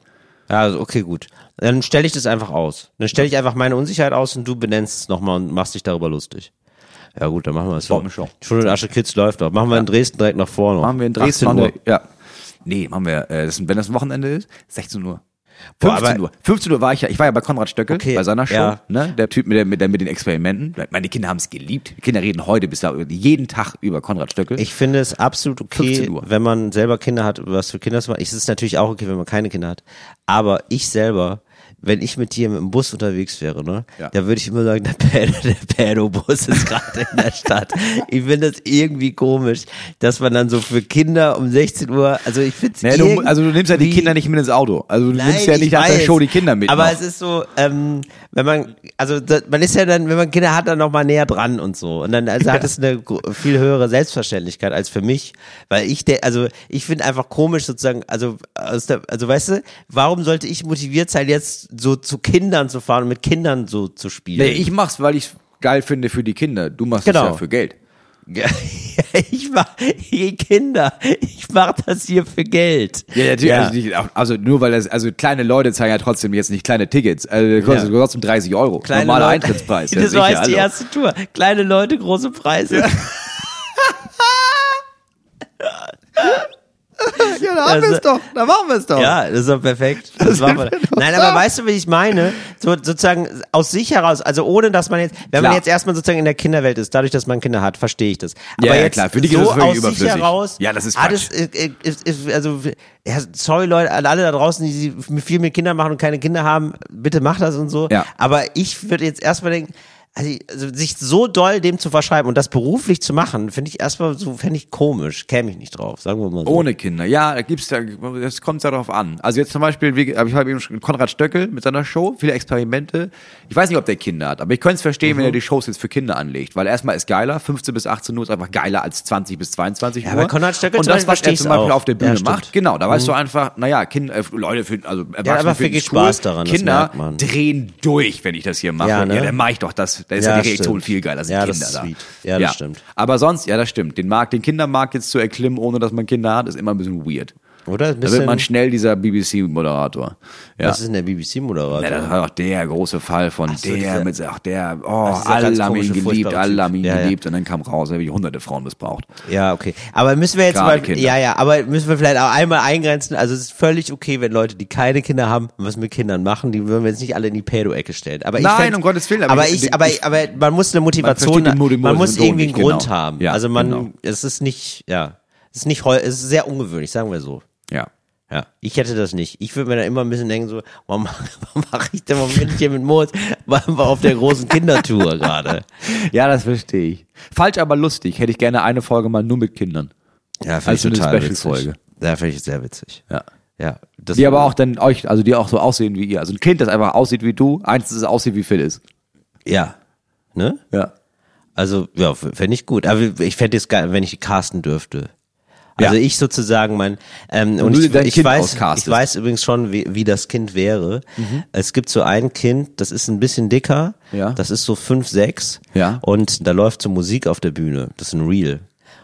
[SPEAKER 3] Was, ja, also, okay, gut. Dann stelle ich das einfach aus. Dann stelle ich einfach meine Unsicherheit aus und du benennst es nochmal und machst dich darüber lustig. Ja gut, dann machen wir es so.
[SPEAKER 4] Bombenshow.
[SPEAKER 3] Schon und Asche Kids läuft doch. Machen wir in Dresden direkt nach vorne.
[SPEAKER 4] Machen wir in
[SPEAKER 3] 18
[SPEAKER 4] Dresden noch
[SPEAKER 3] Uhr.
[SPEAKER 4] eine- Ja. Nee, machen wir, äh, das, ist- wenn das ein Wochenende ist, 16 Uhr.
[SPEAKER 3] Boah,
[SPEAKER 4] 15
[SPEAKER 3] aber-
[SPEAKER 4] Uhr. 15 Uhr war ich ja, ich war ja bei Konrad Stöckel
[SPEAKER 3] Okay,
[SPEAKER 4] bei seiner Show,
[SPEAKER 3] ja.
[SPEAKER 4] ne? Der Typ mit, der, mit, der, mit den Experimenten. Meine Kinder haben es geliebt. Die Kinder reden heute bis da jeden Tag über Konrad Stöckel.
[SPEAKER 3] Ich finde es absolut okay,
[SPEAKER 4] 15 Uhr.
[SPEAKER 3] wenn man selber Kinder hat, was für Kinder zu machen. Es ist natürlich auch okay, wenn man keine Kinder hat. Aber ich selber, wenn ich mit dir mit dem Bus unterwegs wäre, ne,
[SPEAKER 4] Ja.
[SPEAKER 3] da würde ich immer sagen, der Pädo- der Pädobus ist gerade in der Stadt. Ich finde das irgendwie komisch, dass man dann so für Kinder um 16 Uhr, also ich finde es
[SPEAKER 4] Naja, du, also du nimmst ja die Kinder nicht mit ins Auto. Also du nimmst ja
[SPEAKER 3] ich
[SPEAKER 4] nicht nach der
[SPEAKER 3] weiß.
[SPEAKER 4] Show die Kinder mit.
[SPEAKER 3] Aber
[SPEAKER 4] noch.
[SPEAKER 3] es ist so, ähm, wenn man, also da, man ist ja dann, wenn man Kinder hat, dann nochmal näher dran und so. Und dann also hat es eine gro- viel höhere Selbstverständlichkeit als für mich, weil ich, der, also ich finde einfach komisch sozusagen, also aus der, also weißt du, warum sollte ich motiviert sein, jetzt so zu Kindern zu fahren und mit Kindern so zu spielen?
[SPEAKER 4] nee, ich mach's, weil ich's geil finde für die Kinder. Du machst
[SPEAKER 3] Genau.
[SPEAKER 4] es ja für Geld.
[SPEAKER 3] ich mach, hey Kinder, ich mach das hier für Geld.
[SPEAKER 4] Ja, natürlich. Also, nicht, auch- also nur weil das, also kleine Leute zahlen ja trotzdem jetzt nicht kleine Tickets. Also das kostet trotzdem 30 Euro.
[SPEAKER 3] Kleine
[SPEAKER 4] Normaler
[SPEAKER 3] Leute-
[SPEAKER 4] Eintrittspreis. ja,
[SPEAKER 3] das
[SPEAKER 4] sicher, also.
[SPEAKER 3] war jetzt die
[SPEAKER 4] hallo.
[SPEAKER 3] erste Tour. Kleine Leute, große Preise.
[SPEAKER 4] Ja, da haben
[SPEAKER 3] Also-
[SPEAKER 4] wir es doch. Da machen wir es doch.
[SPEAKER 3] Ja, das ist doch perfekt. Das war voll- Nein, aber weißt du, wie ich meine? So, sozusagen aus sich heraus, also ohne dass man jetzt, wenn
[SPEAKER 4] Klar.
[SPEAKER 3] man jetzt erstmal sozusagen in der Kinderwelt ist, dadurch, dass man Kinder hat, verstehe ich das. Aber
[SPEAKER 4] Ja, ja,
[SPEAKER 3] jetzt
[SPEAKER 4] klar, für dich
[SPEAKER 3] so
[SPEAKER 4] ist das völlig
[SPEAKER 3] aus sich
[SPEAKER 4] überflüssig.
[SPEAKER 3] heraus,
[SPEAKER 4] Ja, das ist
[SPEAKER 3] hat
[SPEAKER 4] Quatsch.
[SPEAKER 3] es, äh, ist, ist, also ja, sorry Leute, an alle da draußen, die die viel mit Kindern machen und keine Kinder haben, bitte macht das und so.
[SPEAKER 4] Ja.
[SPEAKER 3] Aber ich würde jetzt erstmal denken. Also, also sich so doll dem zu verschreiben und das beruflich zu machen, finde ich erstmal so, fände ich komisch, käme ich nicht drauf, sagen wir mal so.
[SPEAKER 4] Ohne Kinder. Ja, da gibt's da, das kommt darauf an. Also jetzt zum Beispiel, wie, aber ich habe eben schon Konrad Stöckel mit seiner Show, viele Experimente. Ich weiß nicht, ob der Kinder hat, aber ich könnte es verstehen,
[SPEAKER 3] Mhm.
[SPEAKER 4] wenn er die Shows jetzt für Kinder anlegt, weil erstmal ist geiler, 15 bis 18 Uhr ist einfach geiler als 20 bis 22 Uhr.
[SPEAKER 3] Ja, bei Konrad Stöckel
[SPEAKER 4] Und
[SPEAKER 3] zum
[SPEAKER 4] das,
[SPEAKER 3] Beispiel
[SPEAKER 4] was er
[SPEAKER 3] verstehe
[SPEAKER 4] zum
[SPEAKER 3] ich's
[SPEAKER 4] Beispiel
[SPEAKER 3] auch.
[SPEAKER 4] auf der Bühne
[SPEAKER 3] Ja, stimmt. Mhm.
[SPEAKER 4] macht, genau, da weißt du einfach, naja, Kinder, äh, Leute, finden, also Erwachsene
[SPEAKER 3] aber
[SPEAKER 4] finden's
[SPEAKER 3] wirklich Spaß daran, das
[SPEAKER 4] Kinder
[SPEAKER 3] merkt man.
[SPEAKER 4] drehen durch, wenn ich das hier mache. Ja,
[SPEAKER 3] Ja, ne?
[SPEAKER 4] dann mache ich doch das, da ist ja,
[SPEAKER 3] Ja,
[SPEAKER 4] die Reaktion
[SPEAKER 3] stimmt.
[SPEAKER 4] viel geiler, sind
[SPEAKER 3] Ja, das
[SPEAKER 4] Kinder
[SPEAKER 3] ist
[SPEAKER 4] da.
[SPEAKER 3] sweet. Ja, das stimmt.
[SPEAKER 4] Aber sonst, ja, das stimmt. Den Markt, den Kindermarkt jetzt zu erklimmen, ohne dass man Kinder hat, ist immer ein bisschen weird.
[SPEAKER 3] Oder? Ein
[SPEAKER 4] Da
[SPEAKER 3] bisschen-
[SPEAKER 4] wird man schnell dieser BBC-Moderator. Ja.
[SPEAKER 3] Was ist denn der BBC-Moderator?
[SPEAKER 4] Ja, das war doch der große Fall von
[SPEAKER 3] so,
[SPEAKER 4] der
[SPEAKER 3] dieser-
[SPEAKER 4] mit, ach der, oh,
[SPEAKER 3] dieser ganz
[SPEAKER 4] alle haben ihn
[SPEAKER 3] komische,
[SPEAKER 4] geliebt,
[SPEAKER 3] furchtbare
[SPEAKER 4] alle
[SPEAKER 3] Typ.
[SPEAKER 4] haben ihn
[SPEAKER 3] Ja, ja.
[SPEAKER 4] geliebt und dann kam raus, er hat wirklich hunderte Frauen missbraucht.
[SPEAKER 3] Ja, okay. Aber müssen wir jetzt
[SPEAKER 4] Gerade
[SPEAKER 3] mal,
[SPEAKER 4] Kinder.
[SPEAKER 3] ja, ja, aber müssen wir vielleicht auch einmal eingrenzen. Also es ist völlig okay, wenn Leute, die keine Kinder haben, was mit Kindern machen, die würden wir jetzt nicht alle in die Pedo-Ecke stellen. Aber ich
[SPEAKER 4] Nein,
[SPEAKER 3] fänd's-
[SPEAKER 4] um Gottes Willen, aber
[SPEAKER 3] Aber
[SPEAKER 4] ich-
[SPEAKER 3] ich, aber,
[SPEAKER 4] ich-
[SPEAKER 3] aber man muss eine Motivation,
[SPEAKER 4] versteht
[SPEAKER 3] man,
[SPEAKER 4] den Mode-
[SPEAKER 3] muss
[SPEAKER 4] Syndrom
[SPEAKER 3] irgendwie einen
[SPEAKER 4] nicht, genau.
[SPEAKER 3] Grund haben.
[SPEAKER 4] Ja,
[SPEAKER 3] also man,
[SPEAKER 4] genau.
[SPEAKER 3] es ist nicht, ja, es ist nicht, heu- es ist sehr ungewöhnlich, sagen wir so.
[SPEAKER 4] Ja.
[SPEAKER 3] Ja, ich hätte das nicht. Ich würde mir da immer ein bisschen denken, so, warum, warum mache ich denn, warum bin ich hier mit Moritz Waren wir auf der großen Kindertour gerade?
[SPEAKER 4] Ja, das verstehe ich. Falsch, aber lustig. Hätte ich gerne eine Folge mal nur mit Kindern.
[SPEAKER 3] Ja, finde
[SPEAKER 4] Also
[SPEAKER 3] ich
[SPEAKER 4] eine
[SPEAKER 3] total
[SPEAKER 4] Special-Folge.
[SPEAKER 3] witzig. Ja, finde ich sehr witzig.
[SPEAKER 4] Ja.
[SPEAKER 3] Ja, das
[SPEAKER 4] Die aber auch dann euch, also die auch so aussehen wie ihr. Also ein Kind, das einfach aussieht wie du, eins, das aussieht wie Phil ist.
[SPEAKER 3] Ja. Ne?
[SPEAKER 4] Ja.
[SPEAKER 3] Also, ja, fände ich gut. Aber ich fände es geil, wenn ich casten dürfte. Also
[SPEAKER 4] Ja.
[SPEAKER 3] ich sozusagen mein ähm, und
[SPEAKER 4] du
[SPEAKER 3] ich,
[SPEAKER 4] dein
[SPEAKER 3] ich
[SPEAKER 4] Kind
[SPEAKER 3] weiß
[SPEAKER 4] auscastest. Mhm.
[SPEAKER 3] ich weiß übrigens schon wie, wie das Kind wäre. Es gibt so ein Kind, das ist ein bisschen dicker,
[SPEAKER 4] Ja.
[SPEAKER 3] das ist so fünf sechs
[SPEAKER 4] Ja.
[SPEAKER 3] und da läuft so Musik auf der Bühne, das ist ein Reel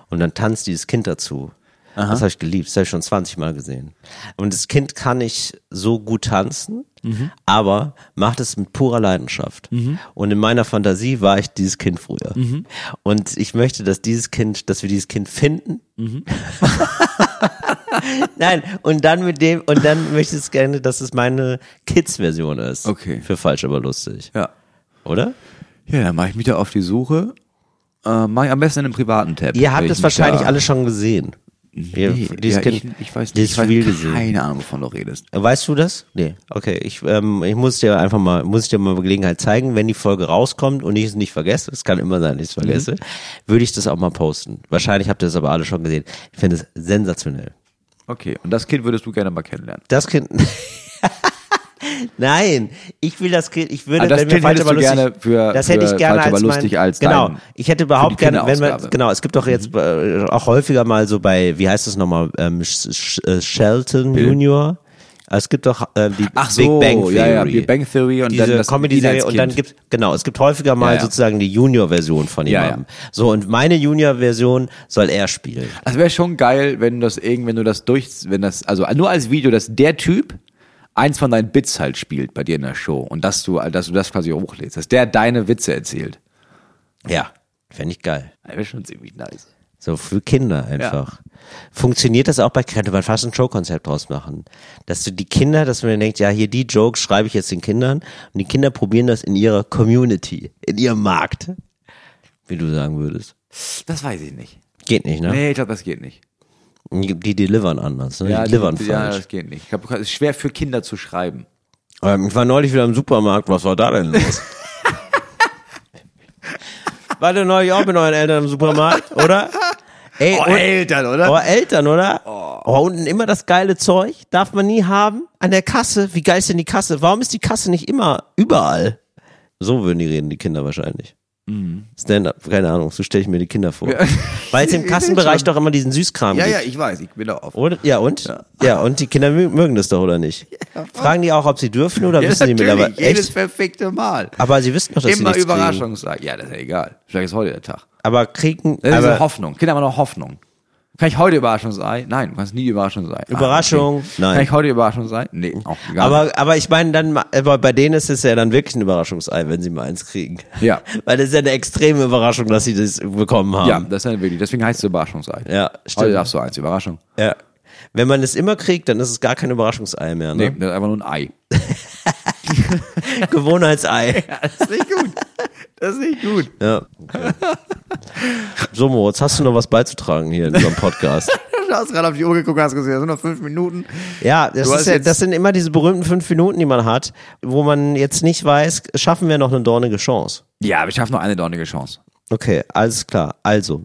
[SPEAKER 3] und dann tanzt dieses Kind dazu. Das habe ich geliebt, das habe ich schon 20 Mal gesehen. Und das Kind kann nicht so gut tanzen,
[SPEAKER 4] Mhm.
[SPEAKER 3] aber macht es mit purer Leidenschaft. Und in meiner Fantasie war ich dieses Kind früher.
[SPEAKER 4] Mhm.
[SPEAKER 3] Und ich möchte, dass dieses Kind, dass wir dieses Kind finden
[SPEAKER 4] Mhm.
[SPEAKER 3] Nein, und dann mit dem, und dann möchte ich gerne, dass es meine Kids-Version ist.
[SPEAKER 4] Okay.
[SPEAKER 3] Für falsch, aber lustig.
[SPEAKER 4] Ja.
[SPEAKER 3] Oder?
[SPEAKER 4] Ja, dann mache ich mich da auf die Suche. Äh, mach ich am besten in einem privaten Tab.
[SPEAKER 3] Ihr habt
[SPEAKER 4] Weil ich
[SPEAKER 3] es
[SPEAKER 4] mich
[SPEAKER 3] wahrscheinlich
[SPEAKER 4] da-
[SPEAKER 3] alle schon gesehen. Ihr,
[SPEAKER 4] Nee,
[SPEAKER 3] dieses
[SPEAKER 4] ja,
[SPEAKER 3] Kind,
[SPEAKER 4] ich, ich weiß nicht,
[SPEAKER 3] dieses
[SPEAKER 4] ich weiß
[SPEAKER 3] Reel gesehen.
[SPEAKER 4] keine Ahnung, wovon du redest.
[SPEAKER 3] Weißt du das? Nee. Okay, ich, ähm, ich muss dir einfach mal, muss ich dir mal bei Gelegenheit zeigen, wenn die Folge rauskommt und ich es nicht vergesse, es kann immer sein, dass ich es
[SPEAKER 4] Mhm.
[SPEAKER 3] vergesse, würde ich das auch mal posten. Wahrscheinlich habt ihr es aber alle schon gesehen. Ich finde es sensationell.
[SPEAKER 4] Okay, und das Kind würdest du gerne mal kennenlernen.
[SPEAKER 3] Das Kind. Nein, ich will das Kind, ich würde,
[SPEAKER 4] Ah, das
[SPEAKER 3] wenn
[SPEAKER 4] Kind
[SPEAKER 3] wir falsch
[SPEAKER 4] hättest
[SPEAKER 3] aber
[SPEAKER 4] du
[SPEAKER 3] lustig,
[SPEAKER 4] gerne für-
[SPEAKER 3] das hätte
[SPEAKER 4] für
[SPEAKER 3] ich gerne als,
[SPEAKER 4] Falsch, aber
[SPEAKER 3] mein,
[SPEAKER 4] lustig als
[SPEAKER 3] genau,
[SPEAKER 4] dein-
[SPEAKER 3] ich hätte
[SPEAKER 4] für
[SPEAKER 3] überhaupt
[SPEAKER 4] die
[SPEAKER 3] gerne, wenn wir,
[SPEAKER 4] Kinderausgabe. Mhm.
[SPEAKER 3] genau, es gibt doch jetzt äh, auch häufiger mal so bei, wie heißt das nochmal, ähm, Sh Sh äh, Shelton Junior, es gibt doch äh, die
[SPEAKER 4] Ach so,
[SPEAKER 3] Big Bang Theory.
[SPEAKER 4] ja, ja, Big Bang Theory und
[SPEAKER 3] diese
[SPEAKER 4] dann das- ihn
[SPEAKER 3] Comedy-Serie
[SPEAKER 4] als
[SPEAKER 3] und dann
[SPEAKER 4] Kind.
[SPEAKER 3] gibt genau, es gibt häufiger mal
[SPEAKER 4] Ja, ja.
[SPEAKER 3] sozusagen die Junior-Version von
[SPEAKER 4] Ja,
[SPEAKER 3] jemandem. So und meine Junior-Version soll er spielen.
[SPEAKER 4] Also wäre schon geil, wenn das irgend, wenn du das durch, wenn das, also nur als Video, dass der Typ eins von deinen Bits halt spielt bei dir in der Show und dass du, dass du das quasi hochlädst, dass der deine Witze erzählt.
[SPEAKER 3] Ja, fände ich geil.
[SPEAKER 4] Das wäre schon ziemlich nice.
[SPEAKER 3] So für Kinder einfach. Funktioniert das auch bei, könnte man fast ein Showkonzept draus machen. Dass du die Kinder, dass man denkt, ja, hier die Jokes schreibe ich jetzt den Kindern und die Kinder probieren das in ihrer Community, in ihrem Markt. Wie du sagen würdest.
[SPEAKER 4] Das weiß ich nicht.
[SPEAKER 3] Geht nicht, ne?
[SPEAKER 4] Nee, ich glaube, das geht nicht.
[SPEAKER 3] Die delivern anders, ne? die
[SPEAKER 4] die-
[SPEAKER 3] delivern
[SPEAKER 4] ja,
[SPEAKER 3] falsch.
[SPEAKER 4] das geht nicht. Ich glaube, es ist schwer für Kinder zu schreiben.
[SPEAKER 3] Ähm, ich war neulich wieder im Supermarkt, was war da denn los? Wart ihr neulich auch mit euren Eltern im Supermarkt, oder?
[SPEAKER 4] Oh,
[SPEAKER 3] Ey, und-
[SPEAKER 4] Eltern, oder?
[SPEAKER 3] Oh, Eltern, oder? Oh. unten immer das geile Zeug. Darf man nie haben. An der Kasse. Wie geil ist denn die Kasse? Warum ist die Kasse nicht immer überall? So würden die reden, die Kinder wahrscheinlich.
[SPEAKER 4] Mhm.
[SPEAKER 3] Stand-up, keine Ahnung, so stelle ich mir die Kinder vor. Weil es im Kassenbereich doch immer diesen Süßkram
[SPEAKER 4] ja,
[SPEAKER 3] gibt.
[SPEAKER 4] ja, ich weiß, ich bin da offen.
[SPEAKER 3] Oder, ja, und? Ja. und die Kinder mö- mögen das doch, oder nicht? Fragen die auch, ob sie dürfen oder
[SPEAKER 4] Ja,
[SPEAKER 3] wissen die
[SPEAKER 4] natürlich,
[SPEAKER 3] mittlerweile?
[SPEAKER 4] jedes
[SPEAKER 3] Echt?
[SPEAKER 4] perfekte Mal.
[SPEAKER 3] Aber sie wissen doch, dass
[SPEAKER 4] Immer
[SPEAKER 3] sie nichts kriegen.
[SPEAKER 4] Überraschung sagen. Ja, das ist ja egal. Vielleicht ist heute der Tag.
[SPEAKER 3] Aber kriegen,
[SPEAKER 4] Das ist eine
[SPEAKER 3] aber,
[SPEAKER 4] Hoffnung. Kinder haben noch Hoffnung. Kann ich heute Überraschung sein? Nein, du kannst nie Überraschung sein. Ah,
[SPEAKER 3] Überraschung?
[SPEAKER 4] okay.
[SPEAKER 3] Nein.
[SPEAKER 4] Kann ich heute Überraschung sein? Nee, auch gar nicht.
[SPEAKER 3] aber, aber ich meine dann, ma- aber bei denen ist es ja dann wirklich ein Überraschungsei, wenn sie mal eins kriegen.
[SPEAKER 4] Ja.
[SPEAKER 3] Weil das ist ja eine extreme Überraschung, dass sie das bekommen
[SPEAKER 4] Ja,
[SPEAKER 3] haben.
[SPEAKER 4] das ist ja wirklich. Deswegen heißt es Überraschungsei.
[SPEAKER 3] Ja,
[SPEAKER 4] Heute
[SPEAKER 3] stimmt.
[SPEAKER 4] darfst du eins. Überraschung.
[SPEAKER 3] Ja. Wenn man es immer kriegt, dann ist es gar kein Überraschungsei mehr.
[SPEAKER 4] Nee,
[SPEAKER 3] Ne?
[SPEAKER 4] das ist einfach nur ein Ei.
[SPEAKER 3] Gewohnheitsei.
[SPEAKER 4] Das ist nicht gut. Das ist nicht gut.
[SPEAKER 3] Ja. Okay. So, Moritz, hast du noch was beizutragen hier in unserem Podcast?
[SPEAKER 4] Du hast gerade auf die Uhr geguckt, hast gesehen, das sind noch fünf Minuten.
[SPEAKER 3] Ja, das,
[SPEAKER 4] Du hast
[SPEAKER 3] ist ja
[SPEAKER 4] jetzt-
[SPEAKER 3] das sind immer diese berühmten fünf Minuten, die man hat, wo man jetzt nicht weiß, schaffen wir noch eine dornige Chance.
[SPEAKER 4] Ja, aber ich habe noch eine dornige Chance.
[SPEAKER 3] Okay, alles klar. Also,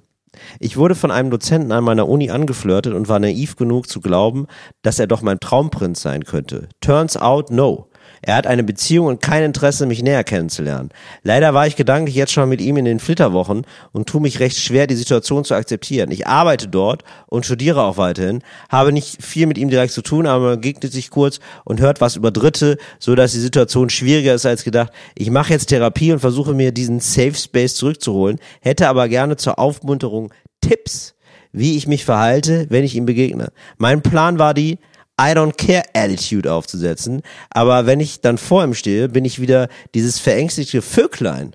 [SPEAKER 3] ich wurde von einem Dozenten an meiner Uni angeflirtet und war naiv genug zu glauben, dass er doch mein Traumprinz sein könnte. Turns out no. Er hat eine Beziehung und kein Interesse, mich näher kennenzulernen. Leider war ich gedanklich jetzt schon mit ihm in den Flitterwochen und tue mich recht schwer, die Situation zu akzeptieren. Ich arbeite dort und studiere auch weiterhin, habe nicht viel mit ihm direkt zu tun, aber man begegnet sich kurz und hört was über Dritte, so dass die Situation schwieriger ist als gedacht. Ich mache jetzt Therapie und versuche mir diesen Safe Space zurückzuholen, hätte aber gerne zur Aufmunterung Tipps, wie ich mich verhalte, wenn ich ihm begegne. Mein Plan war die I don't care Attitude aufzusetzen, aber wenn ich dann vor ihm stehe, bin ich wieder dieses verängstigte Vöglein.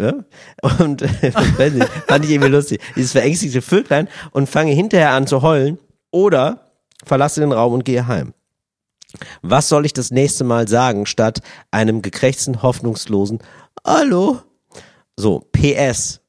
[SPEAKER 3] Ja? Und weiß nicht, fand ich irgendwie lustig. Dieses verängstigte Vöglein und fange hinterher an zu heulen oder verlasse den Raum und gehe heim. Was soll ich das nächste Mal sagen, statt einem gekrächzten, hoffnungslosen Hallo? So, PS.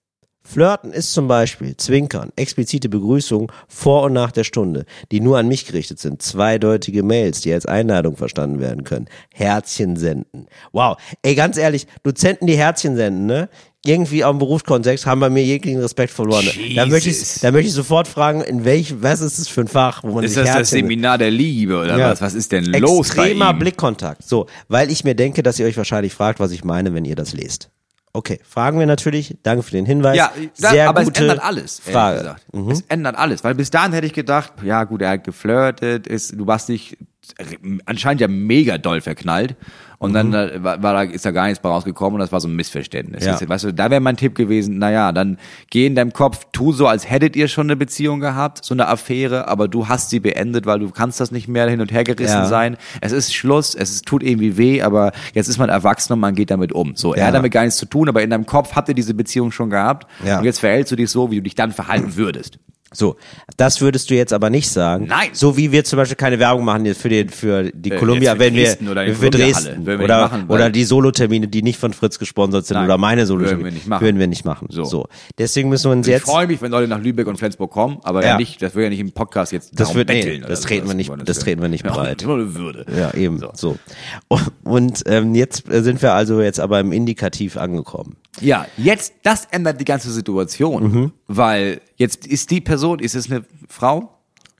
[SPEAKER 3] Flirten ist zum Beispiel Zwinkern, explizite Begrüßungen vor und nach der Stunde, die nur an mich gerichtet sind, zweideutige Mails, die als Einladung verstanden werden können, Herzchen senden. Wow, ey, ganz ehrlich, Dozenten, die Herzchen senden, ne? Irgendwie auf dem Berufskontext haben bei mir jeglichen Respekt verloren. Da möchte, ich,
[SPEAKER 4] Jesus.
[SPEAKER 3] da möchte ich sofort fragen, in welchem, was ist das für ein Fach, wo man
[SPEAKER 4] Ist
[SPEAKER 3] sich
[SPEAKER 4] das das
[SPEAKER 3] Herzchen sendet?
[SPEAKER 4] Seminar der Liebe oder
[SPEAKER 3] Ja.
[SPEAKER 4] was? Was ist denn los bei
[SPEAKER 3] Extremer
[SPEAKER 4] ihm?
[SPEAKER 3] Blickkontakt. So, weil ich mir denke, dass ihr euch wahrscheinlich fragt, was ich meine, wenn ihr das lest. Okay, fragen wir natürlich. Danke für den Hinweis.
[SPEAKER 4] Ja, da,
[SPEAKER 3] Sehr
[SPEAKER 4] aber
[SPEAKER 3] gute
[SPEAKER 4] es ändert alles. ehrlich
[SPEAKER 3] Frage. Mhm.
[SPEAKER 4] gesagt. Es ändert alles, weil bis dahin hätte ich gedacht, ja gut, er hat geflirtet, ist, du warst dich anscheinend ja mega doll verknallt und
[SPEAKER 3] Mhm.
[SPEAKER 4] dann äh, war, war, da- ist da gar nichts bei rausgekommen und das war so ein Missverständnis.
[SPEAKER 3] Ja.
[SPEAKER 4] Ist, weißt du, da wäre mein Tipp gewesen, naja, dann geh in deinem Kopf, tu so, als hättet ihr schon eine Beziehung gehabt, so eine Affäre, aber du hast sie beendet, weil du kannst das nicht mehr hin und her gerissen
[SPEAKER 3] Ja.
[SPEAKER 4] sein. Es ist Schluss, es ist, tut irgendwie weh, aber jetzt ist man erwachsen und man geht damit um. So, er
[SPEAKER 3] Ja.
[SPEAKER 4] hat damit gar nichts zu tun, aber in deinem Kopf habt ihr diese Beziehung schon gehabt
[SPEAKER 3] Ja.
[SPEAKER 4] und jetzt verhältst du dich so, wie du dich dann verhalten würdest.
[SPEAKER 3] So, das würdest du jetzt aber nicht sagen.
[SPEAKER 4] Nein.
[SPEAKER 3] So wie wir zum Beispiel keine Werbung machen jetzt für, den, für die
[SPEAKER 4] Äh,
[SPEAKER 3] Columbia,
[SPEAKER 4] jetzt für
[SPEAKER 3] wenn wir
[SPEAKER 4] Dresden oder die
[SPEAKER 3] für
[SPEAKER 4] Columbia-Halle.
[SPEAKER 3] Dresden
[SPEAKER 4] Würden wir
[SPEAKER 3] oder,
[SPEAKER 4] nicht machen, weil-
[SPEAKER 3] oder die Solotermine, die nicht von Fritz gesponsert sind
[SPEAKER 4] Nein,
[SPEAKER 3] oder meine
[SPEAKER 4] würden wir
[SPEAKER 3] Solotermine,
[SPEAKER 4] nicht machen.
[SPEAKER 3] würden wir nicht machen.
[SPEAKER 4] So.
[SPEAKER 3] deswegen müssen wir uns
[SPEAKER 4] Ich
[SPEAKER 3] jetzt
[SPEAKER 4] freue mich, wenn Leute nach Lübeck und Flensburg kommen, aber
[SPEAKER 3] Ja.
[SPEAKER 4] ja. nicht, das will ja nicht im Podcast jetzt
[SPEAKER 3] Das
[SPEAKER 4] darum
[SPEAKER 3] wird- nee,
[SPEAKER 4] betteln. oder
[SPEAKER 3] das treten wir nicht-
[SPEAKER 4] wollen
[SPEAKER 3] das
[SPEAKER 4] wir.
[SPEAKER 3] treten wir nicht bereit.
[SPEAKER 4] Ja, ohne Würde.
[SPEAKER 3] Ja, eben. So.
[SPEAKER 4] So.
[SPEAKER 3] Und ähm, jetzt äh, sind wir also jetzt aber im Indikativ angekommen.
[SPEAKER 4] Ja, jetzt, das ändert die ganze Situation,
[SPEAKER 3] Mhm.
[SPEAKER 4] weil jetzt ist die Person, ist es eine Frau?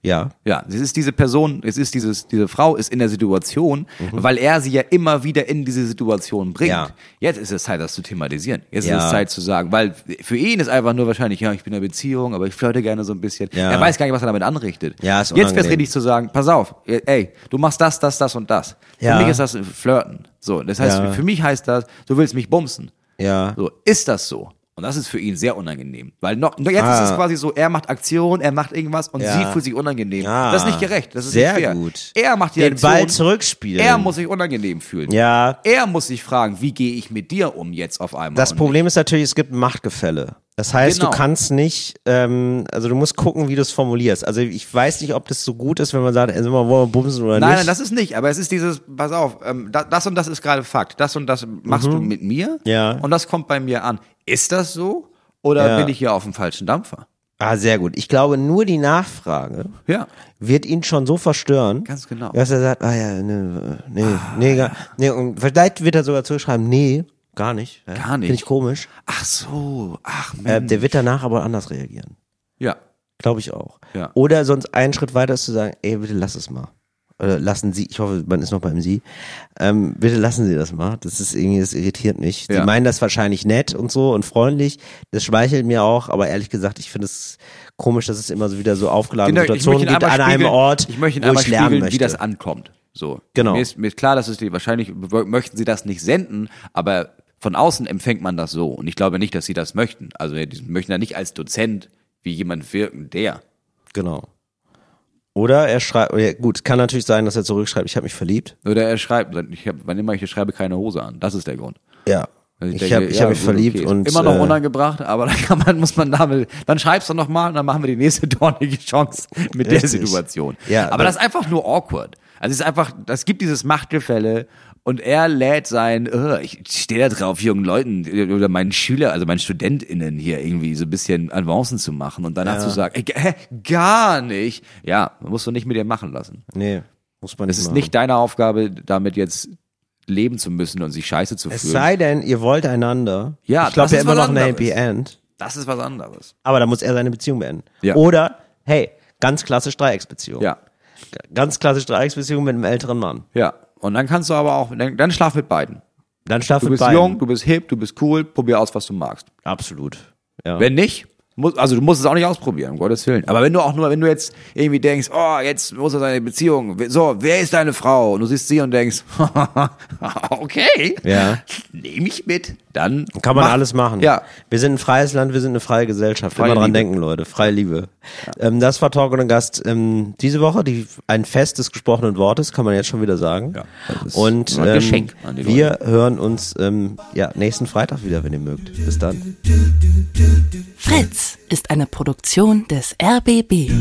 [SPEAKER 3] Ja.
[SPEAKER 4] Ja, es ist diese Person, es ist dieses, diese Frau ist in der Situation, weil er sie ja immer wieder in diese Situation bringt.
[SPEAKER 3] Mhm. Ja.
[SPEAKER 4] Jetzt ist es Zeit, das zu thematisieren. Jetzt ist
[SPEAKER 3] Ja.
[SPEAKER 4] es Zeit zu sagen, weil für ihn ist einfach nur wahrscheinlich, ja, ich bin in einer Beziehung, aber ich flirte gerne so ein bisschen.
[SPEAKER 3] Ja.
[SPEAKER 4] Er weiß gar nicht, was er damit anrichtet.
[SPEAKER 3] Ja, ist
[SPEAKER 4] Jetzt wäre
[SPEAKER 3] unangenehm.
[SPEAKER 4] es richtig zu sagen, pass auf, ey, du machst das, das, das und das.
[SPEAKER 3] Ja.
[SPEAKER 4] Für mich ist das Flirten. So, das heißt,
[SPEAKER 3] Ja.
[SPEAKER 4] für mich heißt das, du willst mich bumsen.
[SPEAKER 3] Ja.
[SPEAKER 4] So, ist das so? Und das ist für ihn sehr unangenehm. Weil noch, noch jetzt ist
[SPEAKER 3] Ah.
[SPEAKER 4] es quasi so, er macht Aktion, er macht irgendwas und
[SPEAKER 3] Ja.
[SPEAKER 4] sie fühlt sich unangenehm.
[SPEAKER 3] Ah,
[SPEAKER 4] Das ist nicht gerecht. Das ist
[SPEAKER 3] sehr
[SPEAKER 4] nicht fair.
[SPEAKER 3] gut.
[SPEAKER 4] Er macht die
[SPEAKER 3] Den
[SPEAKER 4] Aktion,
[SPEAKER 3] Ball zurückspielen.
[SPEAKER 4] Er muss sich unangenehm fühlen.
[SPEAKER 3] Ja.
[SPEAKER 4] Er muss sich fragen, wie gehe ich mit dir um jetzt auf einmal?
[SPEAKER 3] Das
[SPEAKER 4] und
[SPEAKER 3] Problem ist natürlich, es gibt ein Machtgefälle. Das heißt,
[SPEAKER 4] Genau.
[SPEAKER 3] du kannst nicht, ähm, also du musst gucken, wie du es formulierst. Also ich weiß nicht, ob das so gut ist, wenn man sagt, also wollen wir bumsen oder
[SPEAKER 4] Nein,
[SPEAKER 3] nicht.
[SPEAKER 4] nein, das ist nicht. Aber es ist dieses, pass auf, ähm, das, das und das ist gerade Fakt. Das und das machst du mit mir.
[SPEAKER 3] Mhm. Ja.
[SPEAKER 4] Und das kommt bei mir an. Ist das so? Oder
[SPEAKER 3] Ja.
[SPEAKER 4] bin ich hier auf dem falschen Dampfer?
[SPEAKER 3] ah, sehr gut. Ich glaube, nur die Nachfrage
[SPEAKER 4] Ja.
[SPEAKER 3] wird ihn schon so verstören,
[SPEAKER 4] Ganz genau. Ah,
[SPEAKER 3] dass er sagt, ah ja, nee, nee, nee, gar, nee. Und vielleicht wird er sogar zuschreiben, nee, gar nicht. Ja,
[SPEAKER 4] Gar nicht. Hm.
[SPEAKER 3] Finde ich komisch.
[SPEAKER 4] Ach so. Ach
[SPEAKER 3] Äh,
[SPEAKER 4] Mensch.
[SPEAKER 3] der wird danach aber anders reagieren.
[SPEAKER 4] ja.
[SPEAKER 3] Glaube ich auch.
[SPEAKER 4] Ja.
[SPEAKER 3] Oder sonst einen Schritt weiter ist zu sagen, ey, bitte lass es mal. Oder lassen Sie, ich hoffe, man ist noch beim Sie. Ähm, bitte lassen Sie das mal. Das ist irgendwie, das irritiert mich. Sie
[SPEAKER 4] Ja.
[SPEAKER 3] meinen das wahrscheinlich nett und so und freundlich. Das schmeichelt mir auch, aber ehrlich gesagt, ich finde es komisch, dass es immer so wieder so aufgeladene
[SPEAKER 4] Genau, ich möchte
[SPEAKER 3] Situationen
[SPEAKER 4] ihn
[SPEAKER 3] gibt an
[SPEAKER 4] einmal
[SPEAKER 3] einem
[SPEAKER 4] spiegeln-
[SPEAKER 3] Ort,
[SPEAKER 4] ich möchte ihn
[SPEAKER 3] wo
[SPEAKER 4] einmal
[SPEAKER 3] ich lernen
[SPEAKER 4] spiegeln,
[SPEAKER 3] möchte.
[SPEAKER 4] wie das ankommt. So.
[SPEAKER 3] Genau.
[SPEAKER 4] Mir ist, mir ist klar, dass es die wahrscheinlich möchten sie das nicht senden, aber von außen empfängt man das so und ich glaube nicht, dass sie das möchten. Also die möchten da nicht als Dozent wie jemand wirken, der.
[SPEAKER 3] genau. Oder er schreibt, oder gut, kann natürlich sein, dass er zurückschreibt, ich habe mich verliebt.
[SPEAKER 4] Oder er schreibt, ich hab, wann immer ich dir schreibe, keine Hose an. Das ist der Grund.
[SPEAKER 3] Ja.
[SPEAKER 4] Also
[SPEAKER 3] Ich hab- ich hab mich verliebt
[SPEAKER 4] ist
[SPEAKER 3] und,
[SPEAKER 4] immer noch
[SPEAKER 3] äh,
[SPEAKER 4] unangebracht, aber dann kann man, muss man damit, dann schreibst du noch mal und dann machen wir die nächste dornige Chance mit der
[SPEAKER 3] Richtig.
[SPEAKER 4] Situation.
[SPEAKER 3] Ja,
[SPEAKER 4] aber das
[SPEAKER 3] das-
[SPEAKER 4] ist einfach nur awkward. Also es ist einfach, das gibt dieses Machtgefälle und er lädt sein, äh, ich stehe da drauf, jungen Leuten äh, oder meinen Schüler, also meinen StudentInnen hier irgendwie so ein bisschen Avancen zu machen und danach zu sagen, äh, hä, gar nicht. Ja, musst du nicht mit dir machen lassen.
[SPEAKER 3] Nee, muss man
[SPEAKER 4] Es ist nicht deine Aufgabe, damit jetzt leben zu müssen und sich scheiße zu
[SPEAKER 3] Es
[SPEAKER 4] fühlen.
[SPEAKER 3] sei denn, ihr wollt einander.
[SPEAKER 4] Ja,
[SPEAKER 3] ich glaube
[SPEAKER 4] das
[SPEAKER 3] ja
[SPEAKER 4] ist
[SPEAKER 3] immer
[SPEAKER 4] was
[SPEAKER 3] noch ein
[SPEAKER 4] anderes.
[SPEAKER 3] Happy End.
[SPEAKER 4] Das ist was anderes.
[SPEAKER 3] Aber da muss er seine Beziehung beenden.
[SPEAKER 4] Ja.
[SPEAKER 3] Oder, hey, ganz klassisch Dreiecksbeziehung.
[SPEAKER 4] Ja,
[SPEAKER 3] Ganz klassisch Dreiecksbeziehung mit einem älteren Mann.
[SPEAKER 4] ja. Und dann kannst du aber auch, dann, dann schlaf mit beiden.
[SPEAKER 3] Dann schlaf
[SPEAKER 4] Du
[SPEAKER 3] mit
[SPEAKER 4] bist
[SPEAKER 3] beiden.
[SPEAKER 4] jung, du bist hip, du bist cool, probier aus, was du magst.
[SPEAKER 3] Absolut. Ja.
[SPEAKER 4] Wenn nicht, muss, also du musst es auch nicht ausprobieren, um Gottes Willen. Aber wenn du auch nur, wenn du jetzt irgendwie denkst, oh, jetzt muss er seine Beziehung, so, wer ist deine Frau? Und du siehst sie und denkst, okay,
[SPEAKER 3] Ja.
[SPEAKER 4] nehme ich mit, dann
[SPEAKER 3] Kann man
[SPEAKER 4] mach-
[SPEAKER 3] alles machen.
[SPEAKER 4] Ja,
[SPEAKER 3] Wir sind ein freies Land, wir sind eine freie Gesellschaft.
[SPEAKER 4] Freie
[SPEAKER 3] Immer dran
[SPEAKER 4] Liebe.
[SPEAKER 3] denken, Leute. Freie Liebe. Ähm, das war Talk und Gast ähm, diese Woche. Die, ein Fest des gesprochenen Wortes, kann man jetzt schon wieder sagen.
[SPEAKER 4] Ja, das ist
[SPEAKER 3] und
[SPEAKER 4] ein
[SPEAKER 3] ähm,
[SPEAKER 4] Geschenk an die Leute.
[SPEAKER 3] wir hören uns ähm, ja, nächsten Freitag wieder, wenn ihr mögt. Bis dann.
[SPEAKER 1] Fritz ist eine Produktion des RBB.